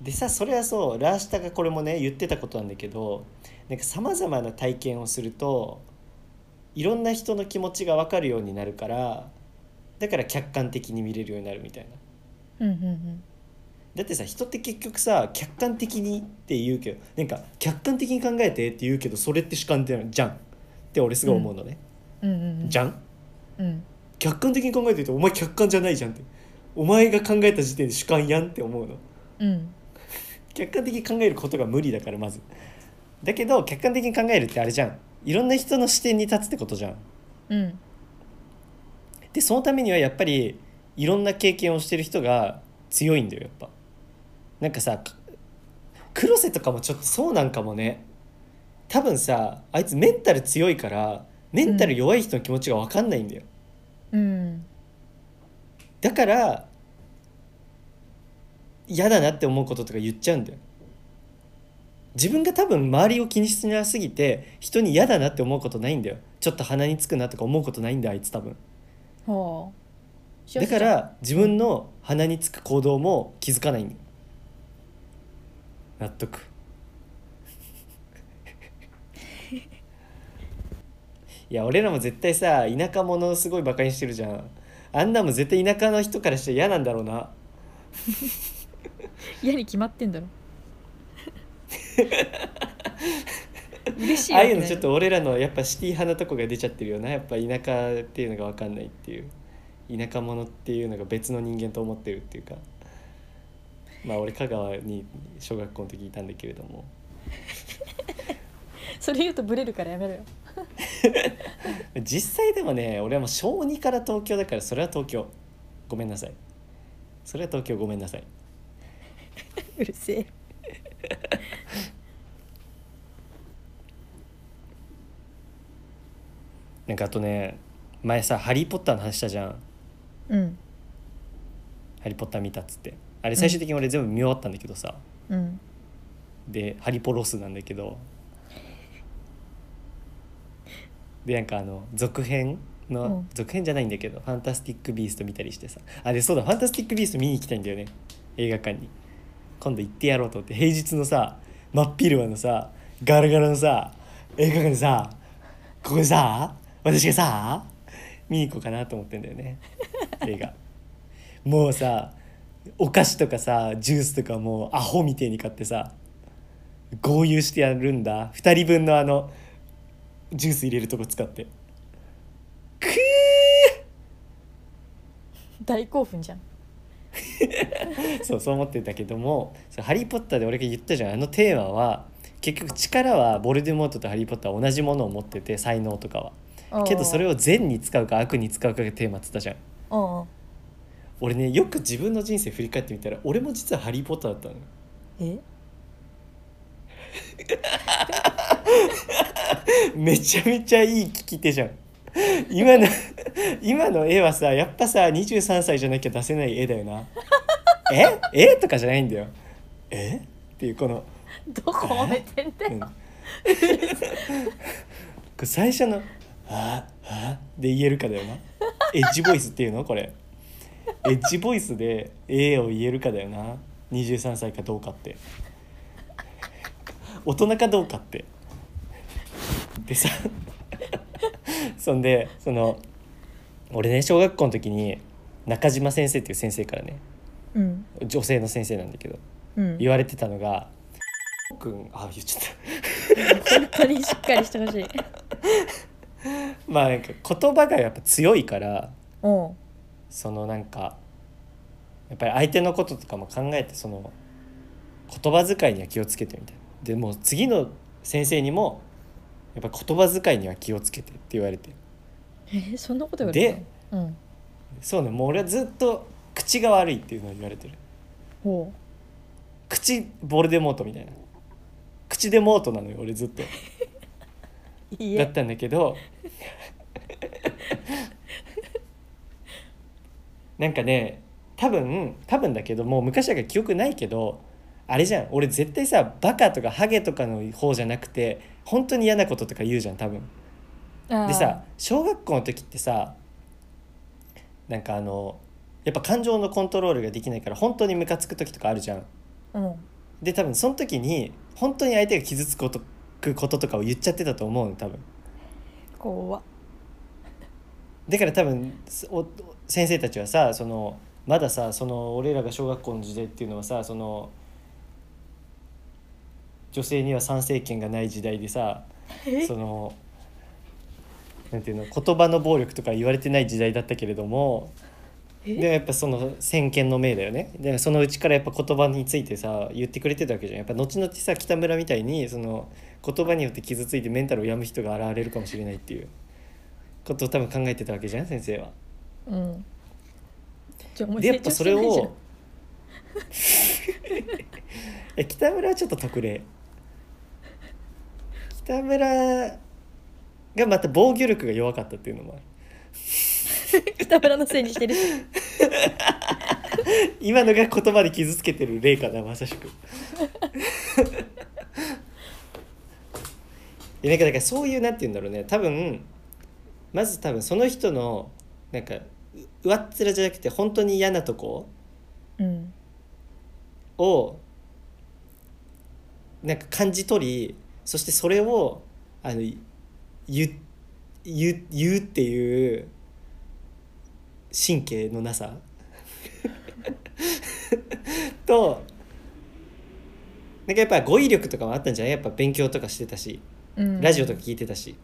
S1: でさそれはそうラーシタがこれもね言ってたことなんだけどなんかさまざまな体験をするといろんな人の気持ちが分かるようになるからだから客観的に見れるようになるみたいな。
S2: うんうん
S1: だってさ人って結局さ客観的にって言うけどなんか客観的に考えてって言うけどそれって主観ってじゃんって俺すごい思うのね、
S2: うんうんうん
S1: じ
S2: ゃ
S1: ゃん
S2: うん
S1: 客観的に考えてるとお前客観じゃないじゃんってお前が考えた時点で主観やんって思うの
S2: うん
S1: 客観的に考えることが無理だからまずだけど客観的に考えるってあれじゃんいろんな人の視点に立つってことじゃん
S2: うん
S1: でそのためにはやっぱりいろんな経験をしてる人が強いんだよやっぱなんかさか黒瀬とかもちょっとそうなんかもね多分さあいつメンタル強いからメンタル弱い人の気持ちが分かんないんだよ、
S2: うん
S1: だから嫌だなって思うこととか言っちゃうんだよ自分が多分周りを気にしなすぎて人に嫌だなって思うことないんだよちょっと鼻につくなとか思うことないんだよあいつ多分
S2: はあ
S1: だから自分の鼻につく行動も気づかないんだよ納得いや俺らも絶対さ田舎者をすごいバカにしてるじゃんあんなもん絶対田舎の人からしたら嫌なんだろうな
S2: 嫌に決まって んだろ嬉しい
S1: あ
S2: わ
S1: あ
S2: け
S1: い
S2: な
S1: うのちょっと俺らのやっぱシティ派なとこが出ちゃってるよなやっぱ田舎っていうのが分かんないっていう田舎者っていうのが別の人間と思ってるっていうかまあ俺香川に小学校の時いたんだけれども
S2: それ言うとブレるからやめろよ
S1: 実際でもね俺はもう小2から東京だからそれは東京ごめんなさいそれは東京ごめんなさいう
S2: るせえ
S1: なんかあとね前さ「ハリー・ポッター」の話したじゃん
S2: うん
S1: 「ハリー・ポッター」見たっつってあれ最終的に俺全部見終わったんだけどさ、
S2: うん
S1: でハリポロスなんだけどでなんかあの続編の、
S2: うん
S1: 続編じゃないんだけど「ファンタスティック・ビースト」見たりしてさあでそうだ「ファンタスティック・ビースト」見に行きたいんだよね映画館に今度行ってやろうと思って平日のさ真っ昼間のさガラガラのさ映画館でさここでさ私がさ見に行こうかなと思ってんだよね映画もうさお菓子とかさジュースとかもうアホみてえに買ってさ豪遊してやるんだ2人分のあのジュース入れるとこ使ってく
S2: 大興奮じゃん
S1: ーそうそう思ってたけども「そうハリー・ポッター」で俺が言ったじゃんあのテーマは結局力はボルデモートとハリー・ポッターは同じものを持ってて才能とかはけどそれ
S2: を
S1: を善に使うか悪に使うかがテーマっつったじゃん
S2: うん
S1: 俺ねよく自分の人生振り返ってみたら俺も実は「ハリー・ポッター」だったのよ
S2: え
S1: めちゃめちゃいい聞き手じゃん今の今の絵はさやっぱさ23歳じゃなきゃ出せない絵だよなええとかじゃないんだよえっていうこの
S2: どこ褒めてんだ
S1: うん
S2: よ
S1: これ最初の「ああで言えるかだよなエッジボイスっていうのこれエッジボイスで「え」を言えるかだよな23歳かどうかって大人かどうかってでさ そんでその俺ね小学校の時に中島先生っていう先生からね
S2: うん
S1: 女性の先生なんだけど
S2: うん
S1: 言われてたのが「くんあ言っちゃった」
S2: 本当にしっかりしてほしい
S1: まあなんか言葉がやっぱ強いから
S2: おう
S1: そのなんかやっぱり相手のこととかも考えてその言葉遣いには気をつけてみたいな。でもう次の先生にもやっぱ言葉遣いには気をつけてって言われて
S2: えそんなこと言われてたのうん
S1: そうねもう俺はずっと口が悪いっていうのを言われてる
S2: ほ
S1: 口ボルデモートみたいな口デモートなのよ俺ずっと
S2: ういい
S1: だっ
S2: え
S1: たんだけどなんかね多分多分だけどもう昔だから記憶ないけどあれじゃん俺絶対さバカとかハゲとかの方じゃなくて本当に嫌なこととか言うじゃん多分
S2: あー
S1: でさ小学校の時ってさなんかあのやっぱ感情のコントロールができないから本当にムカつく時とかあるじゃん
S2: うん
S1: で多分その時に本当に相手が傷つくことくこととかを言っちゃってたと思うの多分
S2: 怖っ
S1: だから多分すお先生たちはさそのまださその俺らが小学校の時代っていうのはさその女性には参政権がない時代でさ
S2: え
S1: そのなんていうの言葉の暴力とか言われてない時代だったけれども
S2: え
S1: でもやっぱその先見の明だよねでそのうちからやっぱ言葉についてさ言ってくれてたわけじゃんやっぱ後々さ北村みたいにその言葉によって傷ついてメンタルを病む人が現れるかもしれないっていうことを多分考えてたわけじゃん先生は。
S2: うんじゃあお前
S1: でやっぱそれ
S2: 成長してない
S1: を え北村はちょっと特例北村がまた防御力が弱かったっていうのもある
S2: じゃん北村のせいにしてる
S1: 今のが言葉で傷つけてる例かなまさしく いやなんかだからそういうなんて言うんだろうね多分まず多分その人のなんかう上っ面じゃなくて本当に嫌なとこ
S2: うん
S1: をなんか感じ取りそしてそれをあの言言言うっていう神経のなさとなんかやっぱ語彙力とかもあったんじゃないやっぱ勉強とかしてたし
S2: うん
S1: ラジオとか聞いてたし。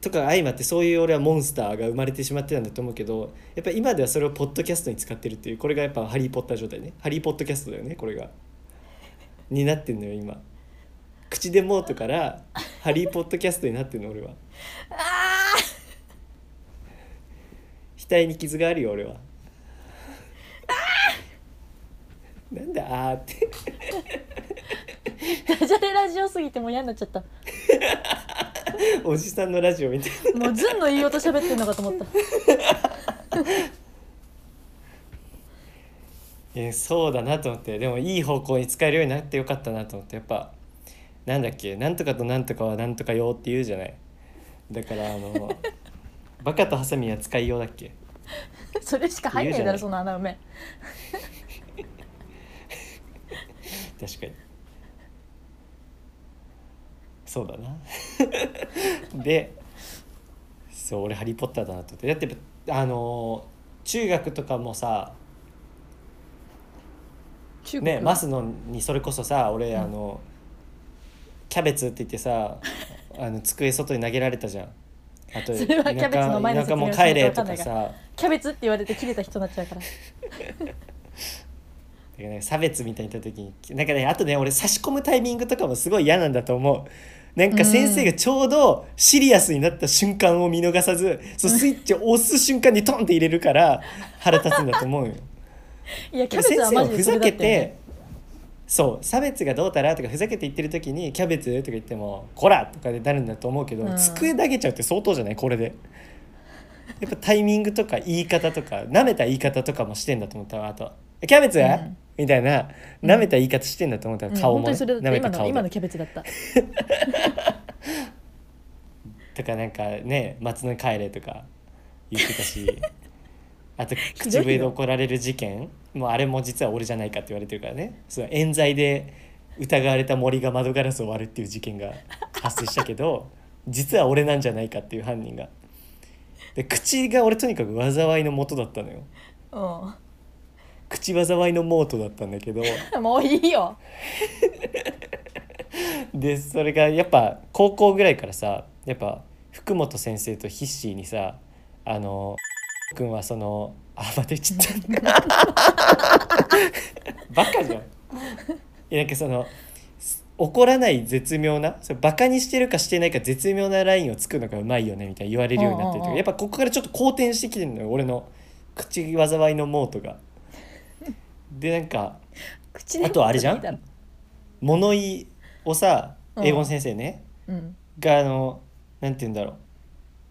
S1: とか相まってそういう俺はモンスターが生まれてしまってたんだと思うけどやっぱ今ではそれをポッドキャストに使ってるっていうこれがやっぱハリー・ポッター状態ねハリー・ポッドキャストだよねこれがになってんのよ今口でモートからハリー・ポッドキャストになってんの俺は
S2: あ
S1: 額に傷があるよ俺はなんだあーって
S2: ーダジャレラジオすぎてもう嫌になっちゃった
S1: おじさんのラジオみたいな
S2: もうずんの言いようと喋ってんのかと思った
S1: えーそうだなと思ってでもいい方向に使えるようになってよかったなと思ってやっぱなんだっけなんとかとなんとかはなんとか用って言うじゃないだからあのバカとハサミは使いようだっけ
S2: それしか入んねえだろその穴埋め
S1: 確かにそうだな でそう俺「ハリー・ポッター」だなと思ってだってやっぱあのー中学とかもさ
S2: 中国
S1: ねマスのにそれこそさ俺、あのキャベツって言って さあの机外に投げられたじゃんあと
S2: それはキャベツの前の
S1: 田舎
S2: 説明
S1: も
S2: をしないと
S1: 帰れと
S2: わか
S1: か
S2: んないか
S1: さだか
S2: キャベツって言われて切れた人になっちゃうから
S1: らなんか差別みたいに言った時になんかねあとね俺差し込むタイミングとかもすごい嫌なんだと思うなんか先生がちょうどシリアスになった瞬間を見逃さず、そう スイッチを押す瞬間にトンって入れるから腹立つんだと思うよ。
S2: いやキャベ
S1: 先
S2: ツは
S1: 生
S2: マ
S1: は
S2: ジで
S1: ふ
S2: それ
S1: ざ
S2: だ
S1: け
S2: ったよね
S1: てそう差別がどうたらとかふざけて言ってる時に「キャベツ?」とか言っても「こら!」とかでなるんだと思うけど、
S2: うん
S1: 机投げちゃうって相当じゃないこれで。やっぱタイミングとか言い方とか舐めた言い方とかもしてんだと思ったわあと「キャベツ
S2: うん
S1: みたいな舐めた言い方してんだと思ったわ、
S2: うん
S1: 顔
S2: 本
S1: も
S2: 当
S1: ね、
S2: にそれだ
S1: 舐
S2: った
S1: め
S2: 今
S1: た顔
S2: の
S1: で
S2: 今のキャベツだった
S1: とかなんかね「松の帰れ」とか言ってたし あと
S2: ど
S1: 口
S2: いよ
S1: 笛で怒られる事件もうあれも実は俺じゃないかって言われてるからねその冤罪で疑われた森が窓ガラスを割るっていう事件が発生したけど実は俺なんじゃないかっていう犯人が。で口が俺とにかく災いの元だったのよ
S2: う
S1: 口災いの元だったんだけど
S2: ん もういいよ
S1: でそれがやっぱ高校ぐらいからさやっぱ福本先生とヒッシーにさあの君はそのあまた言っちゃった バカじゃんいやなんかそのす怒らない絶妙なそれバカにしてるかしてないか絶妙なラインをつくのがうまいよねみたいに言われるようになってる
S2: う
S1: と
S2: んうんうん
S1: やっぱここからちょっと好転してきてるのよ俺の口災いのモートが。でなんか
S2: 口で
S1: あとあれじゃん
S2: いいだろ
S1: 物言いをさ
S2: うん
S1: 英語の先生ね、
S2: うん
S1: があのなんて言うんだろ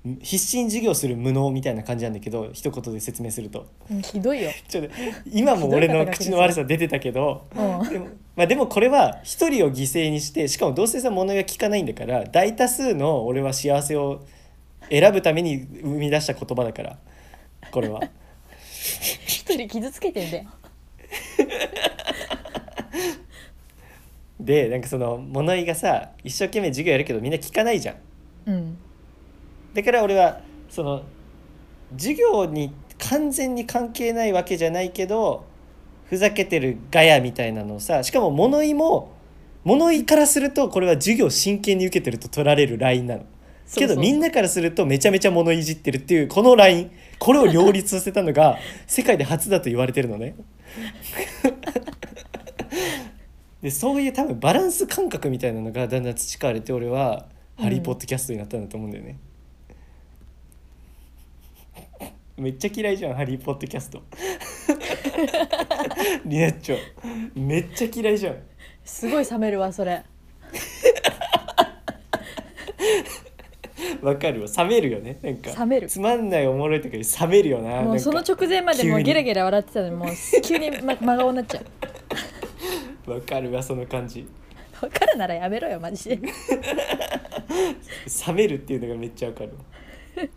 S1: う必死に授業する無能みたいな感じなんだけど一言で説明すると
S2: うんひどいよ
S1: ちょっと今も俺の口の悪さ出てたけど
S2: うん
S1: でも,、まあ、でもこれは一人を犠牲にしてしかもどうせさ物が聞かないんだから大多数の俺は幸せを選ぶために生み出した言葉だからこれは。
S2: 一人傷つけてんだよ
S1: でなんかその物言いがさ一生懸命授業やるけどみんな聞かないじゃん。
S2: うん
S1: だから俺はその授業に完全に関係ないわけじゃないけどふざけてるガヤみたいなのをさしかも物言いも物言いからするとこれは授業を真剣に受けてると取られるラインなのけどみん
S2: な
S1: なからするとめちゃめちゃ物いじってるっていうこのラインこれを両立させたの が世界で初だと言われてるのね。でそういう多分バランス感覚みたいなのがだんだん培われて俺は
S2: うん
S1: ハリー・ポッドキャストになったんだと思うんだよね。めっちゃ嫌いじゃんハリー・ポッドキャス ト。リナッチョめっちゃ嫌いじゃん。
S2: すごい冷めるわそれ
S1: わかるわ冷めるよねなんか
S2: 冷める
S1: つまんないおもろい時に冷めるよな
S2: も
S1: なん
S2: う
S1: か
S2: その直前までも
S1: 急
S2: う
S1: に
S2: ゲラゲラ笑ってたのにもう急にま真顔になっちゃう
S1: わかるわその感じ
S2: 分かるならやめろよマジで
S1: 冷めるっていうのがめっちゃわかるわ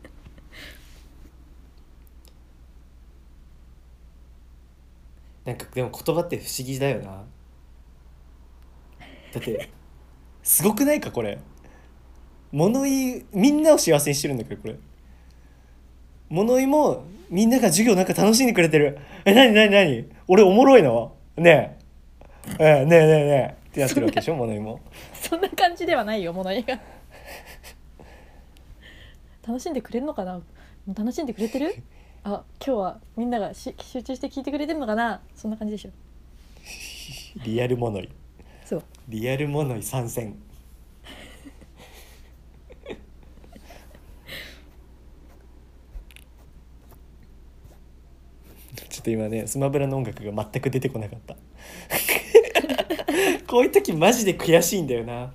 S1: なんかでも言葉って不思議だよなだってすごくないかこれ物言いみんなを幸せにしてるんだけどこれ物言いもみんなが授業なんか楽しんでくれてるえなになになに俺おもろいのねえええねえねえねえってやってるわけでしょ物言いも
S2: そんな感じではないよ物言いが楽しんでくれるのかな楽しんでくれてるあ今日はみんながし集中して聞いてくれてるのかなそんな感じでしょ
S1: リアル物言い
S2: そう
S1: リアルモノイ参戦 ちょっと今ねスマブラの音楽が全く出てこなかった こういう時マジで悔しいんだよな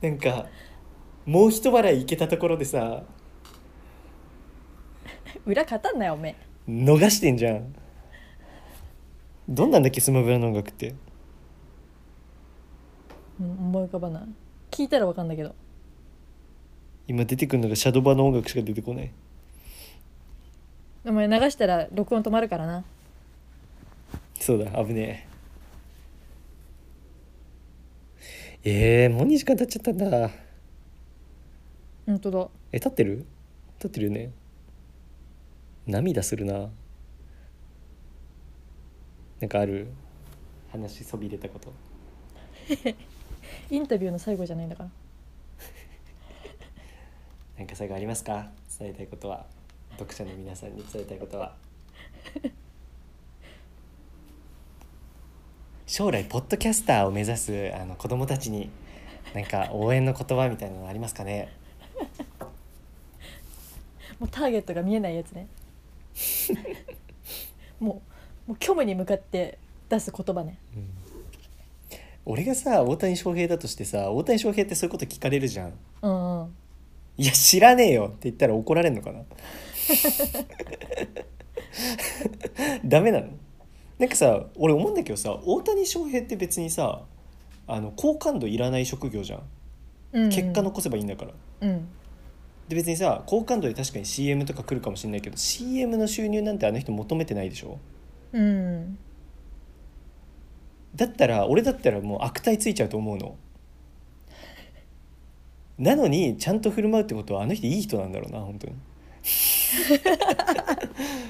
S1: なんかもう一笑いいけたところでさ
S2: 裏語んなよおめえ
S1: 逃してんじゃんどんなんだっけスマブラの音楽って
S2: うん思い浮かばない聞いたら分かんだけど
S1: 今出てくるのがシャドバの音楽しか出てこない
S2: お前流したら録音止まるからな
S1: そうだ危ねええー、もう2時間経っちゃったんだ
S2: ほんとだ
S1: え経ってる経ってるよね涙するななんかある話そびれたこと
S2: インタビューの最後じゃないんだから
S1: なんか最後ありますか伝えたいことは読者の皆さんに伝えたいことは将来ポッドキャスターを目指すあの子供たちになんか応援の言葉みたいなのありますかね
S2: もうターゲットが見えないやつねもうもう虚無に向かって出す言葉ね
S1: 俺がさ大谷翔平だとしてさ大谷翔平ってそういうこと聞かれるじゃん
S2: うんうん
S1: いや知らねえよって言ったら怒られんのかな ダメなのなんかさ俺思うんだけどさ大谷翔平って別にさあの好感度いらない職業じゃん
S2: うんうん
S1: 結果残せばいいんだから、
S2: うん
S1: で別にさ好感度で確かに CM とか来るかもしれないけど CM の収入なんてあの人求めてないでしょ
S2: うん
S1: だったら俺だったらもう悪態ついちゃうと思うのなのにちゃんと振る舞うってことはあの人いい人なんだろうな本当に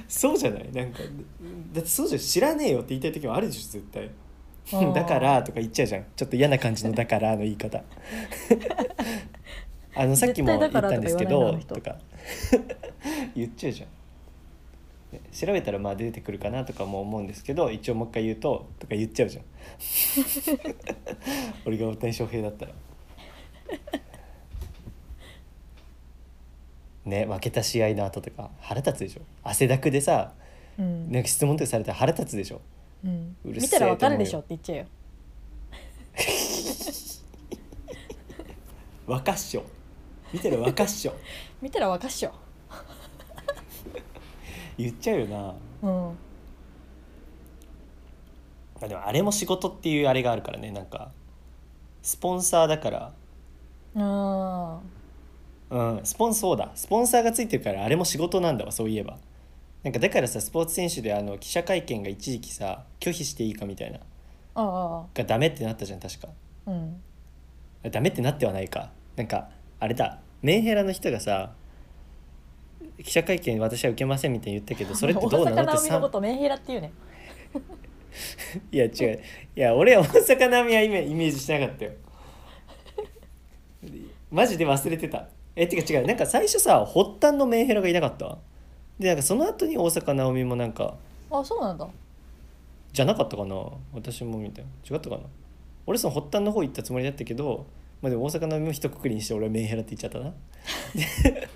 S1: そうじゃないなんかだってそうじゃん知らねえよって言いたい時もあるでしょ絶対
S2: あ ー
S1: だからとか言っちゃうじゃんちょっと嫌な感じの「だから」の言い 方あのさっきも言ったんですけど
S2: 絶対だからとか言わないなあの
S1: とか
S2: 人
S1: 言っちゃうじゃんね調べたらまあ出てくるかなとかも思うんですけど一応もう一回言うととか言っちゃう じゃん俺が大谷翔平だったらね負けた試合の後とか腹立つでしょ汗だくでさ
S2: うん
S1: なんか質問とかされたら腹立つでしょ
S2: うん
S1: うるせえ
S2: 見たらわかるでしょって言っちゃうよ
S1: 若っしょ見てる若っしょ
S2: 見たらわかっしょ
S1: 言っちゃうよな
S2: うん
S1: まあでもあれも仕事っていうあれがあるからねなんかスポンサーだから
S2: あ
S1: うんスポンそうだスポンサーがついてるからあれも仕事なんだわそういえばなんかだからさスポーツ選手であの記者会見が一時期さ拒否していいかみたいな
S2: ああ
S1: がダメってなったじゃん確か
S2: あうん
S1: ダメってなってはないかなんかあれだメンヘラの人がさ記者会見私は受けませんみたいに言ったけどそれってどうなの
S2: 大坂
S1: っ
S2: な
S1: て
S2: おみの
S1: さ
S2: ことメンヘラっていうね
S1: いや違ういや俺は大阪なおみはイメイメージしてなかったよマジで忘れてたえてか違うなんか最初さ発端のメンヘラがいなかったでなんかその後に大阪なおみもなんか
S2: あそうなんだ
S1: じゃなかったかな私もみたいな違ったかな俺その発端の方行ったつもりだったけどまあでも大阪の海も一括りにして俺はメンヘラって言っちゃったなで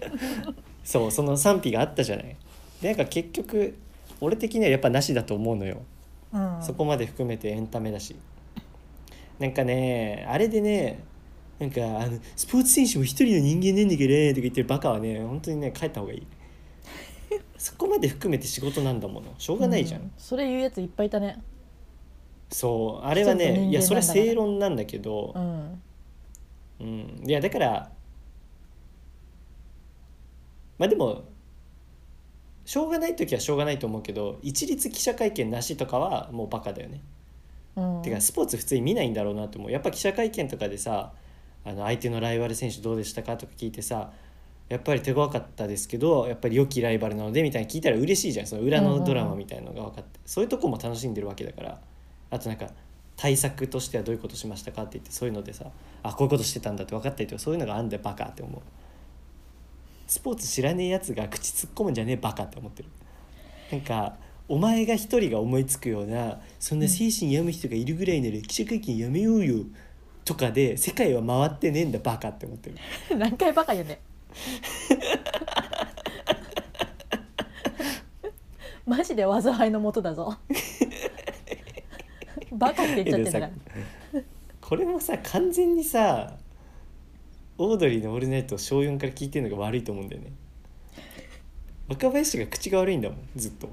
S1: そうその賛否があったじゃないでなんか結局俺的にはやっぱなしだと思うのよ
S2: うん
S1: そこまで含めてエンタメだしなんかねあれでねなんかあのスポーツ選手も一人の人間ねんだけどねとか言ってるバカはね本当にね帰った方が いいそこまで含めて仕事なんだものしょうがないじゃん
S2: う、それ言うやついっぱいいたね
S1: そうあれは
S2: ちゃんと人間
S1: ねいやそれは
S2: なんだから
S1: 正論なんだけど
S2: う、ん
S1: うんいやだからまあでもしょうがない時はしょうがないと思うけど一律記者会見なしとかはもうバカだよね。
S2: うん
S1: てかスポーツ普通に見ないんだろうなと思うやっぱ記者会見とかでさあの相手のライバル選手どうでしたかとか聞いてさやっぱり手強かったですけどやっぱり良きライバルなのでみたいに聞いたら嬉しいじゃんその裏
S2: うんうんう
S1: の
S2: ん
S1: ドラマみたいのが分かって、そういうとこも楽しんでるわけだからあとなんか対策としてはどういうことしましたかって言ってそういうのでさあこういうことしてたんだって分かったりとかそういうのがあんだよバカって思うスポーツ知らねえやつが口突っ込むんじゃねえバカって思ってるなんかお前が一人が思いつくようなそんな精神病む人がいるぐらいなら記者会見やめようよとかで世界は回ってねえんだバカって思ってる
S2: 何回バカ 言うねマジで災いのもと だぞバカって言っちゃってんだから
S1: えでさこれもさ完全にさオードリーの「オールナイト」を小4から聞いてるのが悪いと思うんだよね若林が口が悪いんだもんずっと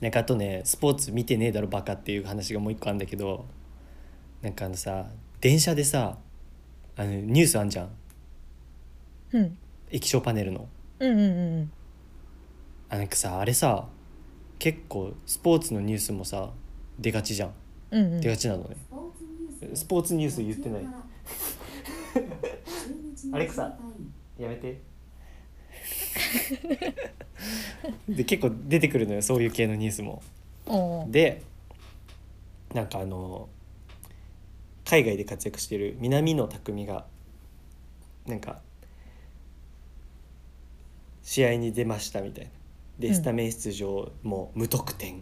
S1: なんかあとねスポーツ見てねえだろバカっていう話がもう一個あるんだけどなんかあのさ電車でさあのニュースあんじゃん
S2: うん
S1: 液晶パネルの
S2: うんうんうん
S1: あなんかさあれさ結構スポーツのニュースもさ出がちじゃん
S2: うんうん
S1: 出がちなのねスポーツニュース言ってない アレクサやめ てで結構出てくるのよそういう系のニュースも
S2: おう
S1: でなんかあの海外で活躍してる南野拓実がなんか試合に出ましたみたいな
S2: う
S1: で
S2: ん
S1: スタメン出場も無得点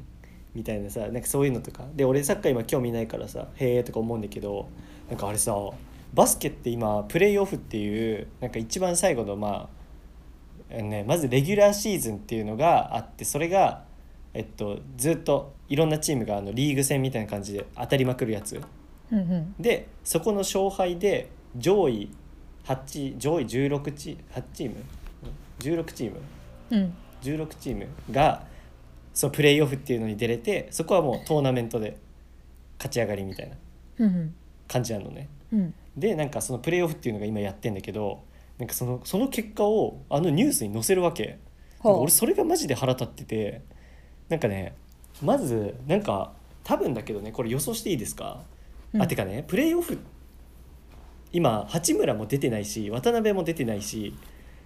S1: みたいなさなんかそういうのとかで俺サッカー今興味ないからさ「へえ」とか思うんだけどなんかあれさバスケって今プレーオフっていうなんか一番最後のまあ、あのね、まずレギュラーシーズンっていうのがあってそれが、えっと、ずっといろんなチームがあのリーグ戦みたいな感じで当たりまくるやつ。
S2: うんうん
S1: でそこの勝敗で上位8上位16チ8チーム16チーム
S2: うん
S1: 16チームがそのプレーオフっていうのに出れてそこはもうトーナメントで勝ち上がりみたいな
S2: うん
S1: 感じなのね
S2: うん
S1: でなんかそのプレーオフっていうのが今やってんだけどなんかそのその結果をあのニュースに載せるわけなんか
S2: は
S1: 俺それがマジで腹立っててなんかねまずなんか多分だけどねこれ予想していいですか
S2: あ
S1: あてかねプレーオフ今八村も出てないし渡辺も出てないし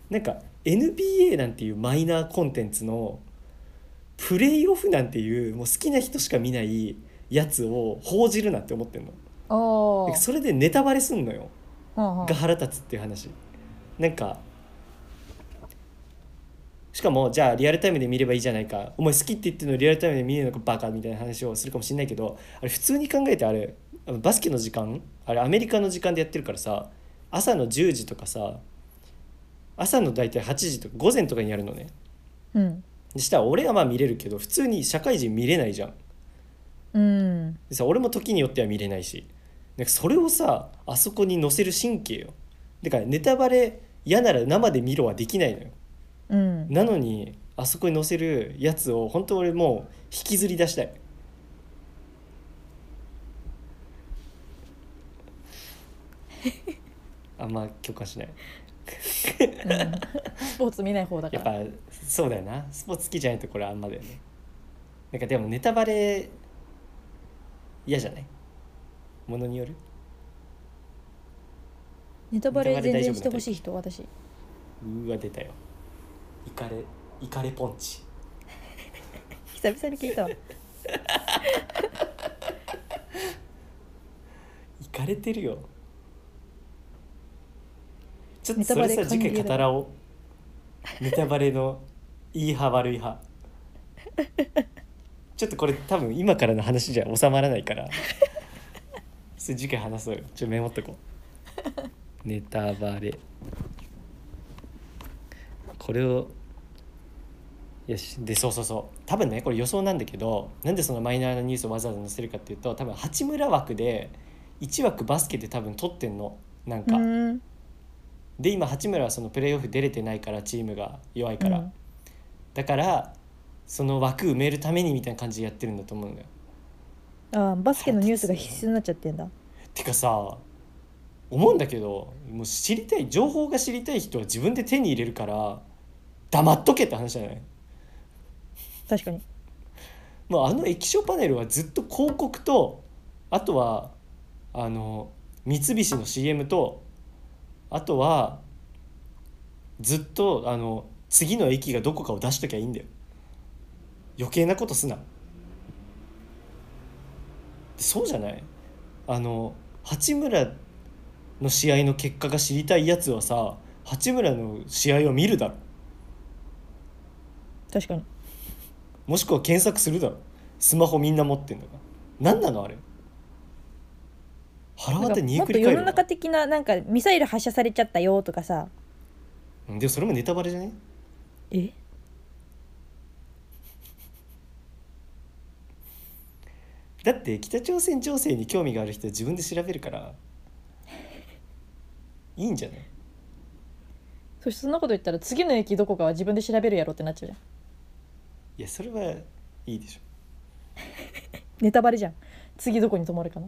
S1: なんか NBA なんていうマイナーコンテンツのプレーオフなんていうもう好きな人しか見ないやつを報じるなって思ってんの
S2: ああ
S1: なんかそれでネタバレすんのよ
S2: は
S1: が腹立つっていう話なんかしかもじゃあリアルタイムで見ればいいじゃないかお前好きって言ってるのリアルタイムで見れるのかバカみたいな話をするかもしれないけどあれ普通に考えてあれあのバスケの時間あれアメリカの時間でやってるからさ朝の10時とかさ朝の大体8時とか午前とかにやるのね
S2: うん
S1: でしたら俺はまあ見れるけど普通に社会人見れないじゃん
S2: うん
S1: でさ俺も時によっては見れないしなんかそれをさあそこに載せる神経よだからネタバレ嫌なら生で見ろはできないのよ
S2: うん
S1: なのにあそこに載せるやつを本当俺もう引きずり出したいあんま共感しない
S2: スポーツ見ない方だか
S1: やっ
S2: ら
S1: ぱそうだよなスポーツ好きじゃないとこれあんまだよねなんかでもネタバレ嫌じゃないものによる
S2: ネタバレ
S1: ネタバレ大丈
S2: 全
S1: 夫
S2: 然してほしい人私
S1: うわ出たよイカレイカレポンチ
S2: 久々に聞いたわ
S1: イカれてるよちょっと
S2: ネタ
S1: そ
S2: バ
S1: れ
S2: レ
S1: さ次
S2: 歓迎だ
S1: 回語らおうネタバレのいい派悪い派ちょっとこれ多分今からの話じゃ収まらないからそれ次回話そうよちょっとメモっとこうネタバレこれをよしでそうそうそう多分ねこれ予想なんだけどなんでそのマイナーなニュースをわざわざ載せるかっていうと多分八村枠で1枠バスケで多分取ってんのなん
S2: う
S1: か、
S2: ん
S1: で今八村はそのプレーオフ出れてないからチームが弱いから、
S2: うん
S1: だからその枠埋めるためにみたいな感じでやってるんだと思うんだよ
S2: あーバスケのニュースが必須になっちゃってんだ
S1: てかさ思うんだけどもう知りたい情報が知りたい人は自分で手に入れるから黙っとけって話じゃない
S2: 確かに
S1: もうあの液晶パネルはずっと広告とあとはあの三菱の CM とあとはずっとあの次の駅がどこかを出しときゃいいんだよ余計なことすなそうじゃないあの八村の試合の結果が知りたいやつはさ八村の試合を見るだろ
S2: 確かに
S1: もしくは検索するだろスマホみんな持ってんだから何なのあれ腹
S2: なん
S1: 割って
S2: か
S1: 煮え
S2: もっ
S1: く
S2: と
S1: り返
S2: 世
S1: る
S2: の
S1: な
S2: 中的ななんかミサイル発射されちゃったよとかさ
S1: うんでもそれもネタバレじゃね
S2: え
S1: だって北朝鮮情勢に興味がある人は自分で調べるからいいんじゃない
S2: そしてそんなこと言ったら次の駅どこかは自分で調べるやろってなっちゃうじゃん
S1: いやそれはいいでしょ
S2: ネタバレじゃん次どこに泊まるかな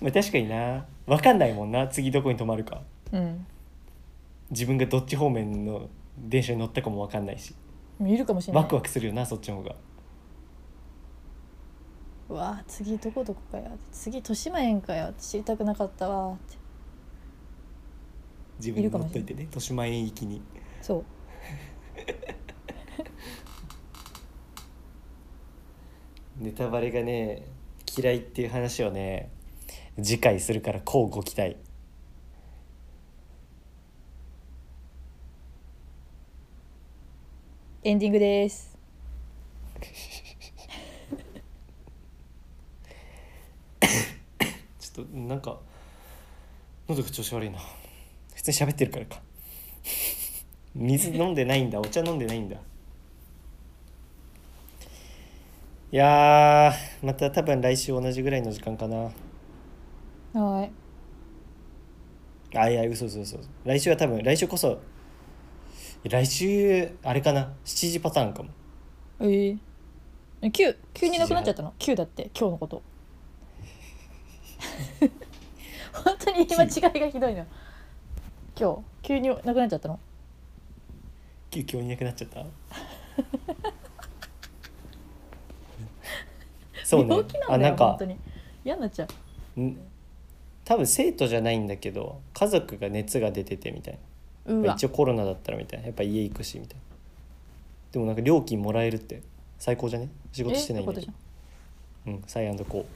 S1: まあ確かにな分かんないもんな次どこに泊まるか
S2: うん
S1: 自分がどっち方面の電車に乗ったかも分かんないし
S2: 見るかもしれない
S1: ワクワクするよなそっちの方が
S2: うわあ次どこどこかや次豊島園かよ知りたくなかったわーって
S1: 自分で乗っといてね豊島園行きに
S2: そう
S1: ネタバレがね嫌いっていう話をね次回するからこうご期待
S2: エンディングです
S1: ちょっとなんか喉が調子悪いな普通に喋ってるからか水飲んでないんだお茶飲んでないんだいやーまた多分来週同じぐらいの時間かな
S2: はい
S1: あいや嘘嘘嘘来週は多分来週こそ来週あれかな7時パターンかも
S2: ええ9急になくなっちゃったの9だって今日のこと 本当に今違いがひどいの今日急になくなっちゃったの
S1: 急遽いなくなっちゃった そうね
S2: 病気な
S1: あ
S2: んだ
S1: な
S2: よ
S1: ん
S2: 本
S1: か
S2: 当に嫌になっちゃうん
S1: 多分生徒じゃないんだけど家族が熱が出ててみたいうな、まあ
S2: わ
S1: 一応コロナだったらみたいなやっぱ家行くしみたいなでもなんか料金もらえるって最高じゃね仕事してないんだけ
S2: え
S1: どうんサイアンドコ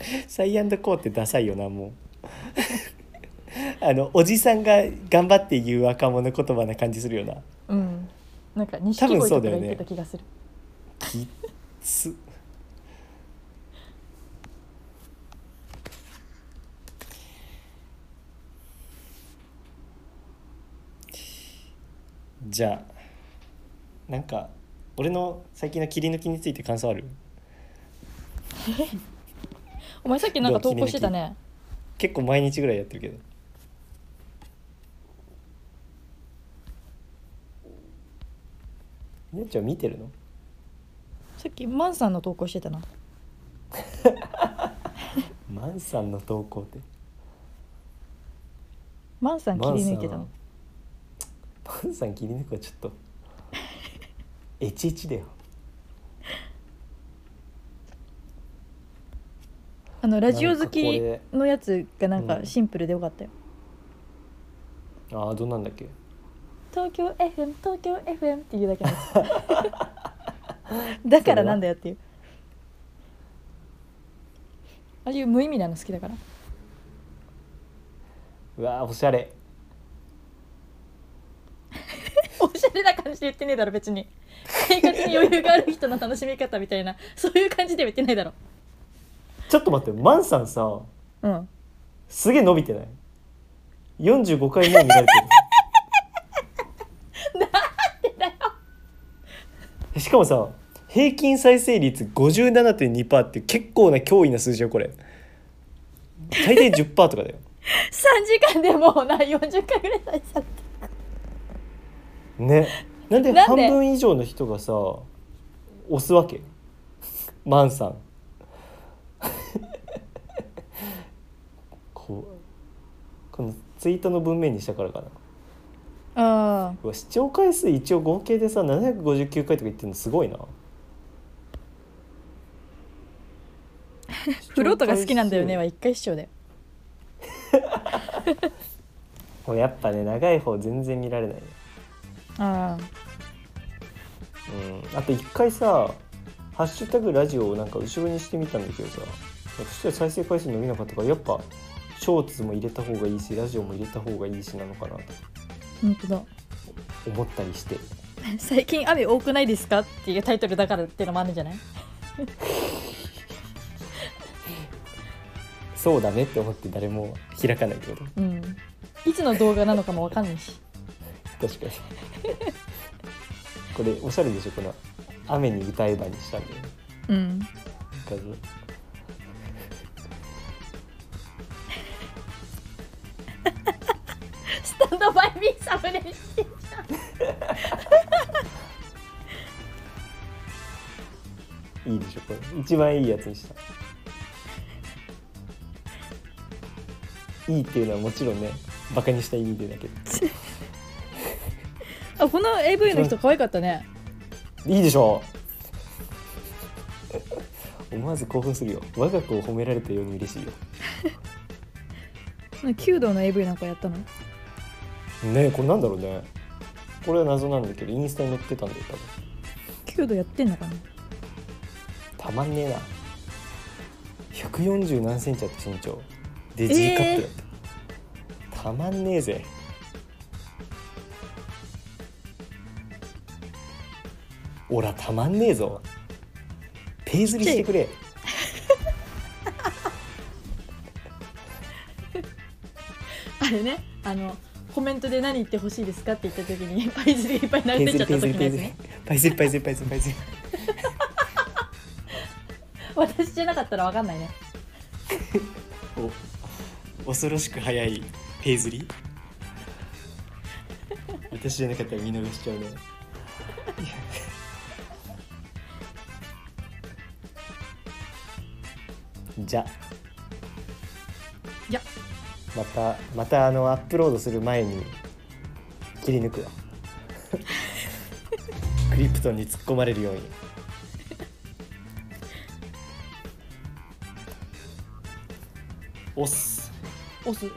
S1: ーサイアンドコーってダサいよなもうあのおじさんが頑張って言う若者言葉な感じするよな
S2: うんなんか錦鯉
S1: 多分そ
S2: と
S1: う
S2: か
S1: だよ
S2: が
S1: ね
S2: 言ってた気がする、
S1: きっつじゃあなんか俺の最近の切り抜きについて感想ある
S2: お前さっきなんか投稿してたね
S1: 結構毎日ぐらいやってるけどみなちゃん見てるの
S2: さっきマンさんの投稿してたな
S1: マンさんの投稿って
S2: マンさん切り抜いてたの
S1: パンさん切り抜くはちょっとエチエチだよ
S2: あのラジオ好
S1: なんか
S2: き
S1: これ
S2: のやつがなん
S1: う
S2: か
S1: ん
S2: シンプルでよかったよ、
S1: ああどうなんだっけ
S2: 東京 FM 東京 FM っていうだけのや つだからなんだよっていうああいう無意味なの好きだから
S1: うわーおしゃれ
S2: おしゃれな感じで言ってねえだろ別に生活に余裕がある人の楽しみ方みたいなそういう感じでは言ってないだろ
S1: ちょっと待ってマンさんさ
S2: うん
S1: すげえ伸びてない45回目になるけ
S2: でだよ
S1: どしかもさ平均再生率57.2%って結構な脅威な数字よこれ大体10%とかだよ
S2: 3時間でもうな40回ぐらい再生されて
S1: ねなんで
S2: なん
S1: 半
S2: で
S1: 分以上の人がさ押すわけマンさんこうこのツイートの文面にしたからかな
S2: あ
S1: うわ視聴回数一応合計でさ759回とか言ってるのすごいな
S2: フロートが好きなんだよねは一回視聴だよ
S1: もうやっぱね長い方全然見られないね
S2: あ
S1: うんあと一回さ「ハッシュタグラジオ」をなんか後ろにしてみたんだけどさそしたら再生回数伸びなかったからやっぱショーツも入れた方がいいしラジオも入れた方がいいしなのかなと
S2: 本当だ
S1: 思ったりして
S2: 最近雨多くないですかっていうタイトルだからっていうのもあるんじゃない
S1: そうだねって思って誰も開かないけど
S2: うんいつの動画なのかもわかんないし
S1: 確かにこれおしゃれでしょこの「雨に歌えば」にしたんだよね
S2: うん
S1: 画像
S2: スタンドバイミーサムネにしてんじゃん
S1: いいでしょこれ一番いいやつにしたいいっていうのはもちろんねバカにした意味でだけど
S2: あこの AV の人可愛かったね
S1: いいでしょう思わず興奮するよ我が子を褒められたように嬉しいよ
S2: 弓道の AV なんかやったの
S1: ねえこれなんだろうねこれは謎なんだけどインスタに載ってたんだよ多分
S2: 弓道やってんのかな
S1: たまんねえな140何センチあって身長で G カップだった、たまんねえぜおらたまんねえぞペイズリしてくれ
S2: あれねあのコメントで何言ってほしいですかって言った時に パイズリがいっぱい流
S1: ペイ
S2: れ
S1: ズ
S2: ちゃ
S1: リペ
S2: った
S1: イズリ
S2: 時の
S1: ペイ
S2: やつ
S1: ズリ
S2: ね
S1: ペイズリペイズリペイズリペイズリ
S2: 私じゃなかったらわかんないね
S1: お恐ろしく早いペイズリ 私じゃなかったら見逃しちゃうね じゃ
S2: じゃ
S1: またまたあのアップロードする前に切り抜 くわクリプトンに突っ込まれるようにおっす
S2: 押す